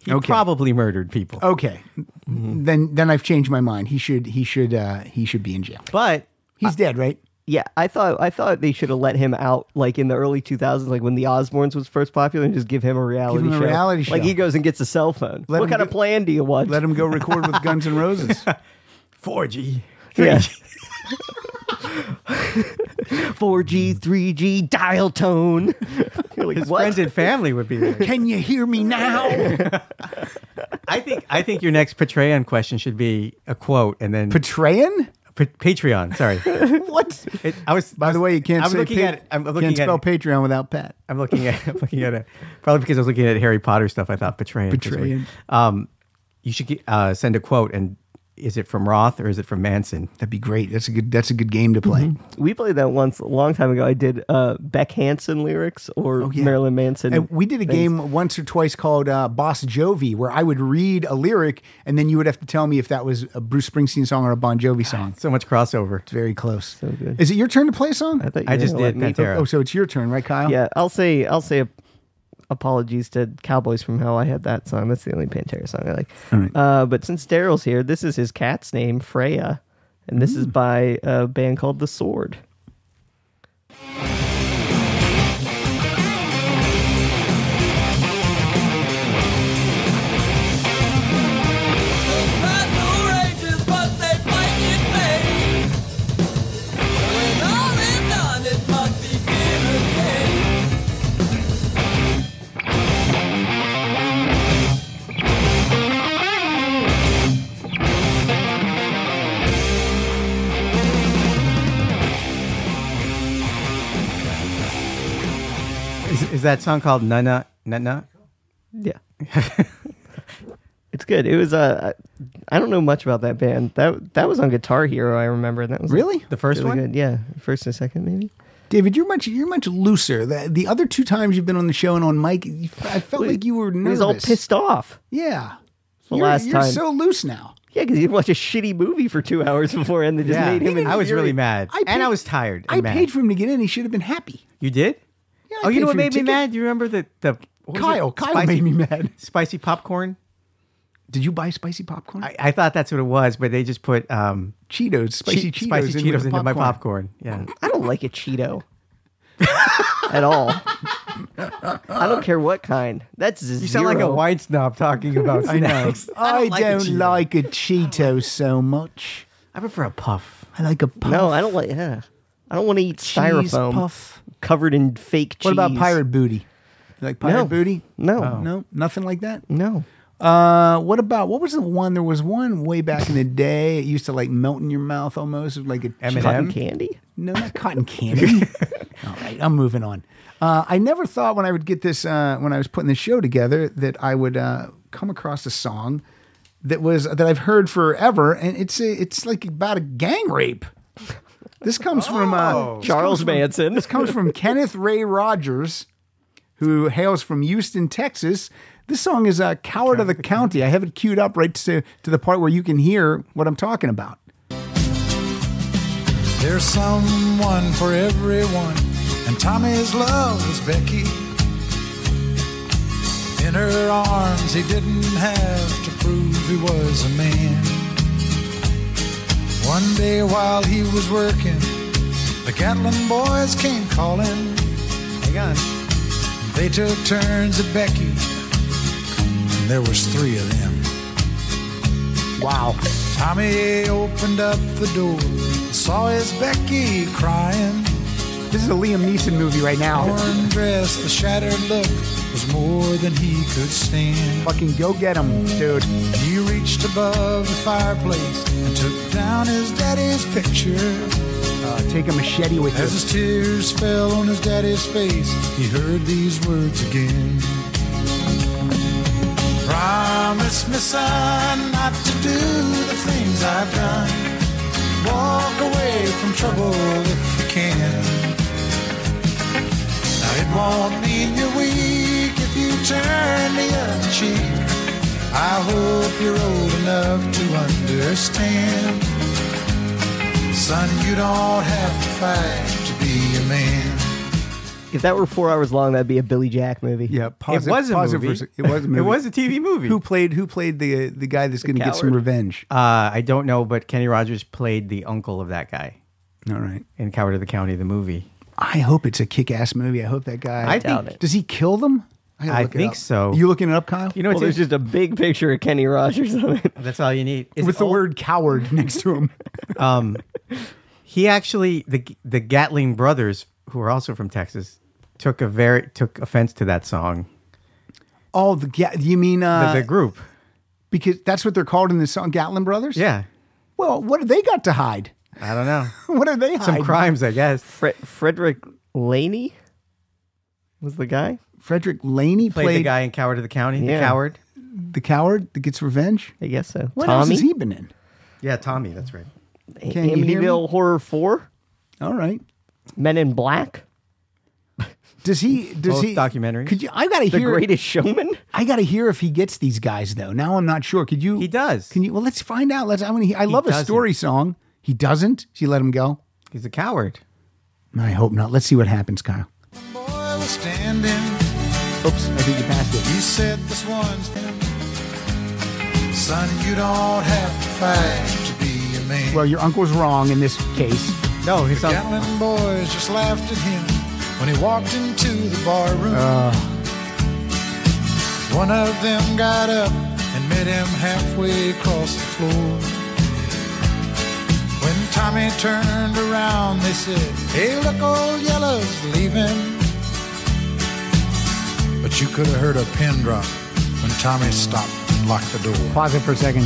S4: he probably murdered people.
S2: Okay.
S4: Mm-hmm.
S2: Then then I've changed my mind. He should he should uh he should be in jail.
S4: But
S2: he's dead, right?
S3: Yeah, I thought I thought they should have let him out like in the early 2000s, like when the Osbournes was first popular, and just give him a reality
S2: him a
S3: show.
S2: reality
S3: Like
S2: show.
S3: he goes and gets a cell phone.
S2: Let
S3: what
S2: him
S3: kind
S2: go-
S3: of plan do you want?
S2: Let him go record with Guns N' Roses.
S4: 4G.
S3: Yeah. 4G, 3G, dial tone. You're like,
S4: His
S3: what?
S4: friends and family would be there.
S2: Can you hear me now?
S4: I think I think your next Patreon question should be a quote and then
S2: Patreon?
S4: Pa- Patreon, sorry.
S2: what?
S4: It, I was
S2: By the way, you can't
S4: I'm
S2: say
S4: looking
S2: pa-
S4: at it- I'm looking
S2: can't
S4: at
S2: spell
S4: it.
S2: Patreon without Pat.
S4: I'm looking at I'm looking at it probably because I was looking at Harry Potter stuff. I thought Patreon. was weird.
S2: Betraying.
S4: Um, you should get- uh, send a quote, and is it from Roth or is it from Manson?
S2: That'd be great. That's a good. That's a good game to play.
S3: We played that once a long time ago. I did uh, Beck Hansen lyrics or Marilyn Manson.
S2: Oh, And we did a
S3: things.
S2: game once or twice called uh, Boss Jovi, where I would read a lyric and then you would have to tell me if that was a Bruce Springsteen song or a Bon Jovi song.
S4: So much crossover. It's
S2: very close. Is it your turn to play a song? I,
S3: thought you I were just gonna did let me- Pantera.
S2: Oh, so it's your turn, right, Kyle?
S3: Yeah, I'll say I'll say apologies to Cowboys from Hell. I had that song. That's the only Pantera song I like. Uh, but since Daryl's here, this is his cat's name, Freya, and this
S4: Mm.
S3: is by a band called The Sword.
S4: Is, is that song called Nana Nana?
S3: Yeah. It's good. It was uh, I I don't know much about that band. That that was on Guitar Hero. I remember and that was
S2: Really?
S4: The first
S3: really
S4: one?
S3: Good. Yeah, first and second maybe.
S2: David, you're much you're much looser. The, the other two times you've been on the show and on Mike, you- I felt like you were
S3: He was
S2: nervous.
S3: all pissed off.
S2: Yeah.
S3: The
S2: you're,
S3: last
S2: you're
S3: time.
S2: so loose now.
S3: Yeah, because he'd watch a shitty movie for two hours before, and they just
S4: Yeah.
S3: made him.
S4: I was really
S3: infuriated.
S4: mad,
S2: I
S4: and
S2: paid-
S4: I was tired. And
S2: I
S4: mad.
S2: paid for him to get in. He should have been happy.
S4: You did?
S2: Yeah, I
S4: oh, you
S2: paid
S4: know what
S2: for your
S4: made me
S2: ticket.
S4: mad? Do you remember the the what was
S2: Kyle,
S4: it?
S2: Kyle
S4: Spicy-
S2: made me mad.
S4: Spicy popcorn.
S2: Did you buy spicy popcorn?
S4: I thought that's what it was, but they just put um,
S2: Cheetos, spicy
S4: che-
S2: Cheetos,
S4: spicy
S2: in with
S4: Cheetos
S2: the
S4: into my popcorn. Yeah,
S3: I don't like a Cheeto at all. I don't care what kind. That's zero.
S4: you sound like a wine snob talking about
S2: I know.
S4: snacks.
S2: I
S3: like a
S2: don't
S3: Cheeto.
S2: like a Cheeto so much.
S4: I prefer a puff.
S2: I like a puff.
S3: No, I don't like. Yeah. I don't want to eat styrofoam
S2: puff.
S3: covered in fake cheese.
S2: What about pirate Oh. booty? You like pirate
S3: No.
S2: booty?
S3: No,
S2: No, nothing like that.
S3: no.
S2: Uh, what about what was the one? There was one way back in the day. It used to like melt in your mouth almost, like a
S4: M&M?
S3: Cotton
S2: cheese-
S3: candy.
S2: No, not cotton candy. All right, I'm moving on. Uh, I never thought when I would get this uh, when I was putting this show together that I would uh, come across a song that was that I've heard forever, and it's a, it's like about a gang rape. This comes from uh, this
S3: Charles
S2: comes from-
S3: Manson.
S2: This comes from Kenneth Ray Rogers, who hails from Houston, Texas. This song is uh, "Coward of the County." I have it queued up right to to the part where you can hear what I'm talking about.
S16: There's someone for everyone, and Tommy's love was Becky. In her arms, he didn't have to prove he was a man. One day while he was working, the Gatlin boys came calling. Hang on. They took turns at Becky, and there was three of them.
S2: Wow.
S16: Tommy opened up the door, and saw his Becky crying.
S2: This is a Liam Neeson movie right now.
S8: Oh.
S16: Torn dress, the shattered look was more than he could stand.
S2: Fucking go get him, dude.
S16: He reached above the fireplace and took down his daddy's picture.
S2: Uh, take a machete with
S16: As
S2: you.
S16: his tears fell on his daddy's face, he heard these words again. Promise me, son, not to do the things I've done. Walk away from trouble if you can. Now it won't mean you're weak if you turn the other cheek. I hope you're old enough to understand. Son, you don't have to fight to be a man.
S3: If that were four hours long, that'd be a Billy Jack movie.
S2: Yeah, pause pause for a sec- it was a movie.
S4: TV movie.
S2: Who played Who played the uh, the guy that's going to get some
S4: coward.
S2: revenge?
S4: Uh, I don't know, but Kenny Rogers played the uncle of that guy.
S2: All right.
S4: In Coward of the County, the movie.
S2: I hope it's a kick ass movie. I hope that guy.
S4: I doubt it.
S2: Does he kill them? gotta
S4: I
S2: look it
S4: think
S2: up.
S4: so.
S2: You looking it up, Kyle?
S4: You know,
S3: Well, there's just a big picture of Kenny Rogers on it.
S4: That's all you need.
S2: with the word coward next to him.
S4: um, he actually the the Gatling brothers, who are also from Texas, took a very took offense to that song.
S2: Oh, the Ga- you mean uh,
S4: the, the group,
S2: because that's what they're called in the song Gatlin Brothers.
S4: yeah.
S2: Well, what do they got to hide?
S4: I don't know
S2: What are they
S4: some
S2: hiding?
S4: crimes, I guess.
S3: Fre- Frederick Laney was the guy.
S2: Frederick Laney
S4: Played,
S2: played,
S4: the guy in Coward of the County,
S3: Yeah.
S4: the coward.
S2: the coward that gets revenge.
S3: I guess so.
S2: What
S3: Tommy.
S2: else has he been in?
S4: Yeah, Tommy. That's right.
S2: Can you hear me?
S3: Amityville Horror Four.
S2: All right.
S3: Men in Black.
S2: Does he? Does
S4: Both
S2: he?
S4: documentaries.
S2: Could you? I gotta
S3: The
S2: hear.
S3: Greatest Showman.
S2: I gotta hear if he gets these guys though. Now I'm not sure. Could you?
S4: He does.
S2: Can you? Well, let's find out. Let's. I want to. hear- I love a
S4: doesn't.
S2: story song. He doesn't. She let him go.
S4: He's a coward.
S2: I hope not. Let's see what happens, Kyle.
S16: Boy was standing.
S2: Oops, I think you passed it.
S16: He said, This one's for me. Son, you don't have to fight to be a man.
S2: Well, your uncle's wrong in this case.
S4: No,
S16: The
S4: he's on.
S16: Gatlin boys just laughed at him when he walked into the bar room.
S2: Uh.
S16: One of them got up and met him halfway across the floor. When Tommy turned around, they said, Hey, look, old yellow's leaving. But you could have heard a pin drop when Tommy stopped and locked the door.
S2: Pause it for a second.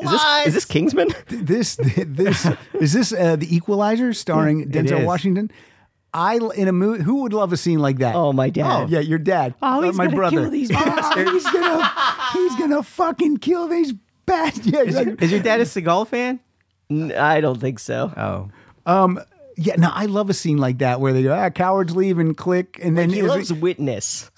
S3: Is this, is this Kingsman?
S2: This this is this uh, the Equalizer starring Denzel
S4: is.
S2: Washington. I in a movie. Who would love a scene like that?
S3: Oh, my dad.
S2: yeah, your dad.
S3: Oh,
S2: Not
S4: Uh,
S3: he's
S2: my
S3: gonna
S2: brother.
S3: kill these
S2: oh, he's gonna he's gonna fucking kill these bastards. Yeah,
S4: Is,
S2: like-
S4: your- is your dad a Seagal fan?
S3: N- I don't think so.
S4: Oh,
S2: Um, yeah. No, I love a scene like that where they go, ah, cowards leave and click, and then
S3: he
S2: is it-
S3: loves Witness.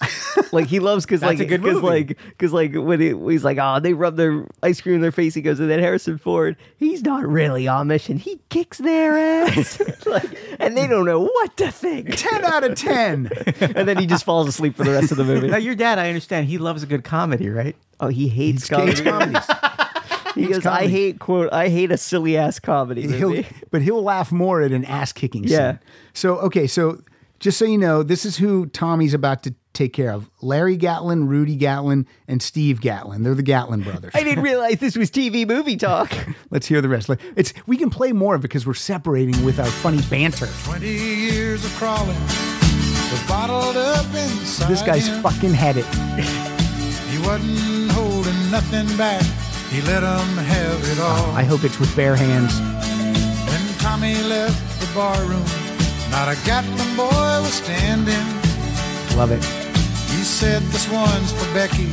S3: like he loves because
S4: That's
S3: like
S4: a good
S3: because
S4: movie.
S3: like because like when he, he's like oh they rub their ice cream in their face he goes and then Harrison Ford he's not really Amish and he kicks their ass like and they don't know what to think
S2: ten out of ten.
S3: and then he just falls asleep for the rest of the
S4: now
S3: movie.
S4: your dad, I understand. He loves a good comedy, right?
S3: Oh, he hates comedy.
S2: comedies.
S3: He goes I
S2: comedy.
S3: hate quote I hate a silly ass comedy
S2: he'll,
S3: movie.
S2: but he'll laugh more at an ass kicking
S3: Yeah.
S2: scene. So okay, so just so you know, this is who Tommy's about to take care of: Larry Gatlin, Rudy Gatlin, and Steve Gatlin. They're the Gatlin brothers.
S3: I didn't realize this was TV movie talk.
S2: Let's hear the rest. Like, It's we can play more of it because we're separating with our funny banter.
S16: 20 years of crawling was bottled up inside
S2: This guy's
S16: him.
S2: fucking had it.
S16: He wasn't holding nothing back. He let 'em have it all.
S2: I hope it's with bare hands.
S16: When Tommy left the bar room, not a Gatlin boy was standing.
S2: Love it.
S16: He said, This one's for Becky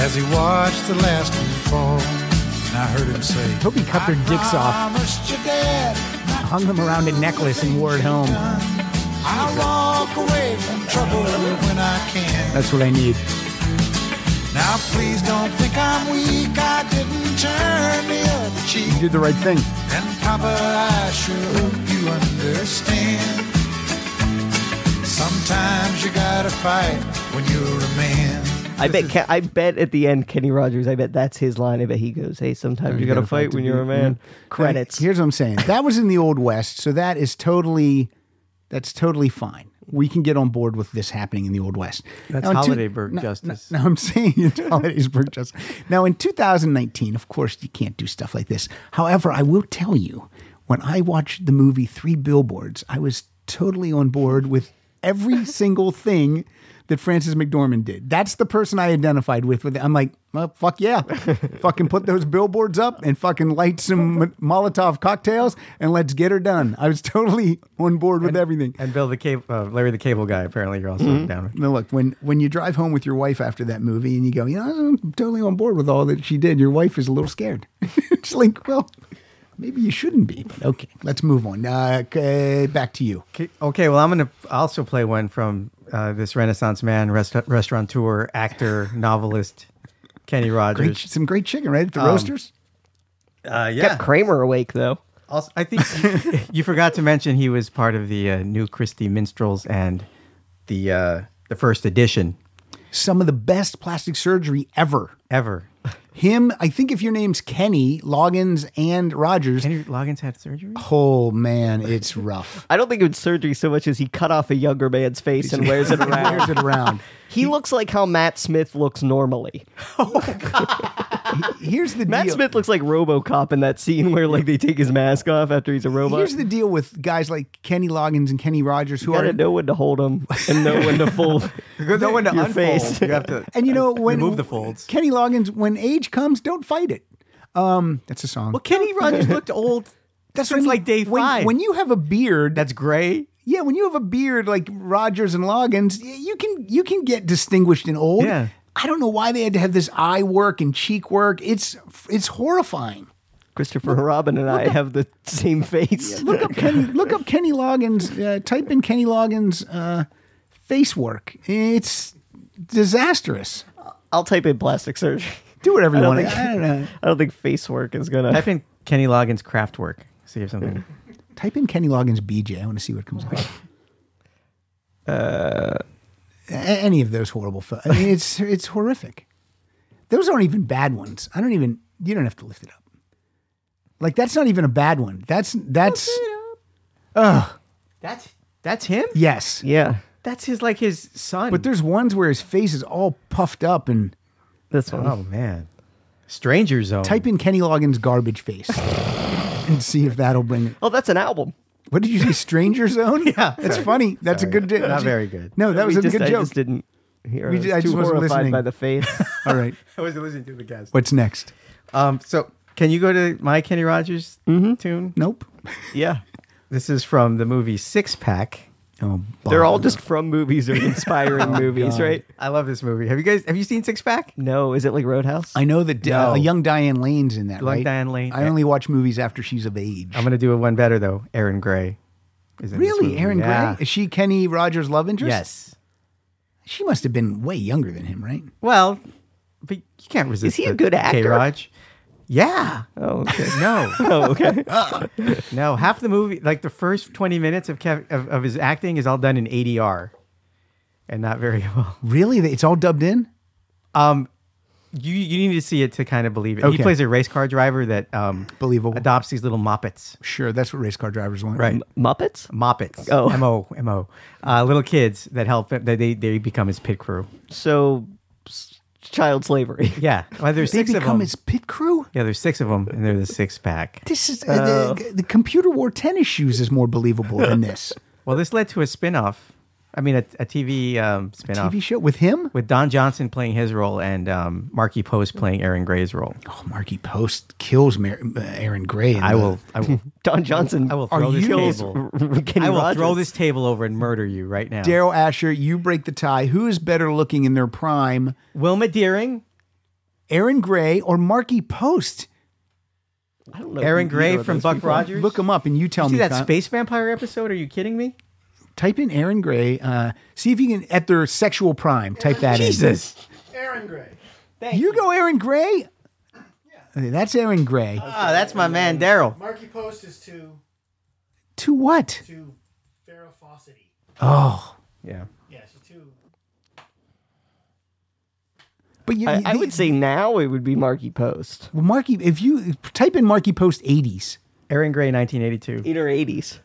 S16: as he watched the last one fall. And I heard him say,
S2: Hope he cut their dicks off,
S16: Promised your dad not
S2: hung them around a necklace, and wore it home.
S16: I'll walk away from trouble when I can.
S2: That's what I need.
S16: Now please don't think I'm weak. I didn't turn the other
S2: You
S16: cheek.
S2: did the right thing.
S16: And Papa, I sure hope you understand. Sometimes you gotta fight when you're a man.
S3: I bet. Ke- I bet at the end, Kenny Rogers. I bet that's his line. I bet he goes, "Hey, sometimes you, gotta, fight
S2: to
S3: when
S2: be-
S3: you're a man."
S2: Like,
S3: Credits.
S2: Here's what I'm saying. That was in the old west, so that is totally that's totally fine. We can get on board with this happening in the old west.
S4: That's
S2: in two-
S4: Holidayburg
S2: no,
S4: justice.
S2: No, no, I'm saying it's Holidayburg justice. Now in 2019, of course, you can't do stuff like this. However, I will tell you, when I watched the movie Three Billboards, I was totally on board with every single thing that Francis McDormand did. That's the person I identified with. With I'm like, well, fuck yeah, fucking put those billboards up and fucking light some Mo- Molotov cocktails and let's get her done. I was totally on board with everything.
S4: And Bill the cable, uh, Larry the Cable Guy. Apparently, you're also down with.
S2: Now look, when when you drive home with your wife after that movie and you go, you know, I'm totally on board with all that she did. Your wife is a little scared. it's like, well, maybe you shouldn't be. But okay, let's move on. Uh, okay, back to you.
S4: Okay, Okay, well, I'm going to also play one from uh, this Renaissance man, rest- restaurateur, actor, novelist, Kenny Rogers.
S2: Um, Great, some great chicken, right? At the roasters.
S4: Uh, yeah.
S3: Kept Kramer awake though.
S4: Also, I think you, you forgot to mention he was part of the uh, new Christie Minstrels and the uh, the first edition.
S2: Some of the best plastic surgery ever.
S4: Ever.
S2: Him, I think if your name's Kenny, Loggins, and Rogers.
S4: Kenny Loggins had surgery?
S2: Oh, man, it's rough.
S3: I don't think it was surgery so much as he cut off a younger man's face and wears it around.
S2: Wears it around.
S3: He looks like how Matt Smith looks normally.
S2: Here's the
S3: Matt
S2: deal.
S3: Smith looks like RoboCop in that scene where like they take his mask off after he's a robot.
S2: Here's the deal with guys like Kenny Loggins and Kenny Rogers who
S3: you gotta
S2: are
S3: know when to hold him and know when to fold.
S4: No one to
S3: Your
S4: unfold.
S3: face.
S4: You have to
S2: and you know when
S4: remove the folds.
S2: Kenny Loggins, when age comes, don't fight it. Um, that's a song.
S4: Well, Kenny Rogers looked old.
S2: That's
S4: since
S2: when you-
S4: like day
S2: when,
S4: five.
S2: When you have a beard,
S4: that's gray.
S2: yeah, when you have a beard like Rogers and Loggins, y- you can you can get distinguished and old.
S4: Yeah.
S2: I don't know why they had to have this eye work and cheek work. It's it's horrifying.
S3: Christopher Robin and I have the same face.
S2: Look up Kenny. Look up Kenny Loggins. Uh, type in Kenny Loggins uh, face work. It's disastrous.
S3: I'll type in plastic surgery.
S2: Do whatever
S3: I
S2: you
S3: don't
S2: want.
S3: think-
S2: I don't know.
S3: I don't think face work is gonna.
S4: Type in Kenny Loggins craft work. See if something.
S2: Type in Kenny Loggins BJ. I want to see what comes up.
S3: Uh,
S2: A- any of those horrible. Fo- I mean, it's it's horrific. Those aren't even bad ones. I don't even. You don't have to lift it up. Like that's not even a bad one. That's that's. Oh
S4: That's that's him.
S2: yes,
S3: yeah,
S4: That's his like his son.
S2: but there's ones where his face is all puffed up and.
S3: this one.
S4: oh man, Stranger Zone.
S2: Type in Kenny Loggins garbage face and see if that'll bring it.
S3: Oh, that's an album.
S2: What did you say? Stranger Zone? yeah, that's funny. That's a good.
S4: Not very good.
S2: No, that was
S3: We
S2: a
S3: just-
S2: good
S3: I
S2: joke.
S3: just didn't hear.
S2: We
S3: I was
S2: ju- I
S3: too
S2: just wasn't
S3: horrified
S2: listening.
S3: by the face.
S2: All right,
S4: I was listening to the guys.
S2: what's next?
S4: Um. So can you go to my Kenny Rogers
S3: Mm-hmm.
S4: tune?
S2: Nope.
S3: yeah,
S4: This is from the movie Six Pack.
S2: Oh,
S3: they're all just from movies or inspiring movies, right?
S4: I love this movie. Have you guys have you seen Six Pack?
S3: No, is it like Roadhouse?
S2: I know that uh,
S4: No.
S2: young Diane Lane's in that.
S4: Young
S2: right?
S4: Diane Lane.
S2: I only watch movies after she's of age.
S4: I'm gonna do a one better though. Aaron Gray. Is in this
S2: really,
S4: movie.
S2: Aaron
S4: Yeah.
S2: Gray? Is she Kenny Rogers' love interest?
S4: Yes.
S2: She must have been way younger than him, right?
S4: Well, but you can't resist.
S3: he a
S4: the
S3: good actor?
S4: K-Raj. Yeah.
S3: Oh, okay.
S4: No.
S3: oh, okay.
S4: No, half the movie, like the first 20 minutes of, Kev, of of his acting, is all done in ADR, and not very well.
S2: Really, They- it's all dubbed in.
S4: Um, you you need to see it to kind of believe it. He
S2: Okay.
S4: plays a race car driver that um
S2: Believable.
S4: adopts these little moppets,
S2: Sure, that's what race car drivers want.
S4: right?
S3: Muppets.
S4: Moppets.
S3: Oh.
S4: M O M O, uh, little kids that help. him- That they they become his pit crew.
S3: So, s- child slavery.
S4: Yeah, well, there's
S2: They
S4: six of
S2: become
S4: them.
S2: his pit crew.
S4: yeah, there's six of them, and they're the six pack.
S2: This is uh,
S4: Oh.
S2: the, the computer wore tennis shoes is more believable than this
S4: Well, this led to a spin-off. I mean, a, a TV um, spin-off.
S2: TV show with him.
S4: with Don Johnson playing his role and um, Marky Post playing Aaron Gray's role.
S2: Oh, Marky Post kills Mar- uh, Aaron Gray. in
S4: I
S2: the-
S4: will, I will,
S3: Don Johnson.
S4: I will
S2: Are
S4: throw this
S2: you-
S4: table.
S3: Kenny
S4: I will
S3: Rogers.
S4: throw this table over and murder you right now.
S2: Daryl Asher, you break the tie. Who is better looking in their prime,
S4: Wilma Deering,
S2: Aaron Gray or Marky Post?
S3: I don't know
S4: Aaron
S3: who
S4: Gray
S3: either of
S4: from
S3: those
S4: Buck
S3: people are.
S4: Rogers.
S2: Look him up and you tell
S4: See
S2: me.
S4: that
S2: Con-
S4: space vampire episode? Are you kidding me?
S2: Type in Aaron Gray. Uh, see if you can at their sexual prime. Type that
S4: Jesus,
S5: Aaron Gray.
S2: in. You go Aaron Gray. Okay, That's Aaron Gray.
S4: ah, that's my man Daryl.
S5: Marky Post is too
S2: to what?
S5: too Farrah Fawcetty.
S2: Oh,
S4: Yeah,
S5: Yeah, she's too.
S2: but you,
S3: I, I
S2: the-
S3: would say now it would be Marky Post.
S2: well, Marky. If you type in Marky Post '80s,
S4: Aaron Gray, 1982.
S3: In her 80s.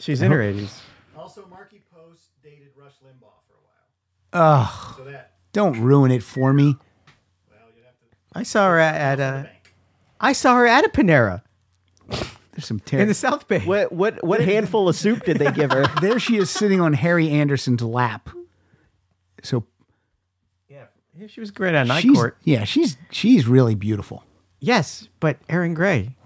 S4: She's in her 80s.
S5: Also, Marky Post dated Rush Limbaugh for a while.
S2: ugh,
S5: So that
S2: don't ruin it for me.
S4: I saw her at, at a, I saw her at a Panera
S2: There's some
S4: in
S2: terrible.
S4: the South Bay.
S3: What what what handful of soup did they give her?
S2: there she is sitting on Harry Anderson's lap. So
S4: Yeah, she was great on Night
S2: she's
S4: Court.
S2: yeah, she's she's really beautiful.
S4: Yes, but Aaron Gray.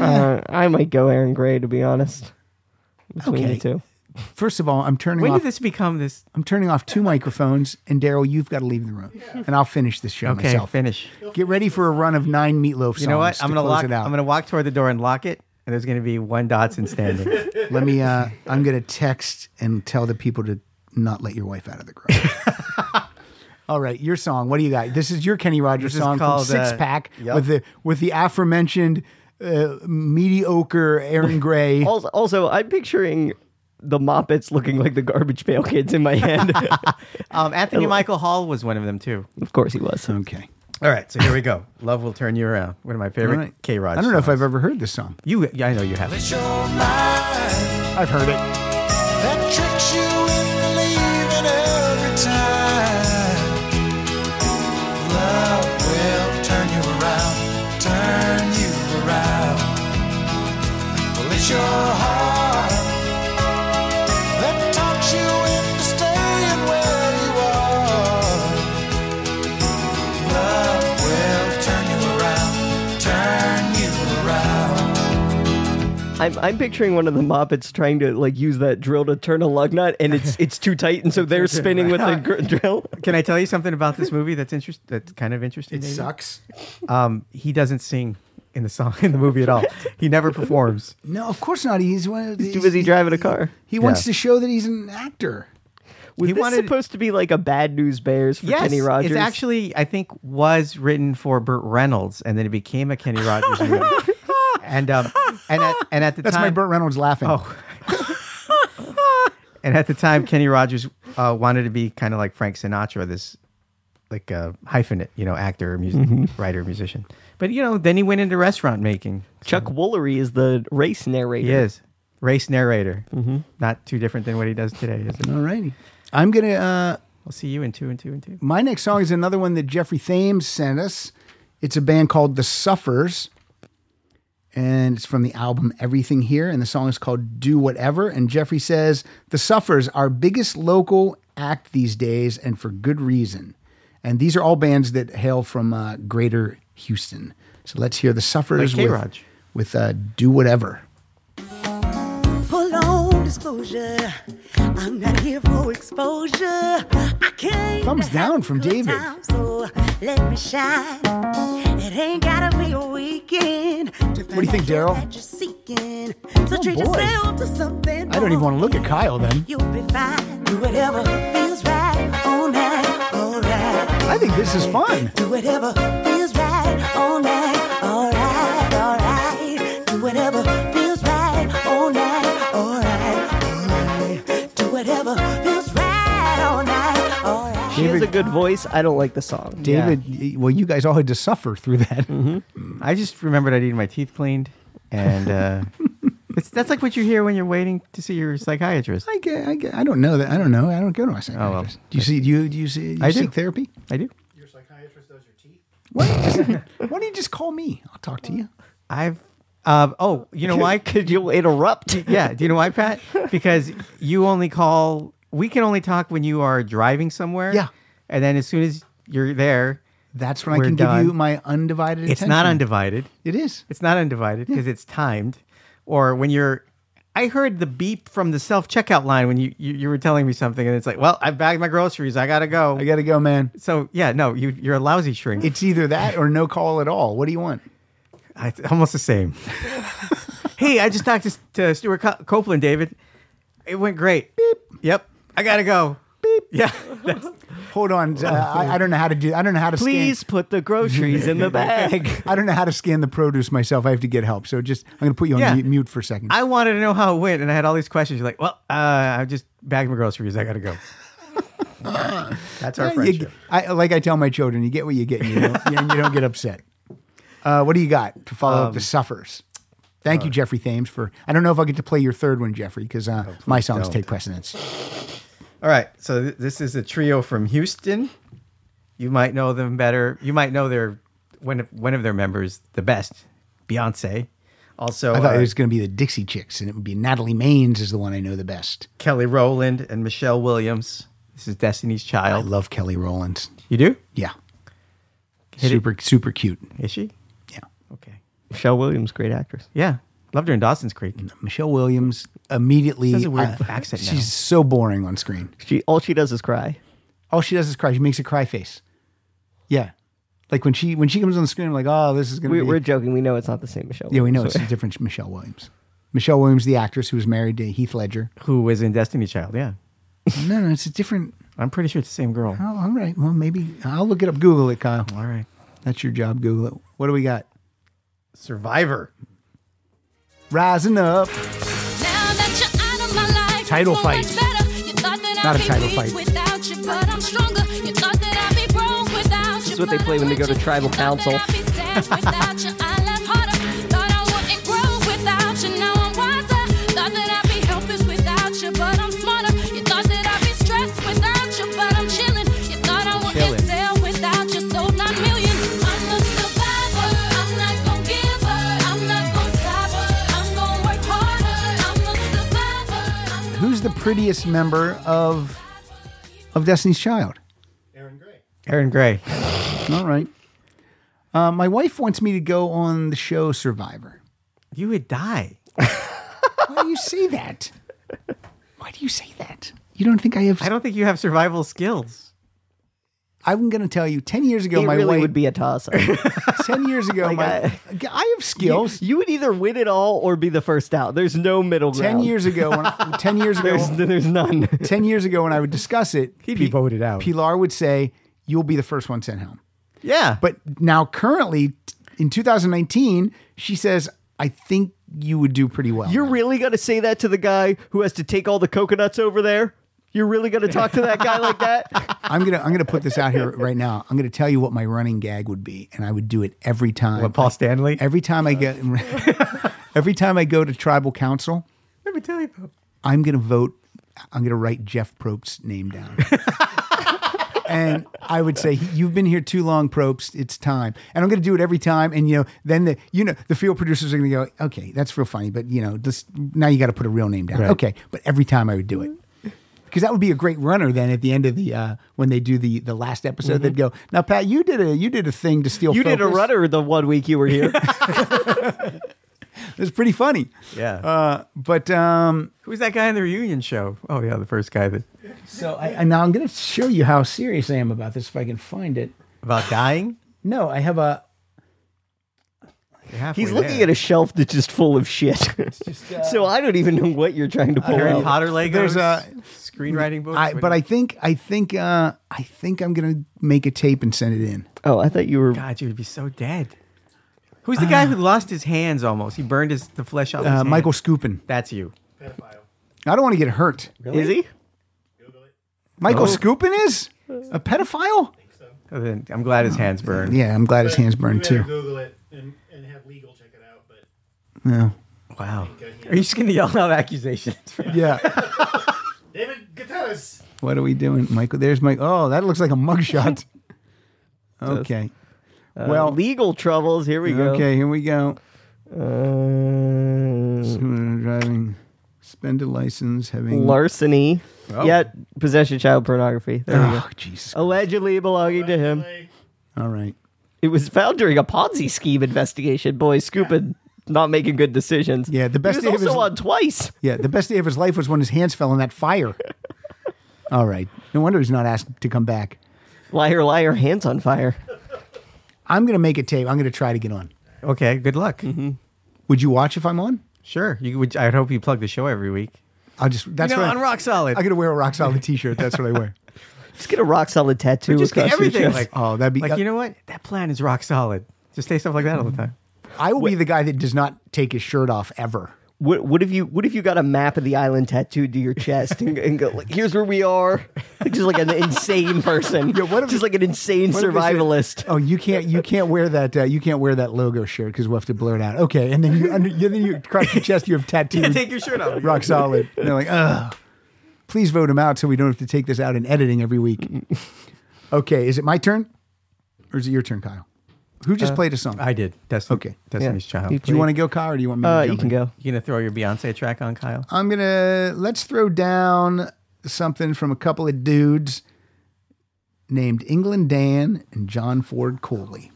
S3: Uh, I might go Aaron Gray to be honest. Between
S2: Okay.
S3: the two.
S2: First of all, I'm turning
S4: When
S2: off
S4: did this become this?
S2: I'm turning off two microphones and Daryl, you've got to leave the room. And I'll finish this show
S4: Okay,
S2: myself.
S4: finish.
S2: Get ready for a run of nine meatloaf songs.
S4: You know what? I'm
S2: to
S4: gonna
S2: close
S4: lock.
S2: it out.
S4: I'm gonna walk toward the door and lock it. And there's gonna be one Dotson standing.
S2: Let me uh I'm gonna text and tell the people to not let your wife out of the garage. All right, your song. What do you got? This is your Kenny Rogers
S4: This is
S2: song
S4: called,
S2: from
S4: uh,
S2: Six Pack
S4: yep.
S2: with the with the aforementioned uh, mediocre Aaron Gray.
S3: Also, also, I'm picturing the Moppets looking like the Garbage Pail Kids in my head.
S4: um, Anthony Michael Hall was one of them too.
S3: Of course he was.
S2: Okay.
S4: All right, so here we go. Love will turn you around. One of my favorite
S2: All right.
S4: K. Rod.
S2: I don't know if I've ever heard this song.
S4: You, yeah, I know you have.
S16: It's your mind
S2: I've heard it.
S16: that tricks you into leaving every time. Love will turn you around, turn you around. Well, it's your heart that talks you into staying where you are. Love will turn you around, turn you around.
S3: I'm, I'm picturing one of the Moppets trying to like use that drill to turn a lug nut, and it's it's too tight, and so they're spinning with the gr- drill.
S4: Can I tell you something about this movie that's interest that's kind of interesting?
S2: It
S4: maybe?
S2: sucks.
S4: Um, he doesn't sing in the song in the movie at all. He never performs.
S2: No, of course not. He's one. Of
S3: He's too busy driving a car.
S2: He wants to show that he's an actor.
S3: Was
S4: He
S3: this
S4: wanted-
S3: supposed to be like a bad news bears for
S4: Yes,
S3: Kenny Rogers?
S4: it's actually I think was written for Burt Reynolds, and then it became a Kenny Rogers movie. and um, and at, and at the
S2: That's
S4: time,
S2: my Burt Reynolds laughing.
S4: Oh. and at the time, Kenny Rogers uh, wanted to be kind of like Frank Sinatra, this like uh, hyphenate, you know, actor, music
S3: Mhm.
S2: Mm-hmm.
S4: writer, musician. But you know, then he went into restaurant making.
S3: Chuck Woolery is the race narrator.
S4: He is race narrator. Not too different than what he does today, is it?
S2: All righty. I'm gonna. Uh,
S4: I'll see you in two and two and two.
S2: My next song is another one that Jeffrey Thames sent us. It's a band called The Suffers, and it's from the album Everything Here, and the song is called Do Whatever. And Jeffrey says, The Suffers, our biggest local act these days, and for good reason. And these are all bands that hail from uh, greater Houston. So let's hear The Suffers
S4: Like
S2: with,
S4: K-Raj.
S2: with uh, Do Whatever.
S17: Full on disclosure, I'm not here for exposure. I came
S2: Thumbs
S17: to
S2: down
S17: have a
S2: from
S17: good
S2: David.
S17: time, so let me shine. It ain't gotta be a weekend. To
S2: do you think, Daryl?
S17: You're seeking. So
S2: Oh,
S17: treat
S2: boy.
S17: yourself to something.
S2: I don't even want to look at Kyle then.
S17: You'll be fine. Do whatever feels right. All night, all right.
S2: I think this is fun.
S17: Do whatever feels right. All night, all right, all right. Do whatever feels right. All night, all right, all right. Do whatever feels right. All night, all right.
S3: She has a good voice. I don't like the song.
S2: David, y- well, you guys all had to suffer through that.
S4: Mm-hmm. I just remembered I needed my teeth cleaned, and uh, it's that's like what you hear when you're waiting to see your psychiatrist.
S2: I get, I get, I don't know that. I don't know. I don't go to my psychiatrist. do you see? Do you do you see? Do you
S4: Oh, I do.
S2: seek therapy?
S4: I do.
S2: Why don't you just call me? I'll talk to you.
S4: I've. Uh, oh, you know why?
S3: Because you'll interrupt.
S4: yeah. Do you know why, Pat? Because you only call. We can only talk when you are driving somewhere.
S2: Yeah.
S4: And then as soon as you're there,
S2: That's when
S4: We're
S2: I can
S4: done.
S2: give you my undivided
S4: it's
S2: attention.
S4: not undivided.
S2: It is.
S4: It's not undivided because it's timed. Or when you're, I heard the beep from the self checkout line when you, you you were telling me something, and it's like, well, I bagged my groceries. I gotta go.
S2: I gotta go, man.
S4: So yeah, no, you you're a lousy shrink.
S2: It's either that or no call at all. What do you want?
S4: I- It's almost the same. hey, I just talked to, to Stuart Co- Copeland, David. It went great. Beep. Yep. I gotta go. Beep. Yeah. That's-
S2: Hold on. uh,
S4: Oh,
S2: I, I don't know how to do. I don't know how to.
S3: Please
S2: scan.
S3: put the groceries in the bag.
S2: I don't know how to scan the produce myself. I have to get help. So just, I'm gonna put you on
S4: Yeah.
S2: mute, mute for a second.
S4: I wanted to know how it went, and I had all these questions. You're like, well, uh, I just bagged my groceries. I gotta go. That's our
S2: Yeah, you
S4: friendship.
S2: g- I, like I tell my children, you get what you get, and you don't, and you don't get upset. Uh, what do you got to follow
S4: Um,
S2: up the suffers? Thank
S4: uh,
S2: you, Jeffrey Thames, for. I don't know if I'll get to play your third one, Jeffrey, because uh, my songs
S4: don't.
S2: take precedence.
S4: All right, so th- this is a trio from Houston. You might know them better. You might know their one of one of their members the best, Beyonce. Also,
S2: I thought
S4: uh,
S2: it was going to be the Dixie Chicks, and it would be Natalie Maines is the one I know the best.
S4: Kelly Rowland and Michelle Williams. This is Destiny's
S2: I
S4: Child.
S2: love Kelly Rowland.
S4: You do?
S2: Yeah,
S4: Hit it.
S2: super super cute.
S4: Is she?
S2: Yeah.
S4: Okay.
S3: Michelle Williams, great actress.
S4: Yeah, loved her in Dawson's Creek.
S2: Michelle Williams immediately.
S4: She has a weird
S2: uh,
S4: accent now.
S2: She's so boring on screen.
S3: She all she does is cry.
S2: All she does is cry. She makes a cry face. Yeah, like when she when she comes on the screen, I'm like, oh, this is going to
S3: We,
S2: be.
S3: we're joking. We know it's not the same Michelle.
S2: Yeah, we know
S3: Williams.
S2: it's a different Michelle Williams. Michelle Williams, the actress who was married to Heath Ledger.
S4: Who was in Destiny's Child? Yeah.
S2: No, no, it's a different.
S4: I'm pretty sure it's the same girl.
S2: Oh, all right. Well, maybe I'll look it up. Google it, Kyle.
S4: All right.
S2: That's your job. Google it. What do we got?
S4: Survivor.
S2: Rising up.
S13: Now that you're out of my life,
S2: Title
S13: so
S2: fight.
S13: much better. You thought that I'd
S2: Not a
S13: be
S2: title
S13: weak
S2: fight.
S13: Without you, but I'm stronger. You thought that I'd be broke without you.
S3: This is what they play when they go to tribal council.
S13: Sad without you, I laugh harder. Thought I wouldn't grow without you. Now I'm wiser. Thought that I'd be helpless without you, but I'm smarter. You thought that I'd be stressed without you, but I'm chilling. You thought I wouldn't
S3: Chillin'.
S13: sell without you, sold nine million. I'm a survivor. I'm not gonna give up. I'm not gonna stop. I'm gonna work harder. I'm a survivor.
S2: Who's the prettiest member of of Destiny's Child?
S4: Aaron Gray.
S2: All right. Uh, my wife wants me to go on the show Survivor.
S4: You would die.
S2: Why do you say that? Why do you say that? You don't think I have?
S4: I don't think you have survival skills.
S2: I'm going to tell you. Ten years ago,
S3: it
S2: my
S3: really
S2: wife
S3: would be a toss.
S2: Ten years ago, my I, have skills.
S3: You, you would either win it all or be the first out. There's no middle ground.
S2: ten years ago, when I, ten years ago,
S3: There's- there's none.
S2: ten years ago, when I would discuss it,
S4: He'd be voted out.
S2: Pilar would say, "You'll be the first one sent home."
S4: Yeah.
S2: But now, currently, t- in 2019, she says, "I think you would do pretty well."
S3: You're really gonna say that to the guy who has to take all the coconuts over there? You're really gonna talk to that guy like that?
S2: I'm gonna I'm gonna put this out here right now. I'm gonna tell you what my running gag would be, and I would do it every time.
S4: What, Paul Stanley?
S2: Every time I get, every time I go to tribal council,
S4: Let me tell you though.
S2: I'm gonna vote. I'm gonna write Jeff Probst's name down. And I would say you've been here too long, Probst. It's time. And I'm going to do it every time. And you know, then the you know the field producers are going to go, okay, that's real funny, but you know, this now you got to put a real name down.
S4: Right.
S2: Okay, but every time I would do it because that would be a great runner. Then at the end of the uh, when they do the the last episode, they'd go, now Pat, you did a you did a thing to steal.
S3: Mm-hmm. You did a
S2: focus."
S3: rudder the one week you were here.
S2: It was pretty funny.
S4: Yeah.
S2: Uh, but um,
S4: Who's that guy in the reunion show? Oh yeah, the first guy that
S2: so I, and now I'm going to show you how serious I am about this if I can find it.
S4: about dying.
S2: No, I have a.
S3: He's looking at a shelf that's just full of shit.
S2: uh,
S3: so I don't even know what you're trying to pull
S4: Harry
S3: out.
S4: Potter Legos.
S2: There's a-
S4: screenwriting book.
S2: I, but I think I think uh, I think I'm gonna make a tape and send it in.
S3: Oh, I thought you were.
S4: God, you'd be so dead. Ah. Who's the guy who lost his hands almost? He burned his the flesh off. his
S2: Uh,
S4: hand.
S2: Michael Scoopin.
S4: That's you.
S2: I don't want to get hurt.
S3: Is he?
S2: Michael
S4: Oh.
S2: Scoopin is a pedophile.
S4: Oh, then I'm glad his hands burned.
S2: Yeah, I'm glad his hands burned
S5: better
S2: too.
S5: Google it and, and have legal check it out. But
S2: Yeah.
S4: Wow. Are you just gonna yell out accusations?
S2: Yeah.
S5: David Gutierrez.
S2: What are we doing, Michael? There's Mike. Oh, that looks like a mugshot. Okay.
S3: Uh,
S2: Well,
S3: legal troubles. Here we go.
S2: okay. Here we go.
S3: Uh,
S2: Driving, suspended license, having.
S3: larceny.
S4: Oh.
S3: Yet possession of child pornography. There we go.
S2: Oh, Jesus.
S3: Allegedly belonging to him.
S2: All right.
S3: It was found during a Ponzi scheme investigation. Boy, Scoopin not making good decisions.
S2: Yeah, the best
S3: He was
S2: day of
S3: also
S2: his-
S3: on twice.
S2: Yeah, the best day of his life was when his hands fell in that fire. All right. No wonder he's not asked to come back.
S3: Liar, liar, hands on fire.
S2: I'm gonna make a tape. I'm gonna try to get on.
S4: Okay. Good luck.
S2: Would you watch if I'm on?
S4: Sure. You would. I hope you plug the show every week.
S2: I'll just. That's
S4: you know,
S2: what
S4: on
S2: I-
S4: Rock Solid.
S2: I'm gonna wear a rock solid T-shirt. That's what I wear.
S3: Just get a rock solid tattoo.
S4: We just get
S3: across your
S4: everything.
S3: chest.
S4: Like,
S2: Oh, that'd be.
S4: like you know what? That plan is rock solid. Just say stuff like that all the time.
S2: I will be the guy that does not take his shirt off ever.
S3: what, what if you what if you got a map of the island tattooed to your chest and, and go like, here's where we are, like, just like an insane person,
S2: what if-
S3: just like an insane
S2: what if they say-
S3: survivalist.
S2: Oh, you can't. You can't wear that. Uh, you can't wear that logo shirt because we'll have to blur it out. Okay, and then you under, you- then you across your chest you have tattooed.
S4: Yeah, take your shirt off.
S2: Rock solid. And they're like, ugh. Please vote him out so we don't have to take this out in editing every week. Okay, is it my turn, or is it your turn, Kyle? Who
S3: Uh,
S2: just played a song?
S4: I did. Destiny,
S2: Okay.
S4: Destiny's
S3: Yeah.
S4: Child.
S3: You-
S4: You,
S2: do you want to go, Kyle, or do you want me?
S3: Uh,
S2: to
S3: you
S2: jump
S3: can
S2: in?
S3: go.
S4: gonna throw your Beyonce track on, Kyle?
S2: I'm gonna let's throw down something from a couple of dudes named England Dan and John Ford Coley.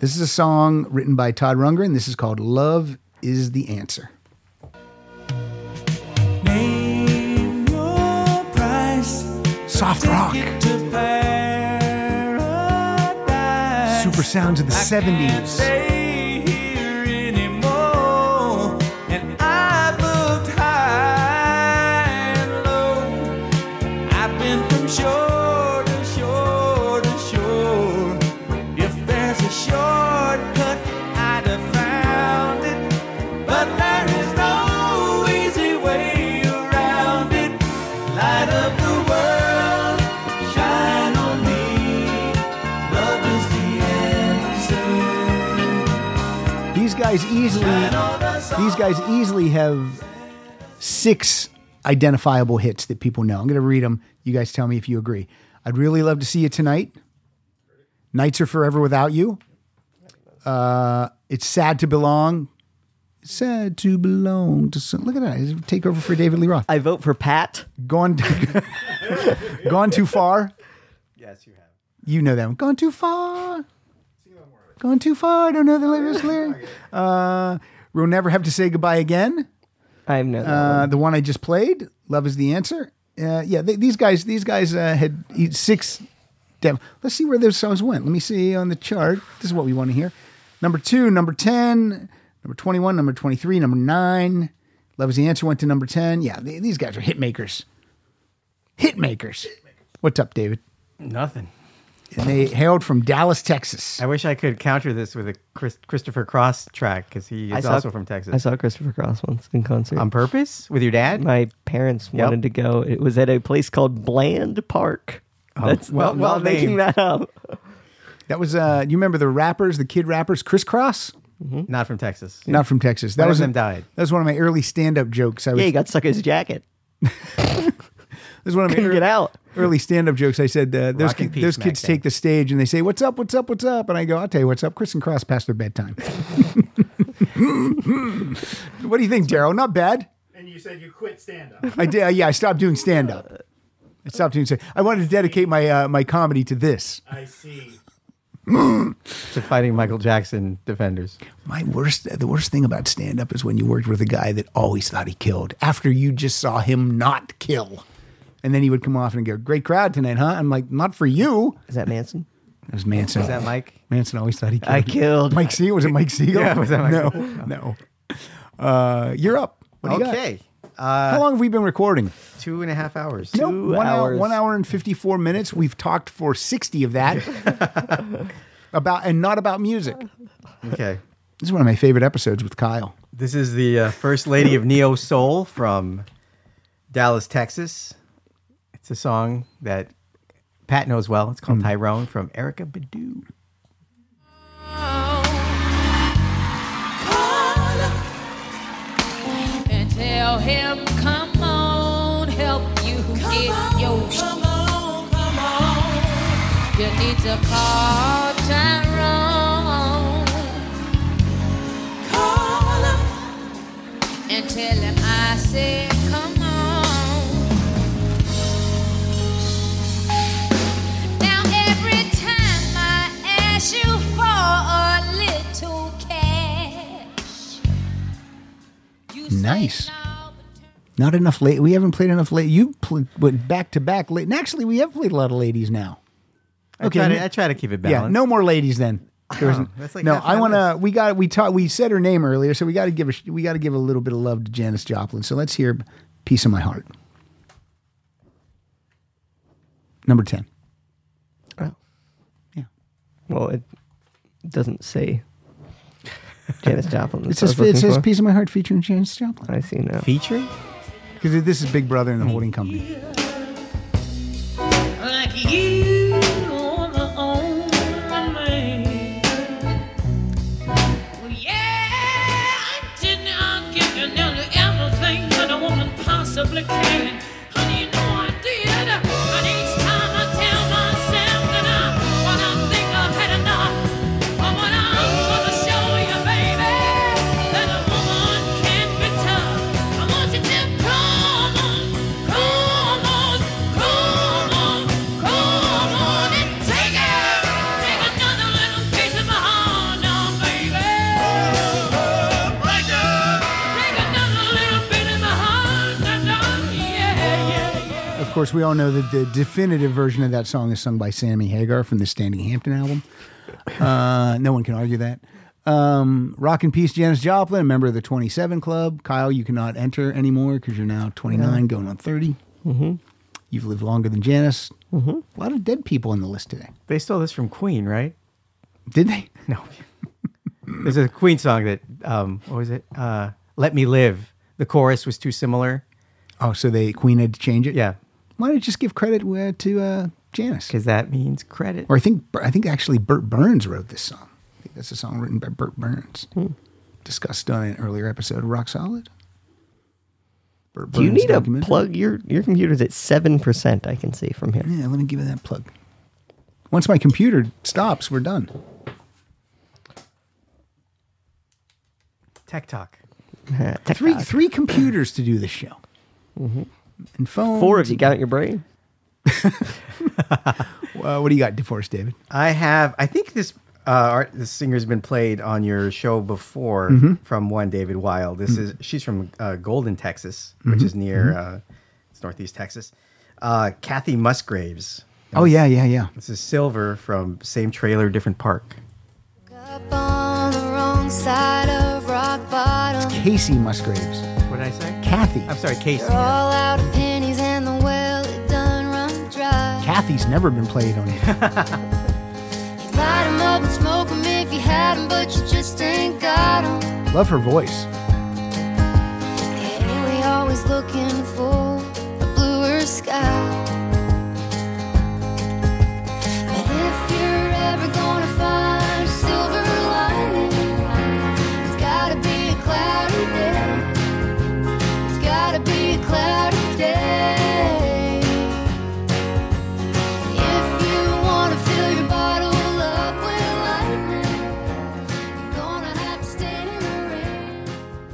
S2: This is a song written by Todd Runger, and this is called "Love Is the Answer."
S7: Name your price.
S2: Soft rock,
S7: Get to paradise.
S2: super sounds of the '70s.
S7: Stay here anymore. And I've looked high and low. I've been from
S2: guys easily, these guys easily have six identifiable hits that people know. I'm going to read them. You guys tell me if you agree. I'd really love to see you tonight. Nights are forever without you. Uh, it's sad to belong. Sad to belong to some. Look at that. Take over for David Lee Roth.
S3: I vote for Pat.
S2: Gone, gone too far.
S4: Yes, you have.
S2: You know that one. Gone too far. Gone too far. I don't know the lyrics. lyric. Uh, we'll never have to say goodbye again.
S3: I've known that
S2: uh, the one I just played. Love is the answer. Uh, yeah, they, these guys. These guys uh, had e- six. Dem- Let's see where those songs went. Let me see on the chart. This is what we want to hear. Number two, number ten, number twenty-one, number twenty-three, number nine. Love is the answer went to number ten. Yeah, they, these guys are hit makers. Hit makers. What's up, David?
S4: Nothing.
S2: And they hailed from Dallas, Texas.
S4: I wish I could counter this with a Chris, Christopher Cross track because he
S3: I
S4: is
S3: saw-
S4: also from Texas.
S3: I saw Christopher Cross once in concert.
S4: On purpose? With your dad?
S3: My parents
S4: Yep.
S3: wanted to go. It was at a place called Bland Park.
S2: Oh,
S3: That's
S2: well-
S3: well,
S2: well
S3: making
S2: named.
S3: that up.
S2: That was. Uh, you remember the rappers, the kid rappers, crisscross.
S4: Not from Texas.
S2: Not from Texas.
S4: One
S2: That
S4: of
S2: was
S4: them died.
S2: That was one of my early stand-up jokes. I was,
S3: Yeah, he got stuck in his jacket.
S2: This is one of my
S3: Couldn't
S2: ear-
S3: get out.
S2: Early stand-up jokes. I said uh, those
S3: Rock and
S2: ki-
S3: peace
S2: those kids
S3: smackdown.
S2: take the stage and they say, "What's up? What's up? What's up?" And I go, "I'll tell you what's up." Chris and Cross past their bedtime. what do you think, Daryl? Not bad.
S5: And you said you quit stand up.
S2: I did. uh, Yeah, I stopped doing stand-up. I stopped doing stand. I wanted to dedicate my uh, my comedy to this.
S5: I see.
S4: to fighting Michael Jackson defenders.
S2: My worst, the worst thing about stand up is when you worked with a guy that always thought he killed after you just saw him not kill. And then he would come off and go, Great crowd tonight, huh? I'm like, Not for you.
S3: Is that Manson?
S2: It was Manson.
S4: Is that Mike?
S2: Manson always thought he killed.
S3: I killed.
S2: Mike Siegel. Was it Mike Siegel?
S4: Yeah, was that Mike
S2: No,
S4: Siegel?
S2: no. Uh, you're up. What do you got?
S4: okay. Uh,
S2: How long have we been recording?
S4: Two and a half hours.
S2: No, one hour, one hour and fifty-four minutes. We've talked for sixty of that about, and not about music.
S4: Okay.
S2: This is one of my favorite episodes with Kyle.
S4: This is the uh, First Lady of Neo Soul from Dallas, Texas. It's a song that Pat knows well. It's
S2: Hmm.
S4: called Tyrone from Erica Badu.
S13: and tell him, come on, help you get your come on, come on. You need to call Tyrone. Call him and tell him I said, come on. Now every time I ask you for a little cash.
S2: Nice. Not enough late. We haven't played enough late. You pl- went back to back late. And actually, we have played a lot of ladies now.
S4: I try to- I try to keep it
S2: Yeah,
S4: balanced.
S2: no more ladies then. There
S4: Oh,
S2: isn't-
S4: that's like
S2: no,
S4: half
S2: I
S4: my
S2: want to. We got we taught we said her name earlier, so we got to give a sh- we got to give a little bit of love to Janis Joplin. So let's hear "Piece of My Heart." Number ten.
S3: Well, it doesn't say Janis Joplin.
S2: It
S3: That's what
S2: says
S3: I was
S2: it says
S3: looking for.
S2: "Piece of My Heart" featuring Janis Joplin.
S3: I see now.
S4: Featuring?
S2: Because this is Big Brother and the Holding Company.
S13: Like you are the only man. Well, yeah, I'm sitting on giving nearly everything that a woman possibly can. Honey, you know I did. But each time I tell myself that I, when I think I've had enough, but when I'm gonna show you, baby, that a woman can be tough. I want you to come on, come on, come on, come on and take it. Take another little piece of my heart now, baby. Break it. Break another little bit of my heart now, yeah, yeah.
S2: Of course, we all know that the definitive version of that song is sung by Sammy Hagar from the Standing Hampton album. Uh, no one can argue that. Um, Rock and Peace, Janis Joplin, a member of the 27 Club. Kyle, you cannot enter anymore because you're now 29,
S3: Yeah.
S2: going on 30. Mm-hmm. You've lived longer than Janis. Mm-hmm. A lot of dead people on the list today.
S4: They stole this from Queen, right?
S2: Did they?
S4: No. There's a Queen song that, um, what was it? Uh, Let Me Live. The chorus was too similar.
S2: Oh, so they Queen had to change it?
S4: Yeah.
S2: Why don't you just give credit where to uh, Janis?
S4: Because that means credit.
S3: Hmm.
S2: Or I think I think actually Burt Burns wrote this song. I think that's a song written by Burt Burns. discussed on an earlier episode of Rock Solid. Bert
S3: Do you
S2: Burns
S3: need a
S2: documentary.
S3: plug? Your your computer's at seven percent. I can see from here.
S2: Yeah, let me give you that plug. Once my computer stops, we're done.
S4: Tech Talk.
S2: three three computers to do this show. And phone.
S3: Mm-hmm. Four if you count your brain.
S2: Uh, what do you got for us, David?
S4: I have. I think this uh, art, this singer's been played on your show before
S2: Mhm.
S4: from one David Wild. This is she's from uh, Golden, Texas, which
S2: Mhm.
S4: is near
S2: Mhm.
S4: uh, it's northeast Texas. Uh, Kathy Musgraves.
S2: Oh yeah, yeah, yeah.
S4: This is Silver from same trailer, different park.
S18: on the wrong side of rock bottom.
S2: Casey Musgraves.
S4: What did I say?
S2: Kathy.
S4: I'm sorry, Casey.
S18: You're all out of pennies and the well it done run dry.
S2: Kathy's never been played on here.
S18: You'd light 'em up and smoke 'em if you had 'em, but you just ain't got 'em.
S2: Love her voice.
S18: Ain't we always looking for a bluer sky? But if you're ever gonna find a silver lining, it's gotta be a cloudy day. It's gotta be a cloudy day. If you wanna fill your bottle up with lightning, you're gonna have to stand in the rain.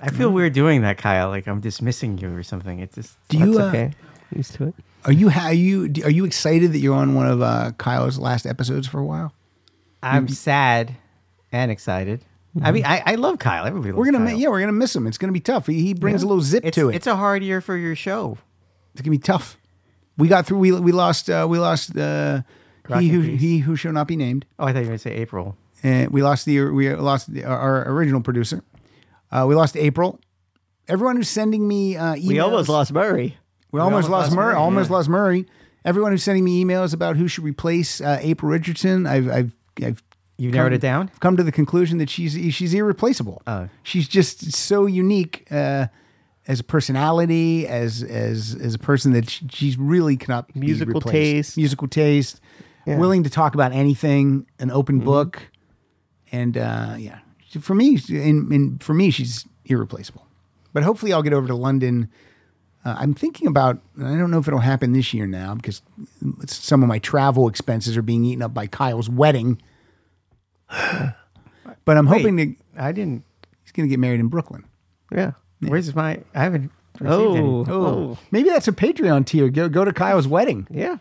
S4: I feel
S2: Mm.
S4: weird doing that, Kyle. Like I'm dismissing you or something. It just
S2: Do you?
S4: That's
S2: uh,
S3: Used to it.
S2: Are you? Are you? Are you excited that you're on one of uh, Kyle's last episodes for a while?
S4: I'm sad and excited. I mean, I, I love Kyle. Everybody loves
S2: Mm-hmm. We're gonna, mi-
S4: Kyle.
S2: yeah, we're gonna miss him. It's gonna be tough. He, he brings
S4: Yeah.
S2: a little zip
S4: It's-
S2: to it.
S4: It's a hard year for your show.
S2: It's gonna be tough. We got through. We we lost. Uh, we lost. Uh,
S4: Rock
S2: he
S4: in
S2: who
S4: peace.
S2: he who shall not be named.
S4: Oh, I thought you were going to say April.
S2: And we lost the we lost the, our, our original producer. Uh, we lost April. Everyone who's sending me uh, emails.
S3: We almost lost Murray.
S2: We almost, lost, Murray. Almost lost Murray. Everyone who's sending me emails about who should replace uh, April Richardson, I've, I've, I've
S4: You've narrowed it down?
S2: I've come to the conclusion that she's she's irreplaceable.
S3: Oh.
S2: she's just so unique uh, as a personality, as as as a person that she, she's really cannot be
S3: Musical
S2: replaced.
S3: taste.
S2: musical taste,
S3: Yeah. Mm-hmm.
S2: willing to talk about anything, an open book, and uh, yeah, She- for me, she- in, in for me, she's irreplaceable. But hopefully, I'll get over to London. Uh, I'm thinking about. and I don't know if it'll happen this year now because some of my travel expenses are being eaten up by Kyle's wedding. but I'm hoping to.
S4: I didn't.
S2: He's going to get married in Brooklyn.
S3: Yeah.
S4: Where's my? I haven't. Received
S2: Oh,
S4: any.
S2: oh, maybe that's a Patreon tier. Go go to Kyle's wedding.
S3: Yeah,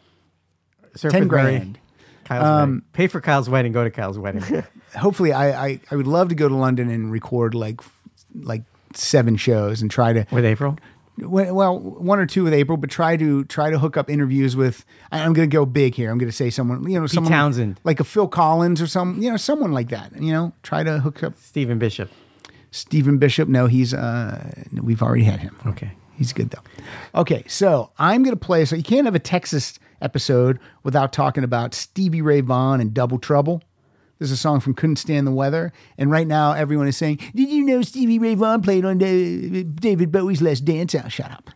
S4: Surf
S2: ten
S4: and Murray,
S2: grand.
S4: Kyle's
S2: Um,
S4: wedding. Pay for Kyle's wedding. Go to Kyle's wedding.
S2: Hopefully, I, I I would love to go to London and record like like seven shows and try to
S4: with April.
S2: Well, well, one or two with April, but try to try to hook up interviews with. I- I'm going to go big here. I'm going to say someone, you know, someone
S4: Townsend.
S2: like a Phil Collins or some, you know, someone like that. You know, try to hook up
S4: Stephen Bishop.
S2: Stephen Bishop. No, he's uh, we've already had him.
S4: Okay,
S2: he's good though. Okay, so I'm going to play. So you can't have a Texas episode without talking about Stevie Ray Vaughan and Double Trouble. There's a song from Couldn't Stand the Weather, and right now everyone is saying, "Did you know Stevie Ray Vaughan played on Da- David Bowie's Last Dance?" Oh, shut up,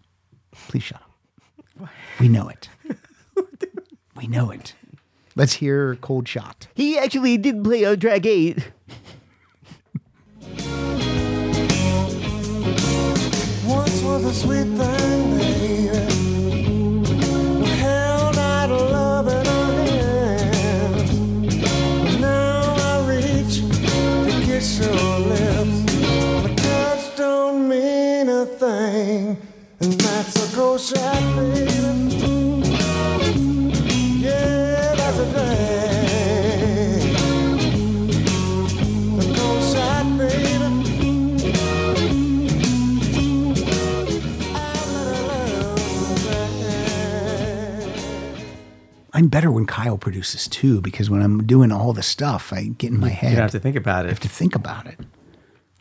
S2: please shut up. We know it. we know it. Let's hear Cold Shot.
S3: He actually did play on track eight.
S8: Once was a sweet thing, baby. We held out a love in our hands. But now I reach to kiss your lips. The touch don't mean a thing. And that's a cold shot, baby. Yeah, that's a thing. A cold shot, baby.
S2: I'm better when Kyle produces too, because when I'm doing all the stuff, I get in my
S4: You
S2: head.
S4: don't have to think about it.
S2: have to think about it.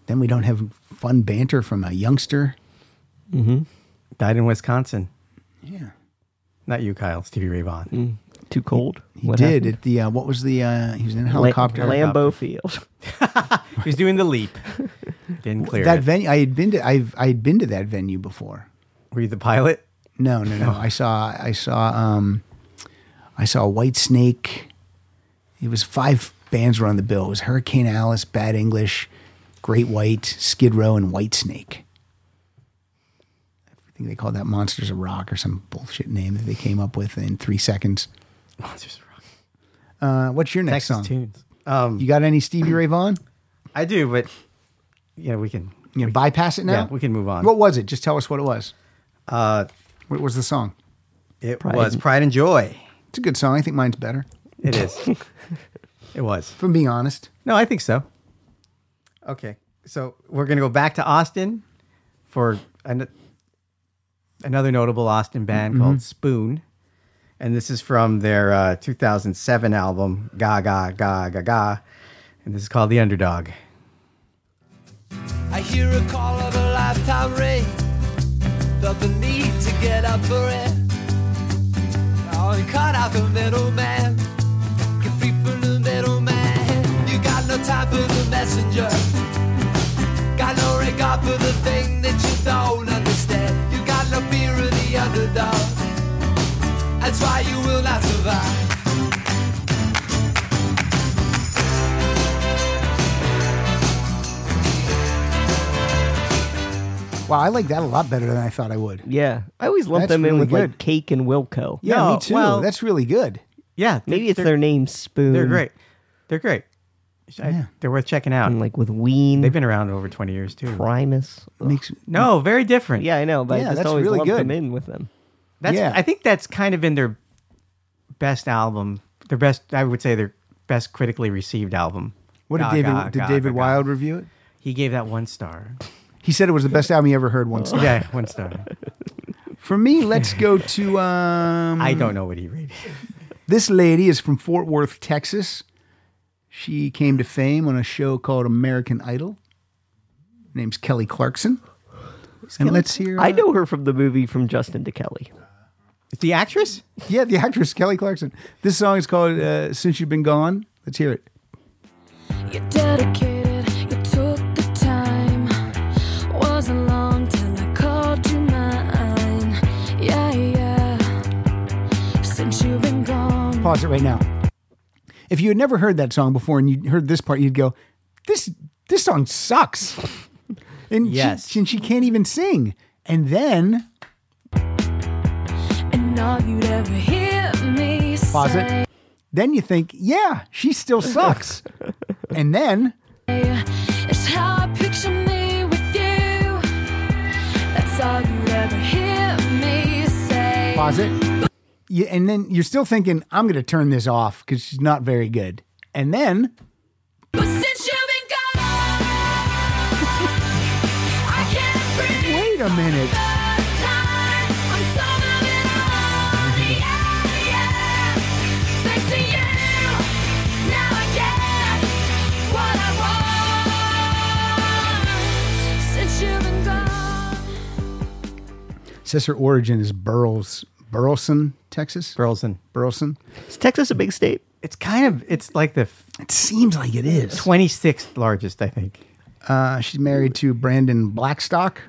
S2: Then we don't have fun banter from a youngster.
S4: Mm-hmm. Died in Wisconsin.
S2: Yeah.
S4: Not you, Kyle. Stevie Ray Vaughan.
S2: Mm.
S3: Too cold.
S2: He did at the uh, what was the uh, he was in a helicopter
S3: Lambeau Field.
S4: He's doing the leap. Didn't clear
S2: that
S4: it.
S2: venue I had been to I've I had been to that venue before.
S4: Were you the pilot?
S2: No, no, no. I saw I saw um I saw White Snake. It was five bands were on the bill. It was Hurricane Alice, Bad English, Great White, Skid Row, and White Snake. I think they called that Monsters of Rock or some bullshit name that they came up with in three seconds. Monsters of Rock. Uh, what's your next
S4: Texas
S2: song?
S4: tunes. Um,
S2: you got any Stevie Ray Vaughan?
S4: I do, but yeah, we can.
S2: You gonna bypass it now?
S4: Yeah, we can move on.
S2: What was it? Just tell us what it was.
S4: Uh,
S2: what was the song?
S4: It was Pride and Joy.
S2: It's a good song. I think mine's better.
S4: It is. it was.
S2: If I'm being honest.
S4: No, I think so. Okay, so we're gonna go back to Austin for an, another notable Austin band
S3: Mhm.
S4: called Spoon, and this is from their uh, 2007 album Ga Ga Ga Ga Ga, and this is called The Underdog.
S10: I hear a call of a lifetime ring. Felt the need to get up for it. Oh, you cut out the middleman. Get free from the middleman. You got no time for the messenger. Got no regard for the thing that you don't understand. You got no fear of the underdog. That's why you will not survive.
S2: Wow, I like that a lot better than I thought I would.
S3: Yeah, I always lump
S2: That's
S3: them in
S2: really
S3: with like
S2: good.
S3: Cake and Wilco.
S2: Yeah, me too. That's really good.
S4: Yeah,
S3: maybe it's
S4: they're-
S3: their name Spoon.
S4: They're great. They're great. I-
S3: Yeah.
S4: They're worth checking out.
S3: And like with Ween,
S4: they've been around over twenty years too.
S3: Primus
S2: makes
S4: No, very different.
S3: Yeah, I know, but I
S4: Yeah,
S3: just
S4: that's
S3: always
S4: really
S3: lump them
S4: good.
S3: in with them.
S4: That's
S3: Yeah.
S4: I think that's kind of been their best album. Their best I would say their best critically received album.
S2: What did
S4: Ga,
S2: David
S4: ga,
S2: did
S4: ga,
S2: David
S4: ga, ga.
S2: Wild review it?
S4: He gave that one star.
S2: He said it was the best album he ever heard once.
S4: yeah, one star.
S2: For me, let's go to um
S4: I don't know what he rated.
S2: This lady is from Fort Worth, Texas. She came to fame on a show called American Idol. Her name's Kelly Clarkson. And let's hear uh,
S3: I know her from the movie from Justin to Kelly.
S4: The actress?
S2: Yeah, the actress Kelly Clarkson. This song is called uh, Since You've Been Gone. Let's hear it.
S18: You dedicated, you took the time. Wasn't long till I called you mine. Yeah, yeah. Since you've been gone.
S2: Pause it right now. If you had never heard that song before and you heard this part, you'd go, "This this song sucks." And
S18: Yes.
S2: she, and she can't even sing. And then
S18: And all you'd ever hear me
S2: pause
S18: say.
S2: it. Then you think, "Yeah, she still sucks." and then
S18: It's how I picture me with you. That's all you'd ever hear me say.
S2: pause it. You, and then you're still thinking, "I'm going to turn this off because she's not very good." And then
S18: But since you've been gone, I can't breathe.
S2: wait a minute. Says her origin is Burles, Burleson, Texas.
S4: Burleson.
S2: Burleson.
S3: Is Texas a big state?
S4: It's kind of it's like the
S2: It seems like it is.
S4: 26th largest, I think.
S2: Uh, she's married to Brandon Blackstock.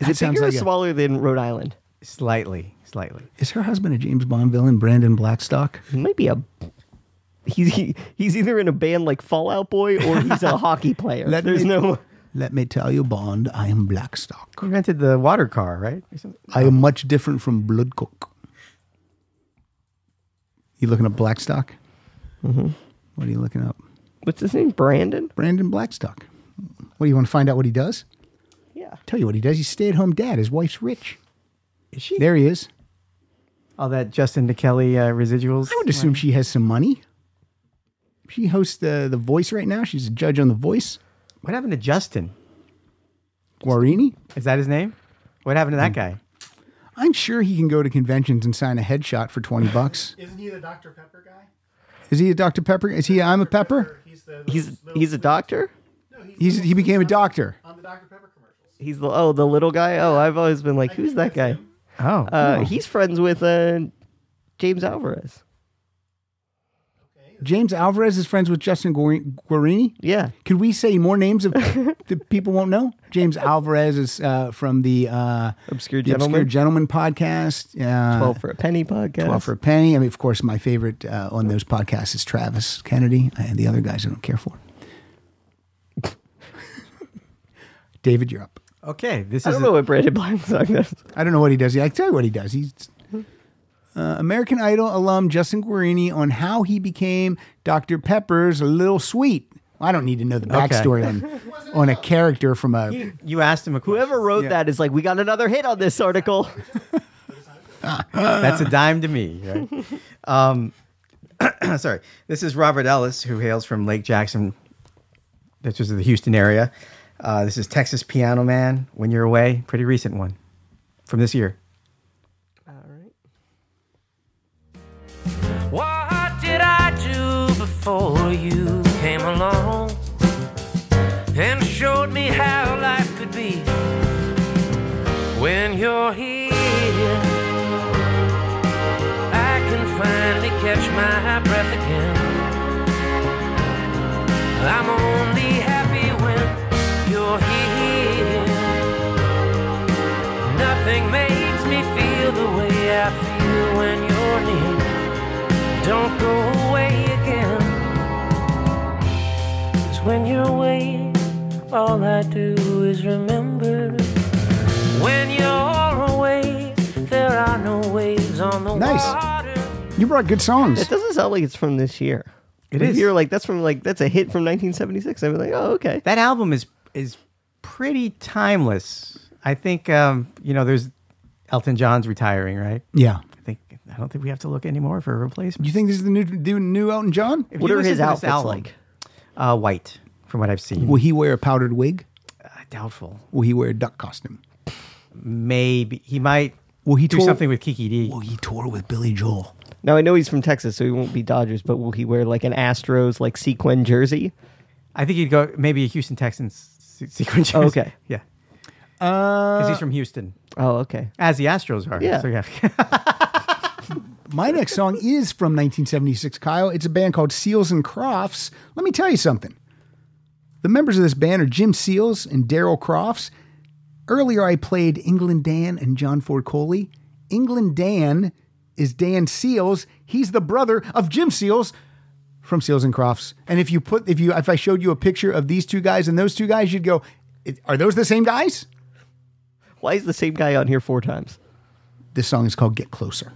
S3: Is
S2: That
S3: it bigger or
S2: a-
S3: smaller than Rhode Island?
S4: Slightly, slightly.
S2: Is her husband a James Bond villain, Brandon Blackstock?
S3: He might be a. He's he, he's either in a band like Fallout Boy or he's a hockey player. There's
S2: me,
S3: no.
S2: Let me tell you, Bond, I am Blackstock.
S4: You rented the water car, right? Or something?
S2: I am much different from Bloodcock. You looking up Blackstock? Mm-hmm. What are you looking up?
S3: What's his name? Brandon.
S2: Brandon Blackstock. What do you want to find out what he does?
S3: Yeah.
S2: Tell you what he does. He's a stay-at-home dad. His wife's rich.
S4: Is she?
S2: There he is.
S4: All that Justin DeKelly uh, residuals.
S2: I would assume she has some money. She hosts the the Voice right now. She's a judge on the Voice.
S4: What happened to Justin?
S2: Guarini.
S4: Is that his name? What happened to that guy?
S2: I'm sure he can go to conventions and sign a headshot for twenty bucks.
S5: Isn't he the Dr. Pepper guy?
S2: Is he a Dr. Pepper? Is he? I'm a Pepper.
S3: He's he's a doctor.
S2: He's he became a doctor.
S3: He's the oh the little guy. Oh, I've always been like, who's that guy?
S4: Oh,
S3: uh, he's friends with uh, James Alvarez.
S2: James Alvarez is friends with Justin Guar- Guarini.
S3: Yeah.
S2: Could we say more names of that people won't know? James Alvarez is uh, from the uh,
S3: Obscure
S2: the Obscure
S3: Gentleman.
S2: Gentleman podcast. Uh,
S3: 12 for a Penny podcast.
S2: 12 for a Penny. I mean, of course, my favorite uh, on those podcasts is Travis Kennedy and the other guys I don't care for. David, you're up.
S4: Okay, this
S3: I
S4: is
S3: don't know what Brandon Black song does.
S2: I don't know what he does. I tell you what he does. He's uh, American Idol alum Justin Guarini on how he became Dr. Pepper's Little Sweet. I don't need to know the
S4: Okay.
S2: backstory on on a character from a.
S4: You asked him a question.
S3: Whoever wrote that is like, we got another hit on this article.
S4: That's a dime to me. Right? Um, sorry. This is Robert Ellis, who hails from Lake Jackson, which is the Houston area. Uh, this is Texas Piano Man, When You're Away, pretty recent one from this year.
S19: What did I do before you came along and showed me how life could be when you're here? I can finally catch my breath again. I'm only happy when you're here. Nothing makes me feel the way I feel when you're near. Don't go away again. 'Cause when you're away, all I do is remember. When you're away, there are no waves on the water.
S2: You brought good songs.
S3: It doesn't sound like it's from this year.
S4: It
S3: If
S4: is.
S3: You're like, that's from like, that's a hit from 1976. I'd be like, oh, okay.
S4: That album is is pretty timeless. I think um, you know. There's Elton John's retiring, right?
S2: Yeah.
S4: I think I don't think we have to look anymore for a replacement.
S2: You think this is the new the new Elton John?
S4: If you listen to this album- Uh, white, from what I've seen. Uh,
S2: Will he wear a powdered wig?
S4: Doubtful.
S2: Will he wear a duck costume?
S4: Maybe he might.
S2: Will he
S4: do
S2: tour-
S4: something with Kiki D?
S2: Will he tour with Billy Joel?
S3: Now I know he's from Texas, so he won't be Dodgers, but will he wear like an Astros like sequin jersey?
S4: I think he'd go maybe a Houston Texans se- sequence.
S3: Oh, okay.
S4: yeah,
S2: Because
S4: because he's from Houston,
S3: Oh, okay.
S4: as the Astros are.
S2: Uh, Yeah.
S4: So, yeah.
S2: My next song is from 1976, Kyle. It's a band called Seals and Crofts. Let me tell you something. The members of this band are Jim Seals and Daryl Crofts. Earlier, I played England Dan and John Ford Coley. England Dan is Dan Seals. He's the brother of Jim Seals from Seals and Crofts. And if you put, if you, if I showed you a picture of these two guys and those two guys, you'd go, "It- "Are those the same guys?"
S3: Why is the same guy on here four times?
S2: This song is called "Get Closer."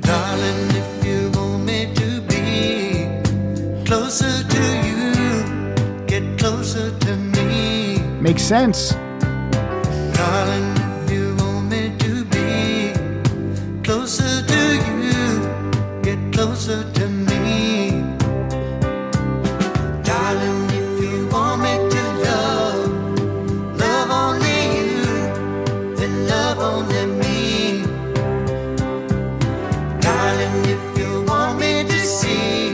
S8: Darling, if you want me to be closer to you, get closer to me.
S2: Makes sense.
S8: Darling, if you want me to be closer to you, get closer to me. Darling, if you want me to love, love only you, then love only me. Darling, if you want me to see,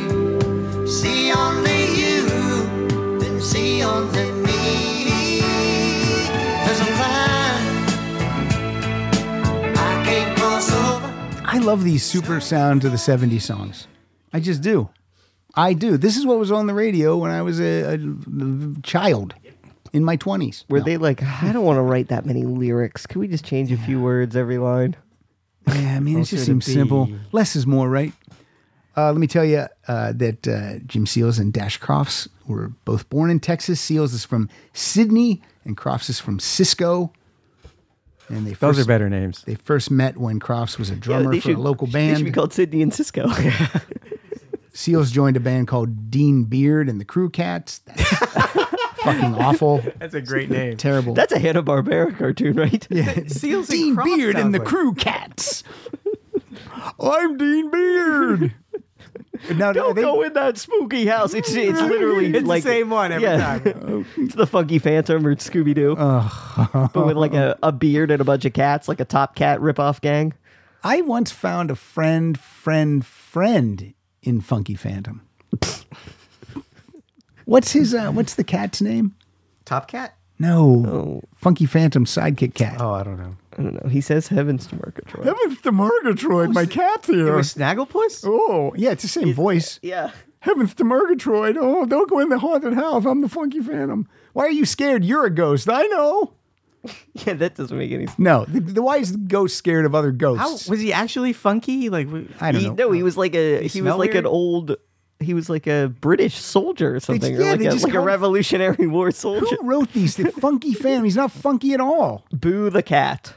S8: see only you, then see only me. There's a line I can't cross over.
S2: I love these super sounds of the 70s songs. I just do. I do. This is what was on the radio when I was a, a child in my 20s.
S3: Were they like, I don't want to write that many lyrics. Can we just change a few words every line?
S2: Yeah, I mean, it
S3: Closer
S2: just
S3: to
S2: seems
S3: be.
S2: simple. Less is more, right? Uh, let me tell you uh, that uh, Jim Seals and Dash Crofts were both born in Texas. Seals is from Sydney, and Crofts is from Cisco. And they
S4: Those
S2: first,
S4: are better names.
S2: They first met when Crofts was a drummer
S3: they
S2: for
S3: should-
S2: a local
S3: they should
S2: band.
S3: be called Sydney and Cisco.
S2: Seals joined a band called Dean Beard and the Crew Cats. That's fucking awful.
S4: That's a great name.
S2: Terrible.
S3: That's a Hanna Barbera cartoon, right?
S2: Yeah.
S4: Seals
S2: Dean
S4: Crofts
S2: Beard
S4: sounds
S2: and the
S4: like.
S2: Crew Cats. I'm Dean Beard. Now,
S3: Don't go in that spooky house. It's it's literally
S4: It's the
S3: like
S4: same one every
S3: time. it's the Funky Phantom or Scooby Doo, but with like a, a beard and a bunch of cats, like a Top Cat ripoff gang.
S2: I once found a friend, friend, friend in Funky Phantom. what's his? Uh, what's the cat's name?
S4: Top Cat.
S2: Oh. No, Funky Phantom sidekick cat.
S4: Oh, I don't know.
S3: I don't know. He says heavens to Murgatroyd.
S2: Heavens to Murgatroyd, my cat's here. It
S4: was Snagglepuss?
S2: Oh, yeah, it's the same voice.
S3: Yeah.
S2: Heavens to Murgatroyd. Oh, don't go in the haunted house. I'm the funky phantom. Why are you scared? You're a ghost. I know.
S3: yeah, that doesn't make any sense.
S2: No. The, the, why is the ghost scared of
S4: How
S2: other ghosts?
S4: was he actually funky? Like w-
S2: I don't
S3: He-
S2: know.
S3: No, he was like a he, was
S4: smell
S3: like
S4: weird?
S3: an old he was like a British soldier or something,
S2: yeah,
S3: or like
S2: they
S3: a,
S2: just
S3: like a
S2: called-
S3: Revolutionary War soldier.
S2: Who wrote these? The funky phantom. He's not funky at all.
S3: Boo the cat.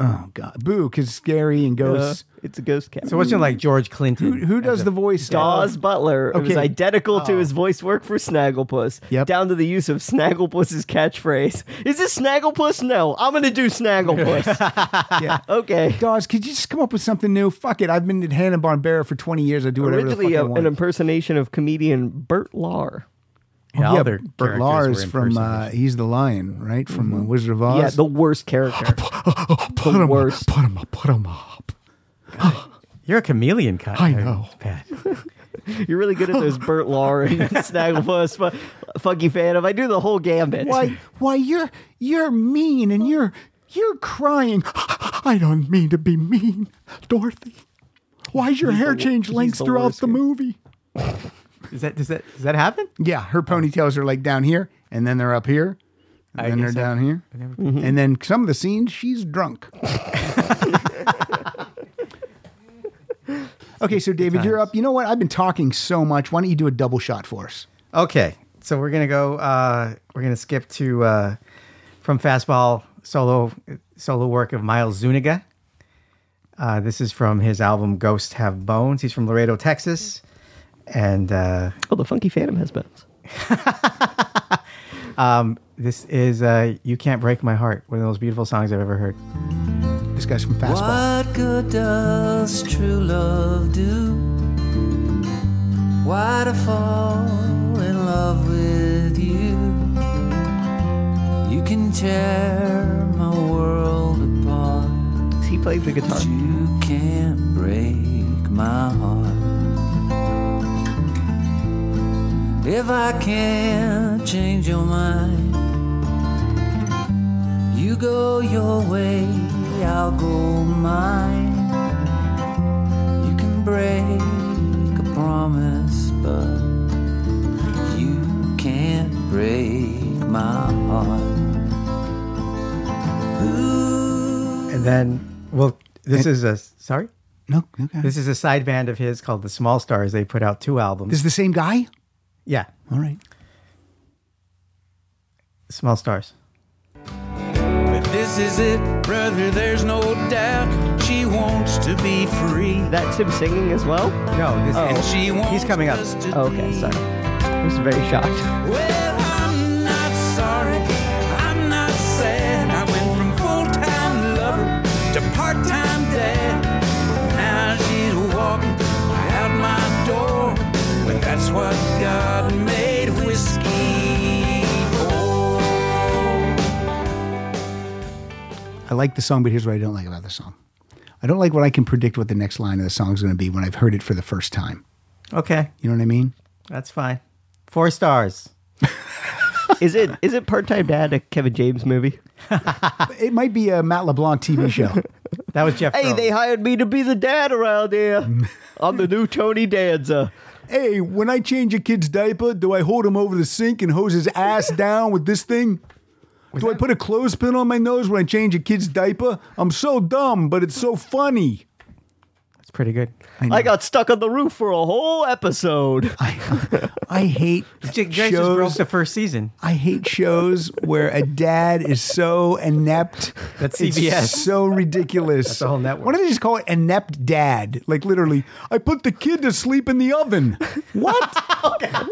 S2: Oh, God. Boo, because scary and ghosts.
S3: Uh, it's a ghost cat.
S4: So it wasn't like George Clinton.
S2: who, who does the voice?
S3: Dawes Butler. It was
S2: Okay. Oh.
S3: identical to his voice work for Snagglepuss, down to the use of Snagglepuss's catchphrase. Is this Snagglepuss? No, I'm going to do Snagglepuss.
S2: yeah.
S3: Okay.
S2: Dawes, could you just come up with something new? Fuck it. I've been at Hanna Barbera for 20 years. I do whatever
S3: Originally,
S2: the fuck
S3: a,
S2: I want.
S3: an impersonation of comedian Bert Lahr.
S2: Oh,
S4: Yeah, all their
S2: Bert
S4: characters
S2: Lahr
S4: were
S2: is from uh, he's the lion, right? From uh, Wizard of Oz.
S3: Mm-hmm. Yeah, the worst character.
S2: put
S3: the
S2: him,
S3: worst.
S2: Put him up. Put him up.
S4: You're a chameleon kind.
S2: I know.
S4: Pat.
S3: You're really good at those Bert Lahr and Snagglepuss, fu- Funky Phantom. I do the whole gambit.
S2: Why? Why you're you're mean and you're you're crying. I don't mean to be mean, Dorothy. Why's your
S4: He's
S2: hair
S4: the wo-
S2: change
S4: he's
S2: lengths
S4: the
S2: throughout
S4: worst
S2: the movie?
S4: Is that does that does that happen?
S2: Yeah, her ponytails are like down here, and then they're up here, and
S4: I
S2: then they're
S4: guess I-
S2: down here, Mm-hmm.
S4: I never-
S2: and then some of the scenes she's drunk. okay, so David, you're up. You know what? I've been talking so much. Why don't you do a double shot for us?
S4: Okay, so we're gonna go. Uh, we're gonna skip to uh, from fastball solo solo work of Miles Zuniga. Uh, this is from his album Ghosts Have Bones. He's from Laredo, Texas, and uh,
S3: oh, the Funky Phantom has bones.
S4: um, this is uh, "You Can't Break My Heart," one of the most beautiful songs I've ever heard.
S2: This guy's from
S8: What good does true love do? Why to fall in love with you? You can tear my world apart.
S3: He played the guitar.
S8: You can't break my heart. If I can't change your mind, you go your way, I'll go mine. You can break a promise, but you can't break my heart.
S4: And then, well, this is a sorry.
S2: No, okay.
S4: This is a side band of his called the Small Stars. They put out two albums.
S2: This is the same guy.
S4: yeah,
S2: All right.
S4: Small Stars.
S14: But this is it, brother, there's no doubt she wants to be free.
S3: That's him singing as well?
S4: No, this
S8: Oh.
S14: And she wants
S4: he's coming up.
S14: us to
S3: Oh, okay, sorry. I was very shocked.
S14: Well, I'm not sorry, I'm not sad. I went from full-time lover to part-time dad. Now she's walking out my door, but that's what God made whiskey for.
S2: I like the song, but here's what I don't like about the song. I don't like what I can predict what the next line of the song is going to be when I've heard it for the first time.
S4: Okay,
S2: You know what I mean?
S4: that's fine. Four stars.
S3: Is it is it part time dad a Kevin James movie?
S2: It might be a Matt LeBlanc TV show.
S4: That was Jeff.
S3: Hey,
S4: Probst.
S2: Oh.
S3: they hired me to be the dad around here. I'm the new Tony Danza.
S2: hey, when I change a kid's diaper, do I hold him over the sink and hose his ass down with this thing? do I put a clothespin on my nose when I change a kid's diaper? I'm so dumb, but it's so funny.
S4: That's pretty good.
S3: I, got stuck on the roof for a whole episode.
S2: I hate
S4: Jake Grace just broke
S2: shows.
S4: the first season.
S2: I hate shows where a dad is so inept.
S4: That's
S2: It's
S4: CBS.
S2: so ridiculous.
S4: That's the whole network.
S2: Why don't they just call it inept dad? Like literally, I put the kid to sleep in the oven. What?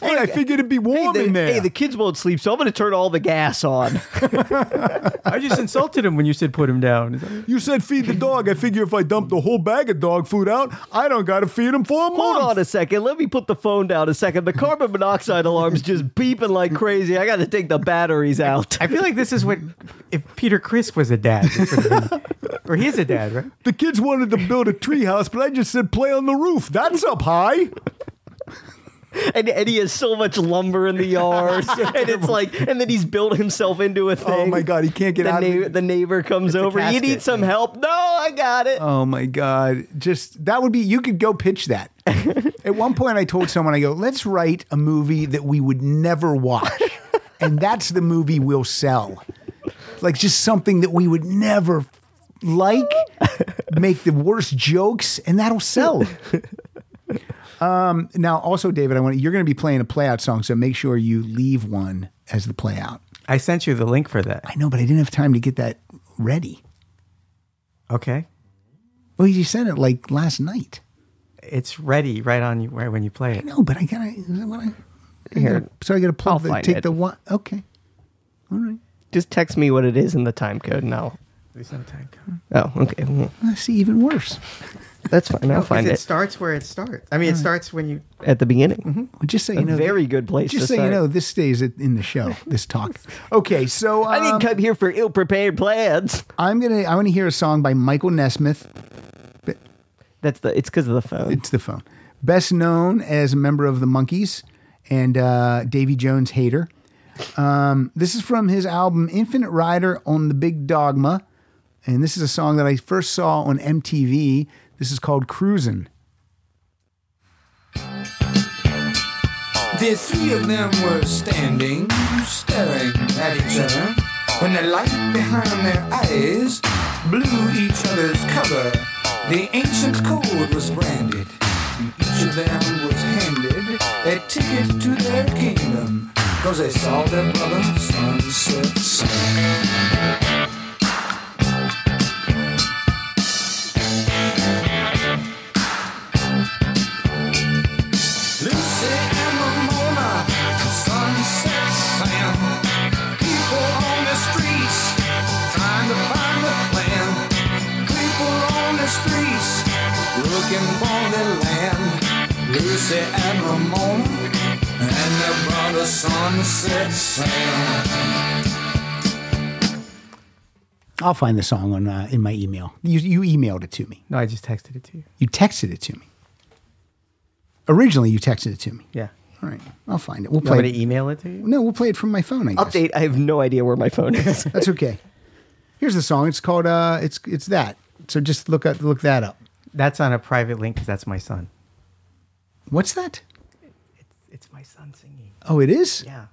S2: hey, I figured it'd be warm
S3: hey, the,
S2: in there.
S3: hey, the kids won't sleep, so I'm going to turn all the gas on.
S4: I just insulted him when you said put him down.
S2: you said feed the dog. I figure if I dump the whole bag of dog food out, I don't got to feed him for a month.
S3: Hold on a second. Let me put the phone down a second. The carbon monoxide alarm's just beeping like crazy. I got to take the batteries out.
S4: I feel like this is what if Peter Crisp was a dad, this would have been- or he is a dad, right?
S2: The kids wanted to build a treehouse, but I just said play on the roof. That's up high.
S3: and, and he has so much lumber in the yard, and it's like, and then he's built himself into a thing. Oh my
S2: god, he can't get
S3: the
S2: out of
S3: neigh- The neighbor comes over. You need
S2: casket.
S3: some help? No, I got it.
S2: Oh my God. Just that would be, you could go pitch that. At one point, I told someone, I go, let's write a movie that we would never watch. and that's the movie we'll sell. Like just something that we would never like, make the worst jokes, and that'll sell. Um, now, also, David, I want you're going to be playing a playout song, so make sure you leave one as the playout.
S4: I sent you the link for that.
S2: I know, but I didn't have time to get that ready.
S4: Okay.
S2: Well, you sent it like last night.
S4: It's ready right on you right when you play it.
S2: No, but I gotta. what I- I
S4: Here.
S2: gotta- so I gotta
S4: I'll
S2: plug the
S4: find
S2: take
S4: it.
S2: the one. Okay, all right.
S3: Just text me what it is in the time code, and I'll. Oh, okay. Well,
S2: Let's see, even worse.
S3: That's fine. I'll find
S4: it.
S3: it
S4: starts where it starts. I mean, it starts when you.
S3: at the beginning.
S2: Well, just so
S3: A
S2: you know,
S3: very good place
S2: Just
S3: to
S2: so you
S3: start.
S2: know, this stays at- in the show. This talk. Okay, so um,
S3: I didn't come here for ill-prepared plans.
S2: I'm gonna. I want to hear a song by Michael Nesmith.
S3: That's the. It's because of the phone.
S2: It's the phone. Best known as a member of the Monkees and uh, Davy Jones hater. Um, this is from his album Infinite Rider on the Big Dogma, and this is a song that I first saw on MTV. This is called Cruisin'.
S8: The three of them were standing, staring at each other, when the light behind their eyes blew each other's cover. The ancient code was branded, and each of them was handed a ticket to their kingdom, cause they saw their brother sunset sun. Lucy and Ramona, sunset Sam. People on the streets, trying to find a plan. People on the streets, looking for their land. Lucy and Ramona, and their brother Sunset Sam.
S2: I'll find the song on uh, in my email. You you emailed it to me.
S4: No, I just texted it to you.
S2: You texted it to me. Originally, you texted it to me.
S4: Yeah.
S2: All right, I'll find it. We'll
S4: You
S2: play.
S4: want me
S2: it.
S4: to e- email it to you?
S2: No, we'll play it from my phone. I guess.
S3: Update. I have no idea where my phone is.
S2: That's okay. Here's the song. It's called. Uh, it's it's that. So just look up, look that up.
S4: That's on a private link 'cause that's my son.
S2: What's that?
S4: It's my son singing.
S2: Oh, it is.
S4: Yeah.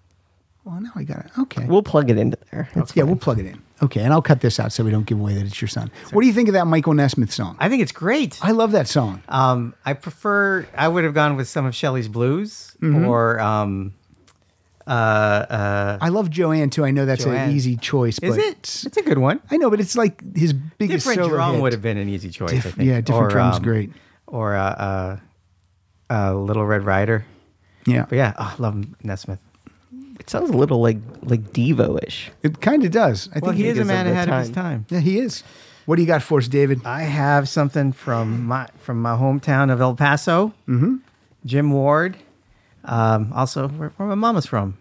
S2: Well, now I got it. Okay.
S3: We'll plug it into there.
S2: That's- yeah, we'll plug it in. Okay, and I'll cut this out so we don't give away that it's your son. What do you think of that Michael Nesmith song?
S4: I think it's great.
S2: I love that song.
S4: Um, I prefer. I would have gone with some of Shelley's blues
S2: Mhm.
S4: or. Um, uh, uh,
S2: I love Joanne too. I know that's
S4: Joanne.
S2: an easy choice.
S4: Is
S2: but
S4: it? It's a good one.
S2: I know, but it's like his biggest
S4: different
S2: solo
S4: drum
S2: hit.
S4: would have been an easy choice. I
S2: Diff-
S4: think. um,
S2: yeah, different drum's great.
S4: Or uh, uh, uh, Little Red Rider.
S2: Yeah.
S4: but yeah, oh, I love Nesmith.
S3: It sounds a little like like Devo-ish.
S2: It kind of does. I
S4: Well,
S2: think
S4: he is a
S2: because
S4: man
S2: the
S4: ahead of his time.
S2: Yeah, he is. What do you got for us, David?
S4: I have something from my from my hometown of El Paso. Mm-hmm. Jim Ward, um, also where, where my mama's from.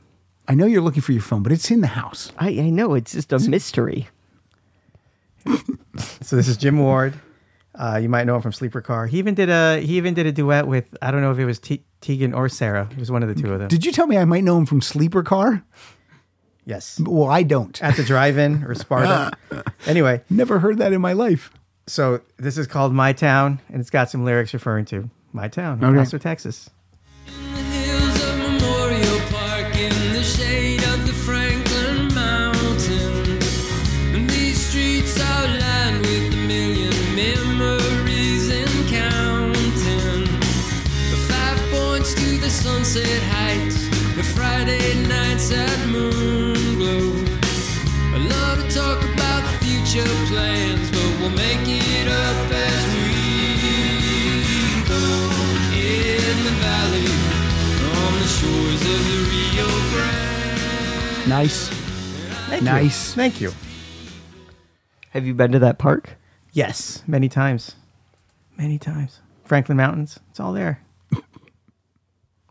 S2: I know you're looking for your phone, but it's in the house.
S3: I, I know it's just a mystery.
S4: So this is Jim Ward. Uh, you might know him from Sleeper Car. He even did a he even did a duet with I don't know if it was Te- Tegan or Sarah. It was one of the two of them.
S2: Did you tell me I might know him from Sleeper Car?
S4: Yes.
S2: Well, I don't.
S4: At the drive-in or Sparta. anyway,
S2: never heard that in my life.
S4: So this is called My Town, and it's got some lyrics referring to my town, El
S19: Okay.
S4: Paso, Texas.
S19: hills of Memorial Park in the shade of the Franklin Mountains. And these streets are lined with a million memories and counting. The five points to the sunset heights, the Friday nights at Moonglow. I love to talk about future plans, but we'll make it up as we go in the valley on the shores of the Rio Grande.
S2: Nice.
S4: you.
S2: nice.
S4: Thank you.
S3: Have you been to that park?
S4: Yes, many times, many times. Franklin Mountains, it's all there.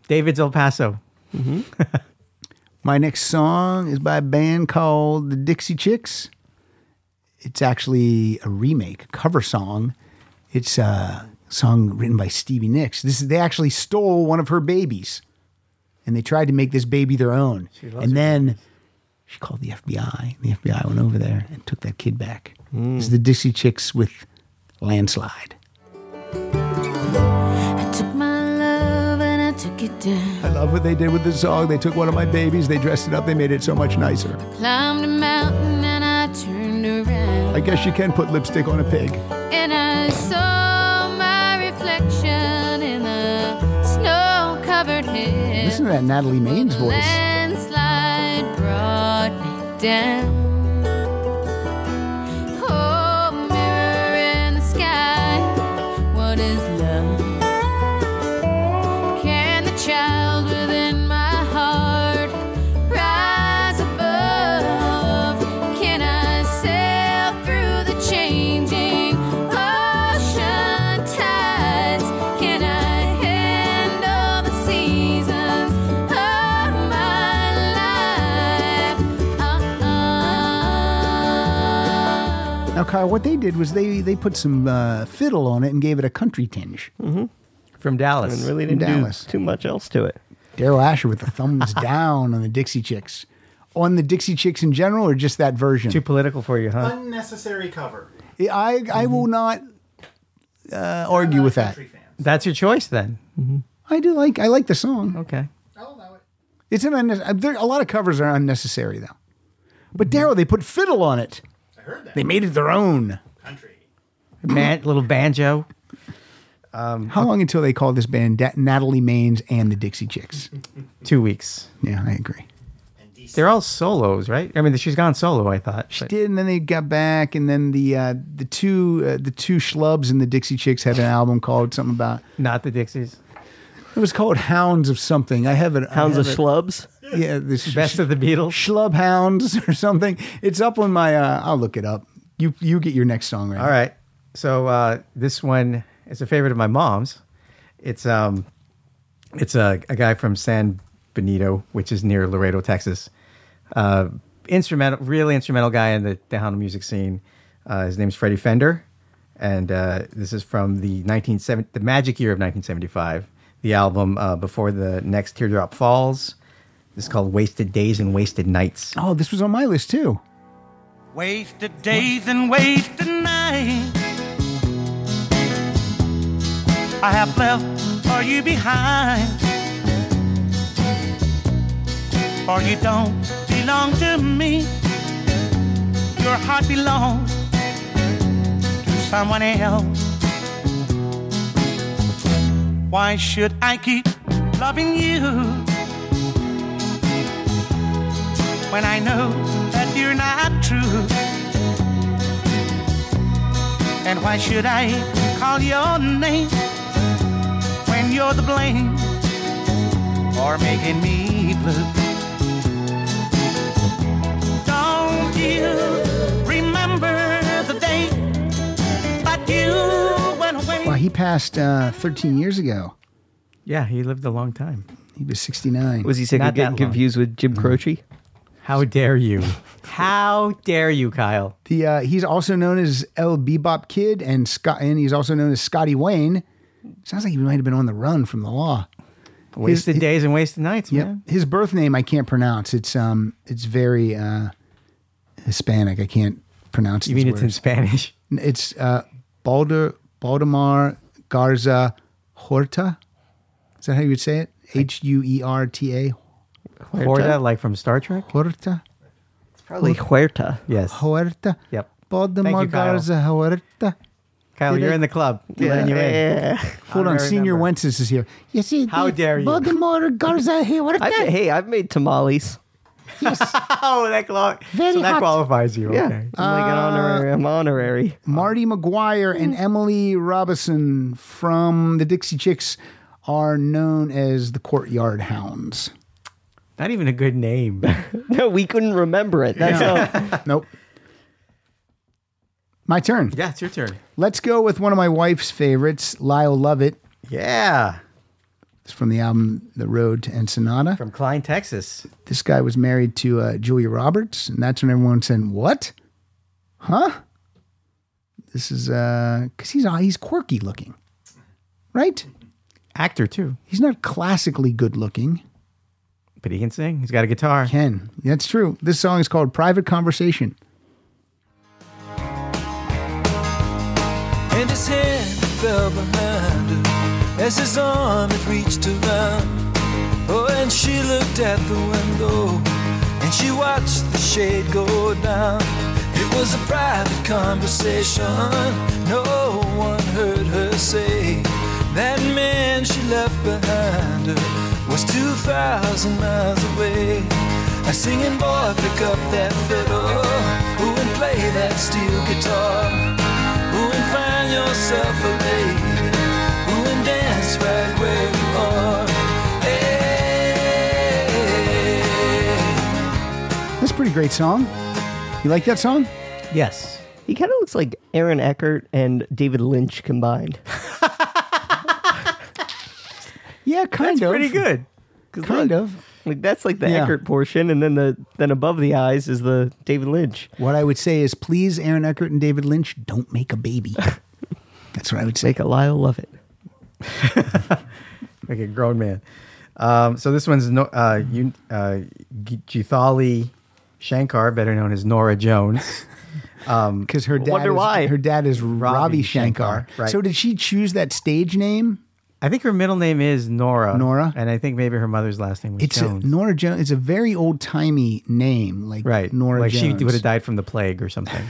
S4: David's El Paso.
S2: My next song is by a band called the Dixie Chicks. It's actually a remake, a cover song. It's a song written by Stevie Nicks. This is, they actually stole one of her babies. and they tried to make this baby their own.
S4: She loves
S2: And then she called the FBI. The FBI went over there and took that kid back. It's the Dixie Chicks with Landslide.
S18: I took my love and I took it down.
S2: I love what they did with this song. They took one of my babies, they dressed it up, they made it so much nicer.
S18: Climbed a mountain and I turned around.
S2: I guess you can put lipstick on a pig.
S18: And I saw my reflection in the snow covered hill.
S2: Listen to that Natalie Maines voice.
S18: Landslide brought me down. Oh, mirror in the sky, what is love? Can the child within my heart rise above? Can I sail through the changing ocean tides? Can I handle the seasons of my life? Uh-uh.
S2: Now, Kyle, what they did was they they put some uh, fiddle on it and gave it a country tinge. Mm-hmm.
S4: From Dallas.
S3: And really didn't do
S2: too much else to it. Daryl Asher with the thumbs down on the Dixie Chicks. On the Dixie Chicks in general, or just that version?
S4: Too political for you, huh?
S5: Unnecessary cover.
S2: I, I will not uh, argue with that.
S4: That's your choice then.
S2: I do like I like the song.
S4: Okay.
S2: It's an unne- uh, there, a lot of covers are unnecessary though. But Daryl, they put fiddle on it. I heard that. They made it their own.
S4: Man, little banjo.
S2: Um, How long until they call this band Da- Natalie Maines and the Dixie Chicks?
S4: Two weeks.
S2: Yeah, I agree.
S4: They're all solos, right? I mean, she's gone solo. I thought.
S2: She did, and then they got back, and then the uh, the two uh, the two schlubs and the Dixie Chicks had an album called something about
S4: Not the Dixies.
S2: it was called Hounds of something. I have it.
S4: Hounds of
S2: Schlubs. Yeah, this
S4: Best of the Beatles.
S2: Schlub Hounds or something. It's up on my. Uh, I'll look it up. You you get your next song right.
S4: All right. So uh, this one is a favorite of my mom's. It's um, it's a, a guy from San Benito, which is near Laredo, Texas. Uh, instrumental, really instrumental guy in the down music scene. Uh, his name's Freddie Fender, and uh, this is from the 1970, the magic year of 1975. The album uh, before the next teardrop falls. This is called "Wasted Days and Wasted Nights."
S2: Oh, this was on my list too.
S20: Wasted days and wasted nights. I have left for you behind. For you don't belong to me. Your heart belongs to someone else. Why should I keep loving you? when I know that you're not true? And why should I call your name when you're the blame for making me blue? Don't you remember the day that you went away?
S2: Wow, he passed uh, 13 years ago.
S4: Yeah, he lived a long time.
S2: He was 69.
S3: Was he sick of getting confused with Jim Croce?
S4: How dare you? How dare you, Kyle?
S2: The uh, he's also known as El Bebop Kid and Scott, and he's also known as Scotty Wayne. Sounds like he might have been on the run from the law.
S4: Wasted days and wasted nights,
S2: Yep.
S4: man.
S2: His birth name I can't pronounce. It's um, it's very uh, Hispanic. I can't pronounce.
S4: You
S2: these
S4: mean it's in
S2: words.
S4: Spanish?
S2: N- It's uh, Balder Baldemar Garza Horta. Is that how you would say it? H U E R T A.
S4: Horta, like from Star Trek?
S2: Horta. It's
S4: probably
S3: Huerta.
S4: Yes.
S2: Huerta.
S4: Yep. Thank
S2: Baldemar
S4: you, Kyle.
S2: Garza Huerta.
S4: Kyle,
S2: Did
S4: you're
S2: I-
S4: in the club. We're letting you in.
S2: Hold on, Senior Wences is here. You see,
S4: How dare you?
S2: Voldemort Garza Huerta.
S3: I've, hey, I've made tamales.
S4: oh, that qual-
S2: Very
S4: so that
S2: hot.
S4: qualifies you.
S3: Yeah,
S4: Okay.
S3: I'm like an honorary. I'm honorary.
S2: Marty McGuire and Emily Robison from the Dixie Chicks are known as the Courtyard Hounds.
S4: Not even a good name.
S3: no, we couldn't remember it. That's how.
S2: nope. My turn.
S4: Yeah, it's your turn.
S2: Let's go with one of my wife's favorites, Lyle Lovett.
S4: Yeah.
S2: It's from the album The Road to Ensenada.
S4: From Klein, Texas.
S2: This guy was married to uh, Julia Roberts, and that's when everyone said, "What? Huh?" This is because he's uh, he's quirky looking, right?
S4: Actor too.
S2: He's not classically good looking.
S4: But he can sing. He's got a guitar.
S2: Ken. That's true. This song is called Private Conversation.
S8: and his head fell behind her as his arm had reached around. Oh, and she looked at the window and she watched the shade go down. It was a private conversation, no one heard her say. That man she left behind her was 2,000 miles away. A singing boy, pick up that fiddle, ooh, and play that steel guitar. Ooh, and find yourself a lady. Ooh, and dance right where you are. Hey.
S2: That's a pretty great song. You like that song?
S4: Yes.
S3: He kind of looks like Aaron Eckert and David Lynch combined.
S2: yeah, kind
S3: of. Pretty
S4: good.
S2: Kind of.
S3: Like that's like the
S2: Yeah.
S3: Eckert portion, and then the then above the eyes is the David Lynch.
S2: What I would say is please, Aaron Eckert and David Lynch, don't make a baby. That's what I would say.
S3: Make a Lyle love it.
S4: like a grown man. Um, so this one's no, uh, you, uh, G- Jithali Shankar, better known as Nora Jones.
S2: Because her dad is, her dad is Ravi,
S4: Shankar,
S2: Shankar.
S4: right.
S2: So did she choose that stage name?
S4: I think her middle name is Nora.
S2: Nora?
S4: and I think maybe her mother's last name was
S2: It's uh, a,
S4: Jones.
S2: Nora Jones. It's a very old timey name, like
S4: right,
S2: Nora
S4: like
S2: Jones.
S4: she would have died from the plague or something.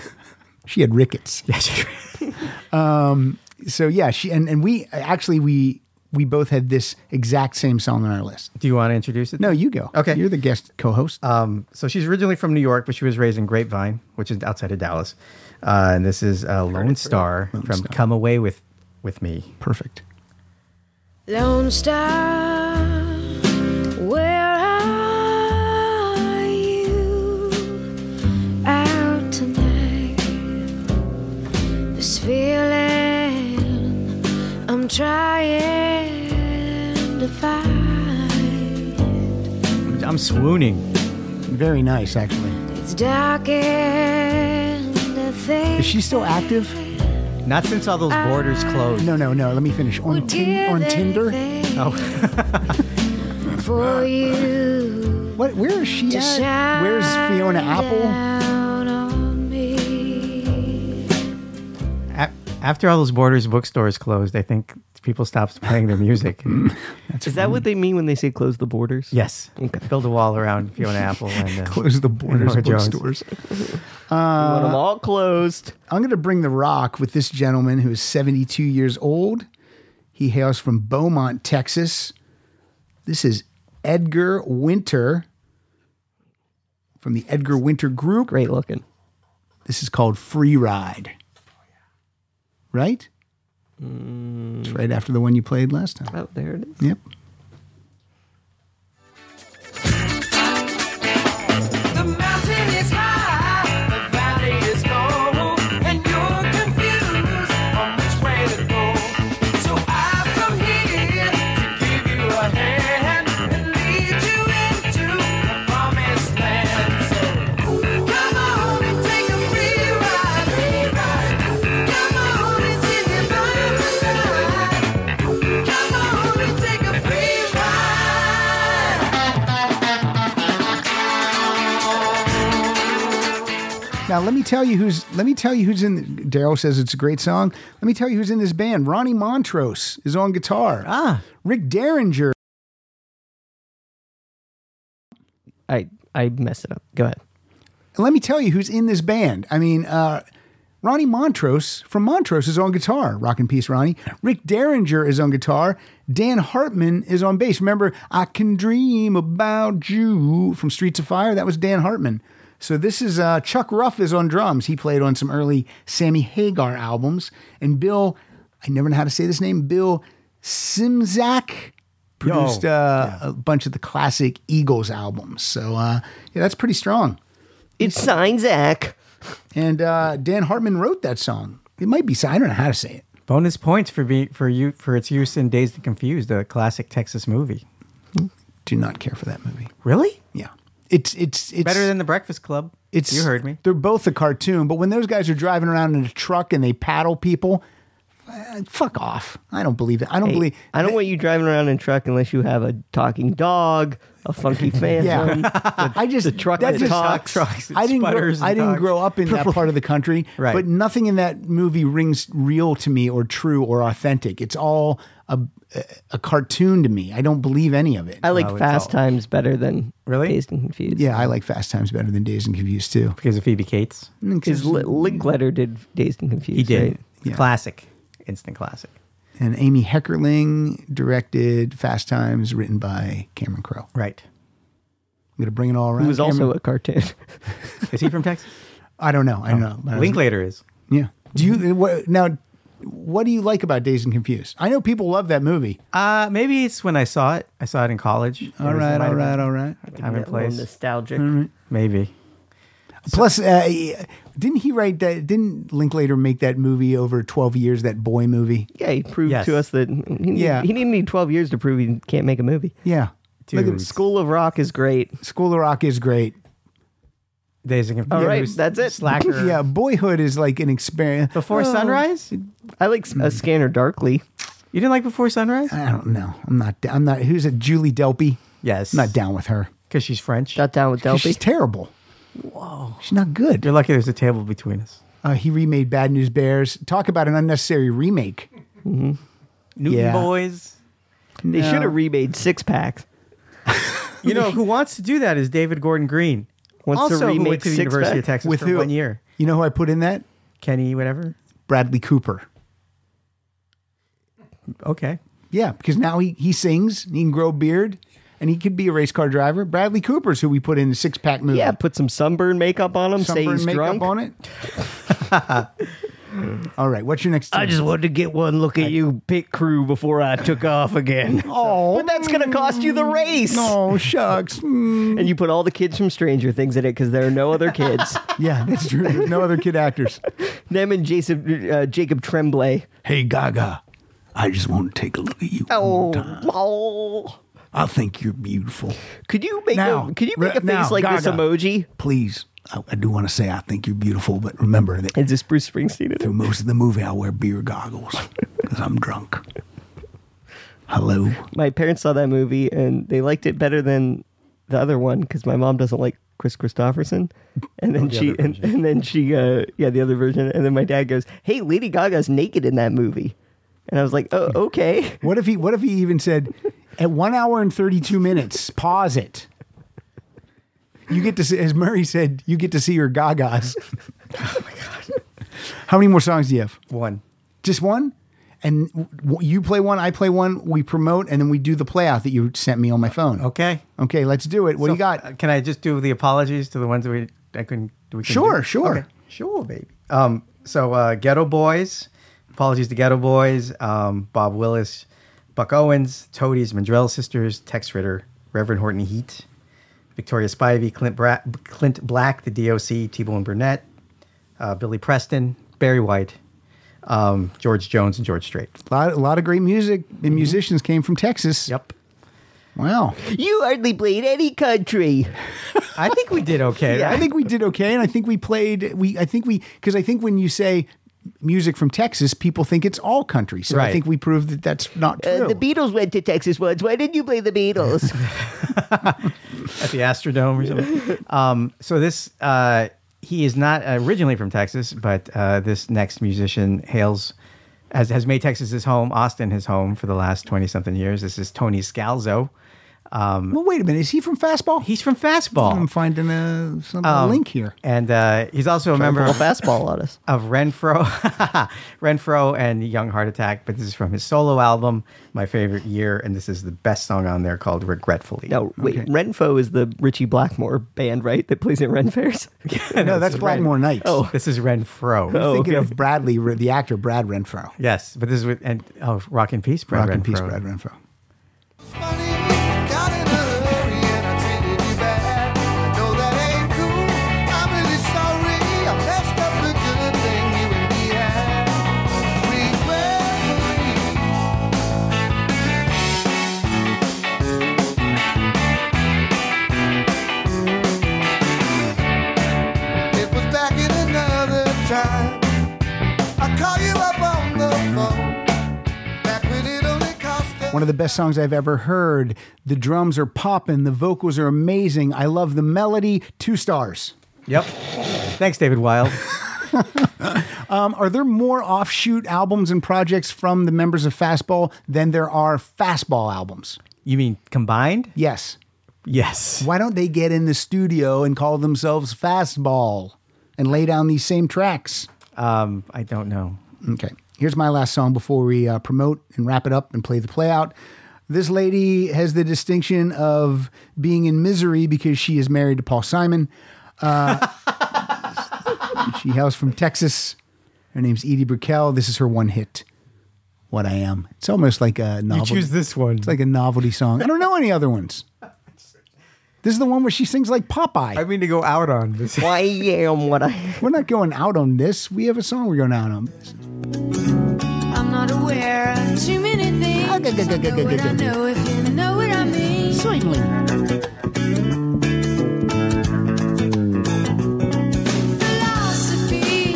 S2: She had rickets.
S4: Yeah, she-
S2: um, so yeah, she and, and we actually we we both had this exact same song on our list.
S4: Do you want to introduce it?
S2: No, you go.
S4: Okay.
S2: you're the guest co-host.
S4: Um, so she's originally from New York, but she was raised in Grapevine, which is outside of Dallas. Uh, and this is uh, Lone Star from "Come Away with with Me."
S2: Perfect.
S6: Lone Star, where are you? Out tonight. This feeling I'm trying to find.
S4: I'm swooning.
S2: Very nice, actually.
S6: It's dark and I
S2: Is
S6: think
S2: she still active?
S4: Not since all those borders closed.
S2: No, no, no. Let me finish. On, tin, on Tinder.
S4: Oh.
S6: for you.
S2: What? Where is she
S6: to
S2: at? Where's Fiona Apple?
S6: down on me.
S4: A- after all those borders bookstores closed, I think people stopped playing their music.
S3: is that what they mean when they say close the borders?
S4: yes, build a wall around Fiona Apple and uh,
S2: Close the
S4: and
S2: borders
S4: Nora Jones.
S2: bookstores.
S3: want 'em
S2: all closed. I'm going to bring the rock with this gentleman who is 72 years old. He hails from Beaumont, Texas. This is Edgar Winter from the Edgar Winter Group.
S3: Great looking.
S2: This is called Free Ride. Right? It's right after the one you played last time.
S3: Oh, there it is.
S2: Yep.
S8: The mountain is high, the valley is low, and you're confused on which way to go. So I've come here to give you a hand and lead you into the promised land. So come on and take a free ride, free ride. Come on and sit here by my side. Come on and take a free ride.
S2: Now let me tell you who's let me tell you who's in Daryl says it's a great song. Let me tell you who's in this band. Ronnie Montrose is on guitar.
S4: Ah.
S2: Rick Derringer.
S3: I I messed it up. Go ahead.
S2: And let me tell you who's in this band. I mean, uh, Ronnie Montrose from Montrose is on guitar. Rock and peace, Ronnie. Rick Derringer is on guitar. Dan Hartman is on bass. Remember, I can dream about you from Streets of Fire. That was Dan Hartman. So this is uh, Chuck Ruff is on drums. He played on some early Sammy Hagar albums. And Bill, I never know how to say this name. Bill Simzak produced uh, a bunch of the classic Eagles albums. So uh, yeah, that's pretty strong.
S3: It's Sign Zach.
S2: And uh, Dan Hartman wrote that song. It might be, I don't know how to say it.
S4: Bonus points for be, for you for its use in Dazed and Confused, a classic Texas movie.
S2: Do not care for that movie.
S4: Really?
S2: Yeah. It's, it's, it's
S4: Better than The Breakfast Club.
S2: it's,
S4: you heard me.
S2: They're both a cartoon, but when those guys are driving around in a truck and they paddle people, Uh, fuck off. I don't believe it. I don't
S3: Hey,
S2: believe.
S3: I don't want you driving around in a truck unless you have a talking dog, a funky phantom.
S2: I just
S3: the truck
S2: that
S3: that
S2: just-
S3: talks.
S2: I didn't. Grow, I didn't grow up in that part of the country,
S3: Right.
S2: But nothing in that movie rings real to me, or true, or authentic. It's all a a cartoon to me. I don't believe any of it.
S3: I like Fast Times better than really Dazed and Confused.
S2: Yeah, I like Fast Times better than Days and Confused too,
S4: because of Phoebe Cates.
S3: Because Li- Linkletter did Dazed and Confused.
S4: He did.
S3: right?
S4: Classic. Instant classic.
S2: And Amy Heckerling directed Fast Times, written by Cameron Crowe.
S4: Right.
S2: I'm gonna bring it all around.
S3: Who was also
S2: Cameron.
S3: a cartoon.
S4: Is he from Texas?
S2: I don't know. I don't know. I was-
S4: Linklater is.
S2: Yeah. Do you what, now? What do you like about Days and Confused? I know people love that movie.
S4: Uh, maybe it's when I saw it. I saw it in college.
S2: All right, all right, all right.
S4: Time and place.
S3: nostalgic.
S4: Maybe.
S2: Plus, uh, didn't he write that? Didn't Linklater make that movie over twelve years? That boy movie.
S3: Yeah, he proved
S2: Yes.
S3: to us that he,
S2: Yeah.
S3: yeah. he didn't need 12 years to prove he can't make a movie.
S2: Yeah. Look at-
S3: Look at School of Rock is great.
S2: School of Rock is great.
S4: Days and
S3: All
S4: Confused.
S3: right, that's it.
S4: Slacker.
S2: yeah, Boyhood is like an experience.
S4: Before
S2: Oh.
S4: Sunrise?
S3: I like
S2: Hmm.
S3: S- a Scanner Darkly.
S4: You didn't like Before Sunrise?
S2: I don't know. I'm not. I'm not. Who's it? Julie Delpy.
S4: Yes.
S2: I'm not down with her.
S4: Because she's French.
S3: Shut down with Delpy.
S2: She's terrible. Whoa. She's not good.
S4: You're lucky there's a table between us.
S2: Uh, he remade Bad News Bears. Talk about an unnecessary remake. Mm-hmm.
S4: Newton
S2: Yeah.
S4: Boys.
S3: They
S4: No.
S3: should have remade Six Pack.
S4: You know who wants to do that is David Gordon Green.
S3: Wants to
S4: also, who
S3: remake
S4: went to the
S3: Six
S4: University of
S3: Pack.
S4: Texas
S2: With
S4: for
S2: who?
S4: one year.
S2: You know who I put in that?
S4: Kenny, whatever.
S2: Bradley Cooper.
S4: Okay.
S2: Yeah, because now he, he sings, and he can grow a beard, and he could be a race car driver. Bradley Cooper's who we put in the six pack movie.
S3: Yeah, put some sunburn makeup on him, say
S2: Sunburn
S3: he's
S2: makeup
S3: drunk.
S2: on it. All right, what's your next?
S3: I just wanted to get one look at you, pit crew, before I took off again.
S2: Oh,
S3: but that's gonna cost you the race.
S2: No shucks. Mm.
S3: And you put all the kids from Stranger Things in it because there are no other kids.
S2: yeah, that's true. There's no other kid actors.
S3: Them and Jason, uh, Jacob Tremblay.
S15: Hey, Gaga, I just want to take a look at you.
S3: Oh, oh.
S15: I think you're beautiful.
S3: could you make
S15: Now,
S3: a could you make
S15: re-
S3: a face
S15: now,
S3: like this
S15: Gaga.
S3: emoji?
S15: Please, I, I do want to say I think you're beautiful, but remember that.
S3: Is this Bruce Springsteen?
S15: Through most of the movie, I wear beer goggles because I'm drunk. Hello.
S3: My parents saw that movie and they liked it better than the other one because my mom doesn't like Chris Christopherson. And
S15: Oh,
S3: then
S4: the
S3: she
S4: other
S3: and, and then she uh, yeah the other version. And then my dad goes, "Hey, Lady Gaga's naked in that movie," and I was like, "Oh, okay."
S2: What if he? What if he even said, at one hour and thirty two minutes, pause it. You get to see, as Murray said, you get to see your Gagas. oh my god! How many more songs do you have?
S4: One.
S2: Just one. And w- w- you play one, I play one. We promote, and then we do the playout that you sent me on my phone.
S4: Okay.
S2: Okay, let's do it. What do you got?
S4: uh, Can I just do the apologies to the ones that we I couldn't we couldn't
S2: Sure,
S4: do?
S2: sure.
S4: Okay. Sure, baby. Um so uh Ghetto Boys, apologies to Ghetto Boys, um Bob Willis, Buck Owens, Toadies, Mandrell Sisters, Tex Ritter, Reverend Horton Heat, Victoria Spivey, Clint Bra- Clint Black, the DOC, T-Bone Burnett, uh, Billy Preston, Barry White, um, George Jones and George Strait.
S2: A lot, a lot of great music and musicians came from Texas.
S4: Mm-hmm. Yep.
S2: Wow.
S3: You hardly played any country.
S4: I think we did okay.
S2: I think we did okay, and I think we played. We I think we because I think when you say music from Texas, people think it's all country. So I
S3: Right.
S2: think we proved that that's not true.
S3: Uh, the Beatles went to Texas once. Why didn't you play the Beatles?
S4: at the Astrodome or something. Um, so this uh, he is not originally from Texas, but uh, this next musician hails has has made Texas his home, Austin his home for the last twenty something years. This is Tony Scalzo. Um,
S2: well, wait a minute. Is he from Fastball?
S4: He's from Fastball.
S2: I'm finding a, some, a
S4: Um,
S2: link here.
S4: and uh, he's also a member
S3: pull
S4: of
S3: a fastball at us.
S4: of Renfro, Renfro and Young Heart Attack. But this is from his solo album, my favorite year, and this is the best song on there called "Regretfully."
S3: No, wait. Renfo is the Richie Blackmore band, right? That plays at Ren Fairs.
S2: No, that's Blackmore Night.
S4: Oh, this is Renfro.
S3: Oh,
S2: I'm thinking of Bradley, Re- the actor Brad Renfro.
S4: Yes, but this is with and oh, rock in peace, Brad
S2: Rock in
S4: Renfro.
S2: peace, Brad Renfro.
S8: Got in a hurry and I treated you bad. I know that ain't cool. I'm really sorry. I messed up the good thing you and me had. Regretfully. It was back in another time. I call you up on wonderful. Back when it only cost a
S2: One of the best songs I've ever heard. The drums are popping, the vocals are amazing. I love the melody. Two stars.
S4: Yep. Thanks, David Wild.
S2: um, are there more offshoot albums and projects from the members of Fastball than there are Fastball albums?
S4: You mean combined?
S2: Yes.
S4: Yes.
S2: Why don't they get in the studio and call themselves Fastball and lay down these same tracks?
S4: Um, I don't know.
S2: Okay. Here's my last song before we uh, promote and wrap it up and play the play out. This lady has the distinction of being in misery because she is married to Paul Simon. Uh, she hails from Texas. Her name's Edie Brickell. This is her one hit, What I Am. It's almost like a novelty.
S4: choose this one.
S2: It's like a novelty song. I don't know any other ones. This is the one where she sings like Popeye. I
S4: mean to go out on this.
S2: Why am what I We're not going out on this. We have a song we're going out on.
S6: I'm not aware of too many things. I know what I know if you know what I mean.
S2: Certainly.
S6: Philosophy.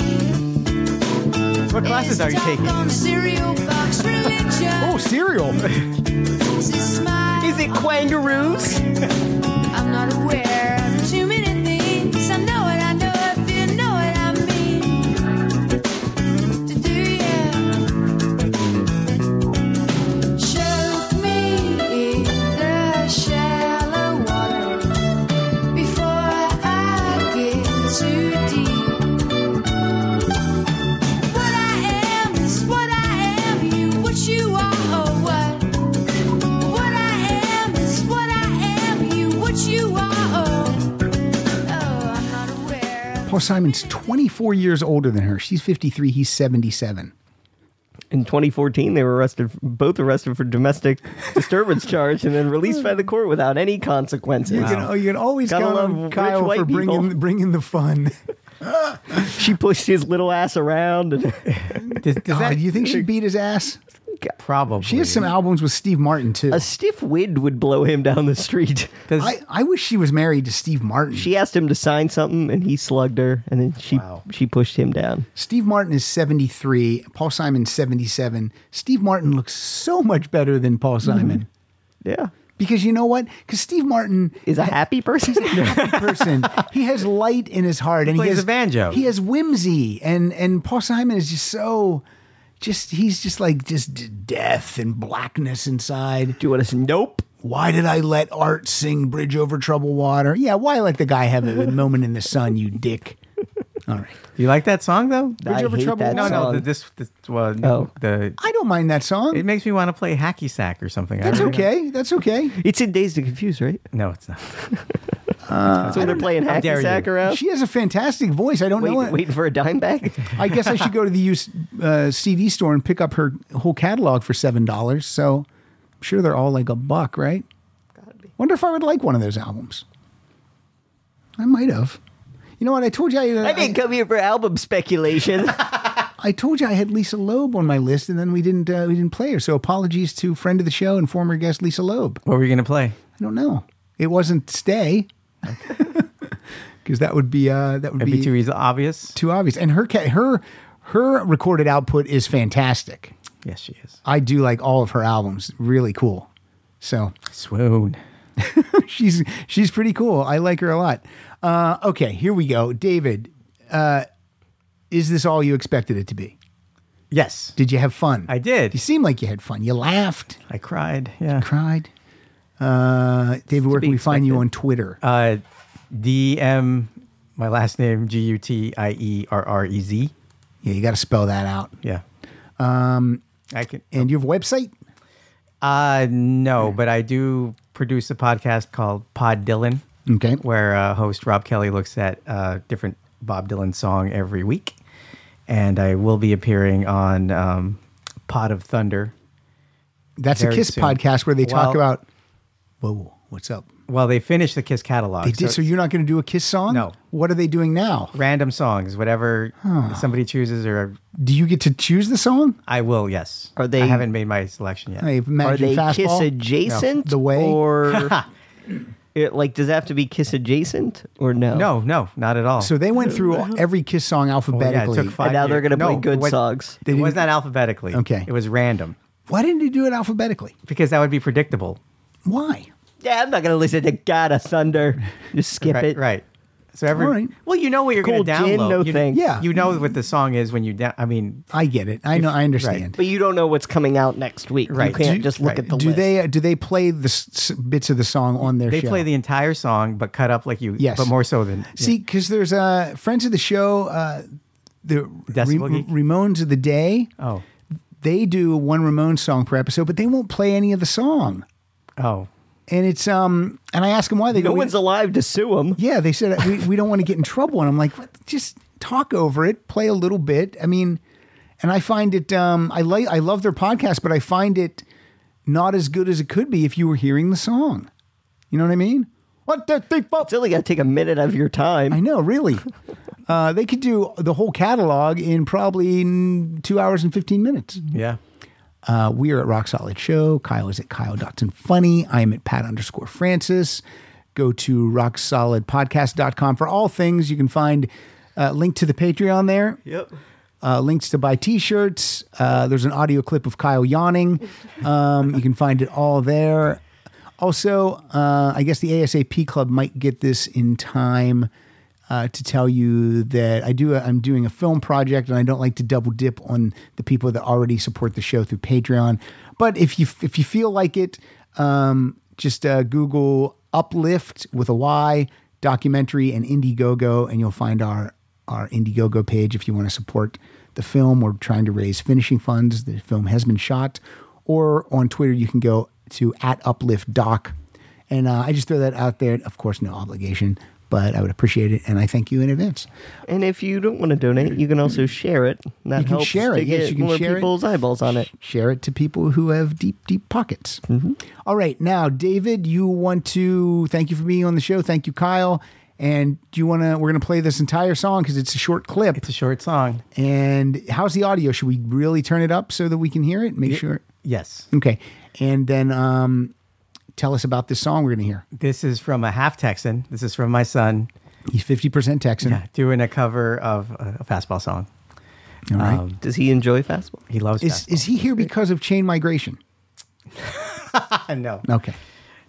S4: What classes are you taking?
S6: On a cereal box religion.
S2: Oh, cereal.
S6: Is it smile? Is it
S4: kangaroos?
S6: I'm not aware of too many things. I know what I know if you know what I mean. To do yeah. Choke me in the shallow water before I get too deep. What I am is what I am. You what you are or what? What I am is what I am. You what you are. Oh, oh I'm not aware.
S2: Paul Simon's 24 years older than her. She's 53. He's 77.
S3: In 2014, they were arrested, both arrested for domestic disturbance charge, and then released by the court without any consequences.
S2: You, can, oh, you can always
S3: Gotta
S2: count
S3: love
S2: on
S3: rich
S2: Kyle
S3: white
S2: for bringing,
S3: people.
S2: bringing the fun.
S3: she pushed his little ass around. And
S4: does,
S2: do you think she beat his ass?
S4: Probably.
S2: She has some albums with Steve Martin, too.
S3: A stiff wind would blow him down the street.
S2: I, I wish she was married to Steve Martin.
S3: She asked him to sign something, and he slugged her, and then she she pushed him down.
S2: Steve Martin is 73. Paul Simon's 77. Steve Martin looks so much better than Paul Simon.
S3: Yeah.
S2: Because you know what? Because Steve Martin
S3: is a happy person. He's a
S2: happy person. he has light in his heart, and he
S4: plays the
S2: has
S4: banjo.
S2: He has whimsy, and and Paul Simon is just so, just he's just like just d- death and blackness inside.
S3: Do you want to say nope?
S2: Why did I let Art sing "Bridge Over Troubled Water"? Yeah, why let the guy have a moment in the sun? You dick. All right.
S4: You like that song though?
S2: Bridge I Over hate Troubled that
S4: No, no.
S2: Water.
S4: The, this, this, well,
S2: Oh.
S4: the
S2: I don't mind that song.
S4: it makes me want to play hacky sack or something. I
S2: That's
S4: don't know.
S2: okay. That's okay.
S3: It's in Days to Confuse, right?
S4: No, it's not.
S2: Uh,
S3: So
S2: I
S3: they're
S2: don't-
S3: playing
S2: How
S3: hacky
S2: dare you.
S3: sack around?
S2: She has a fantastic voice. I don't know
S3: Wait,
S2: it.
S3: waiting for a dime bag.
S2: I guess I should go to the used uh, CD store and pick up her whole catalog for seven dollars. So I'm sure they're all like a buck, right? Wonder if I would like one of those albums. I might have. You know what? I told you I, uh,
S3: I didn't come here for album speculation.
S2: I told you I had Lisa Loeb on my list, and then we didn't uh, we didn't play her. So apologies to friend of the show and former guest Lisa Loeb.
S4: What were you gonna play?
S2: I don't know. It wasn't Stay. Because that would be uh, that would
S4: It'd be too e- easy, obvious.
S2: too obvious. And her ca- her her recorded output is fantastic.
S4: Yes, she is.
S2: I do like all of her albums. Really cool. So
S4: swoon.
S2: she's she's pretty cool. I like her a lot. Uh, okay, here we go. David, uh, is this all you expected it to be?
S4: Yes.
S2: Did you have fun?
S4: I did.
S2: You seem like you had fun. You laughed.
S4: I cried. Yeah.
S2: cried. Uh, David, where can we find you on Twitter?
S4: Uh, DM, my last name G U T I E R R E Z.
S2: Yeah, you got to spell that out.
S4: Yeah.
S2: Um,
S4: I can.
S2: And you have a website?
S4: Uh, no, but I do produce a podcast called Pod Dylan.
S2: Okay.
S4: Where uh, host Rob Kelly looks at a different Bob Dylan song every week. And I will be appearing on um, Pod of Thunder.
S2: That's a
S4: very
S2: Kiss
S4: soon.
S2: podcast where they
S4: Well-
S2: talk about. Whoa, what's up?
S4: Well, they finished the Kiss catalog.
S2: They did. So, you're not going to do a Kiss song? No. What are they doing now?
S4: Random songs, whatever
S2: Huh.
S4: somebody chooses, or
S2: Do you get to choose the song?
S4: I will. Yes. Are
S3: they-
S4: I haven't made my selection yet.
S2: I imagine
S3: Are they
S2: fastball.
S3: Kiss adjacent
S2: The way
S3: or It, like, does it have to be kiss adjacent or no?
S4: No, no, not at all.
S2: Oh. So they went through all- every Kiss song alphabetically.
S3: and now they're going to play good songs.
S4: It was not alphabetically.
S2: Okay.
S4: It was random.
S2: Why didn't you do it alphabetically?
S4: Because that would be predictable.
S2: Why?
S3: Yeah, I'm not going to listen to God of Thunder. Just skip
S4: right,
S3: it.
S4: Right. So every
S3: All right.
S4: well, you know what you're
S3: Cool
S4: going to download.
S3: gin, no
S4: you,
S3: thanks.
S4: Yeah, you know what the song is when you. down I mean,
S2: I get it. I know. I understand.
S3: But you don't know what's coming out next week. You can't just look at the
S2: do
S3: list.
S2: they uh, do they play the s- s- bits of the song on their
S4: They
S2: show?
S4: play the entire song, but cut up like you.
S2: Yes.
S4: but more so than
S2: See, because there's uh, friends of the show, uh, the
S4: Decibel Geek?
S2: Ramones of the Day.
S4: Oh,
S2: they do one Ramones song per episode, but they won't play any of the song.
S4: Oh,
S2: and it's um, and I ask them why they
S3: No
S2: go. "We-
S3: one's alive to sue them.
S2: Yeah, they said we, we don't want to get in trouble, and I'm like, what? just talk over it, play a little bit. I mean, and I find it. Um, I like I love their podcast, but I find it not as good as it could be if you were hearing the song. You know what I mean? What the three four? It's
S3: only got to take a minute of your time.
S2: I know, really. uh, they could do the whole catalog in probably mm, two hours and fifteen minutes.
S4: Yeah.
S2: Uh, we are at Rock Solid Show. Kyle is at Kyle Dotson Funny. I am at Pat underscore Francis. Go to rocksolidpodcast.com for all things. You can find a link to the Patreon there.
S3: Yep.
S2: Uh, links to buy t-shirts. Uh, there's an audio clip of Kyle yawning. Um, you can find it all there. Also, uh, I guess the ASAP Club might get this in time uh, to tell you that I do. A, I'm doing a film project, and I don't like to double dip on the people that already support the show through Patreon. But if you if you feel like it, um, just uh, Google Uplift with a Y documentary and Indiegogo, and you'll find our our Indiegogo page if you want to support the film. We're trying to raise finishing funds. The film has been shot. Or on Twitter, you can go to at Uplift Doc. And uh, I just throw that out there. Of course, no obligation, but I would appreciate it. And I thank you in advance.
S3: And if you don't want to donate, you can also share it. That
S2: You can
S3: helps
S2: share it.
S3: to
S2: Yes,
S3: get
S2: you can
S3: more
S2: share it.
S3: people's eyeballs on it. Mm-hmm.
S2: Share it to people who have deep, deep pockets. All right. Now, David, you want to thank you for being on the show. Thank you, Kyle. And do you want to, we're going to play this entire song because it's a short clip. It's
S4: a short song.
S2: And how's the audio? Should we really turn it up so that we can hear it? Make sure.
S4: Yes.
S2: Okay. And then um, tell us about this song we're going to hear.
S4: This is from a half Texan. This is from my son.
S2: He's fifty percent Texan.
S4: Yeah, doing a cover of a a fastball song.
S2: All right.
S4: Um,
S3: Does he enjoy fastball?
S4: He loves
S2: Is, is he here because of chain migration?
S4: fastball. no,
S2: Okay.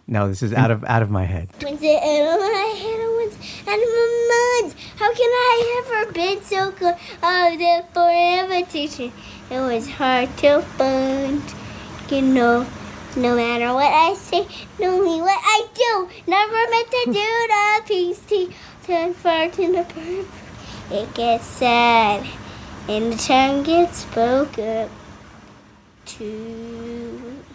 S4: no, this is out of out of my head.
S1: When's it and my head wins and my mind? How can I ever been so good of the forever teaching? It was hard to find, you know. No matter what I say, no me what I do. Never meant to do the peace tea. Turn far to the perfect. It gets sad, and the tongue gets spoken to.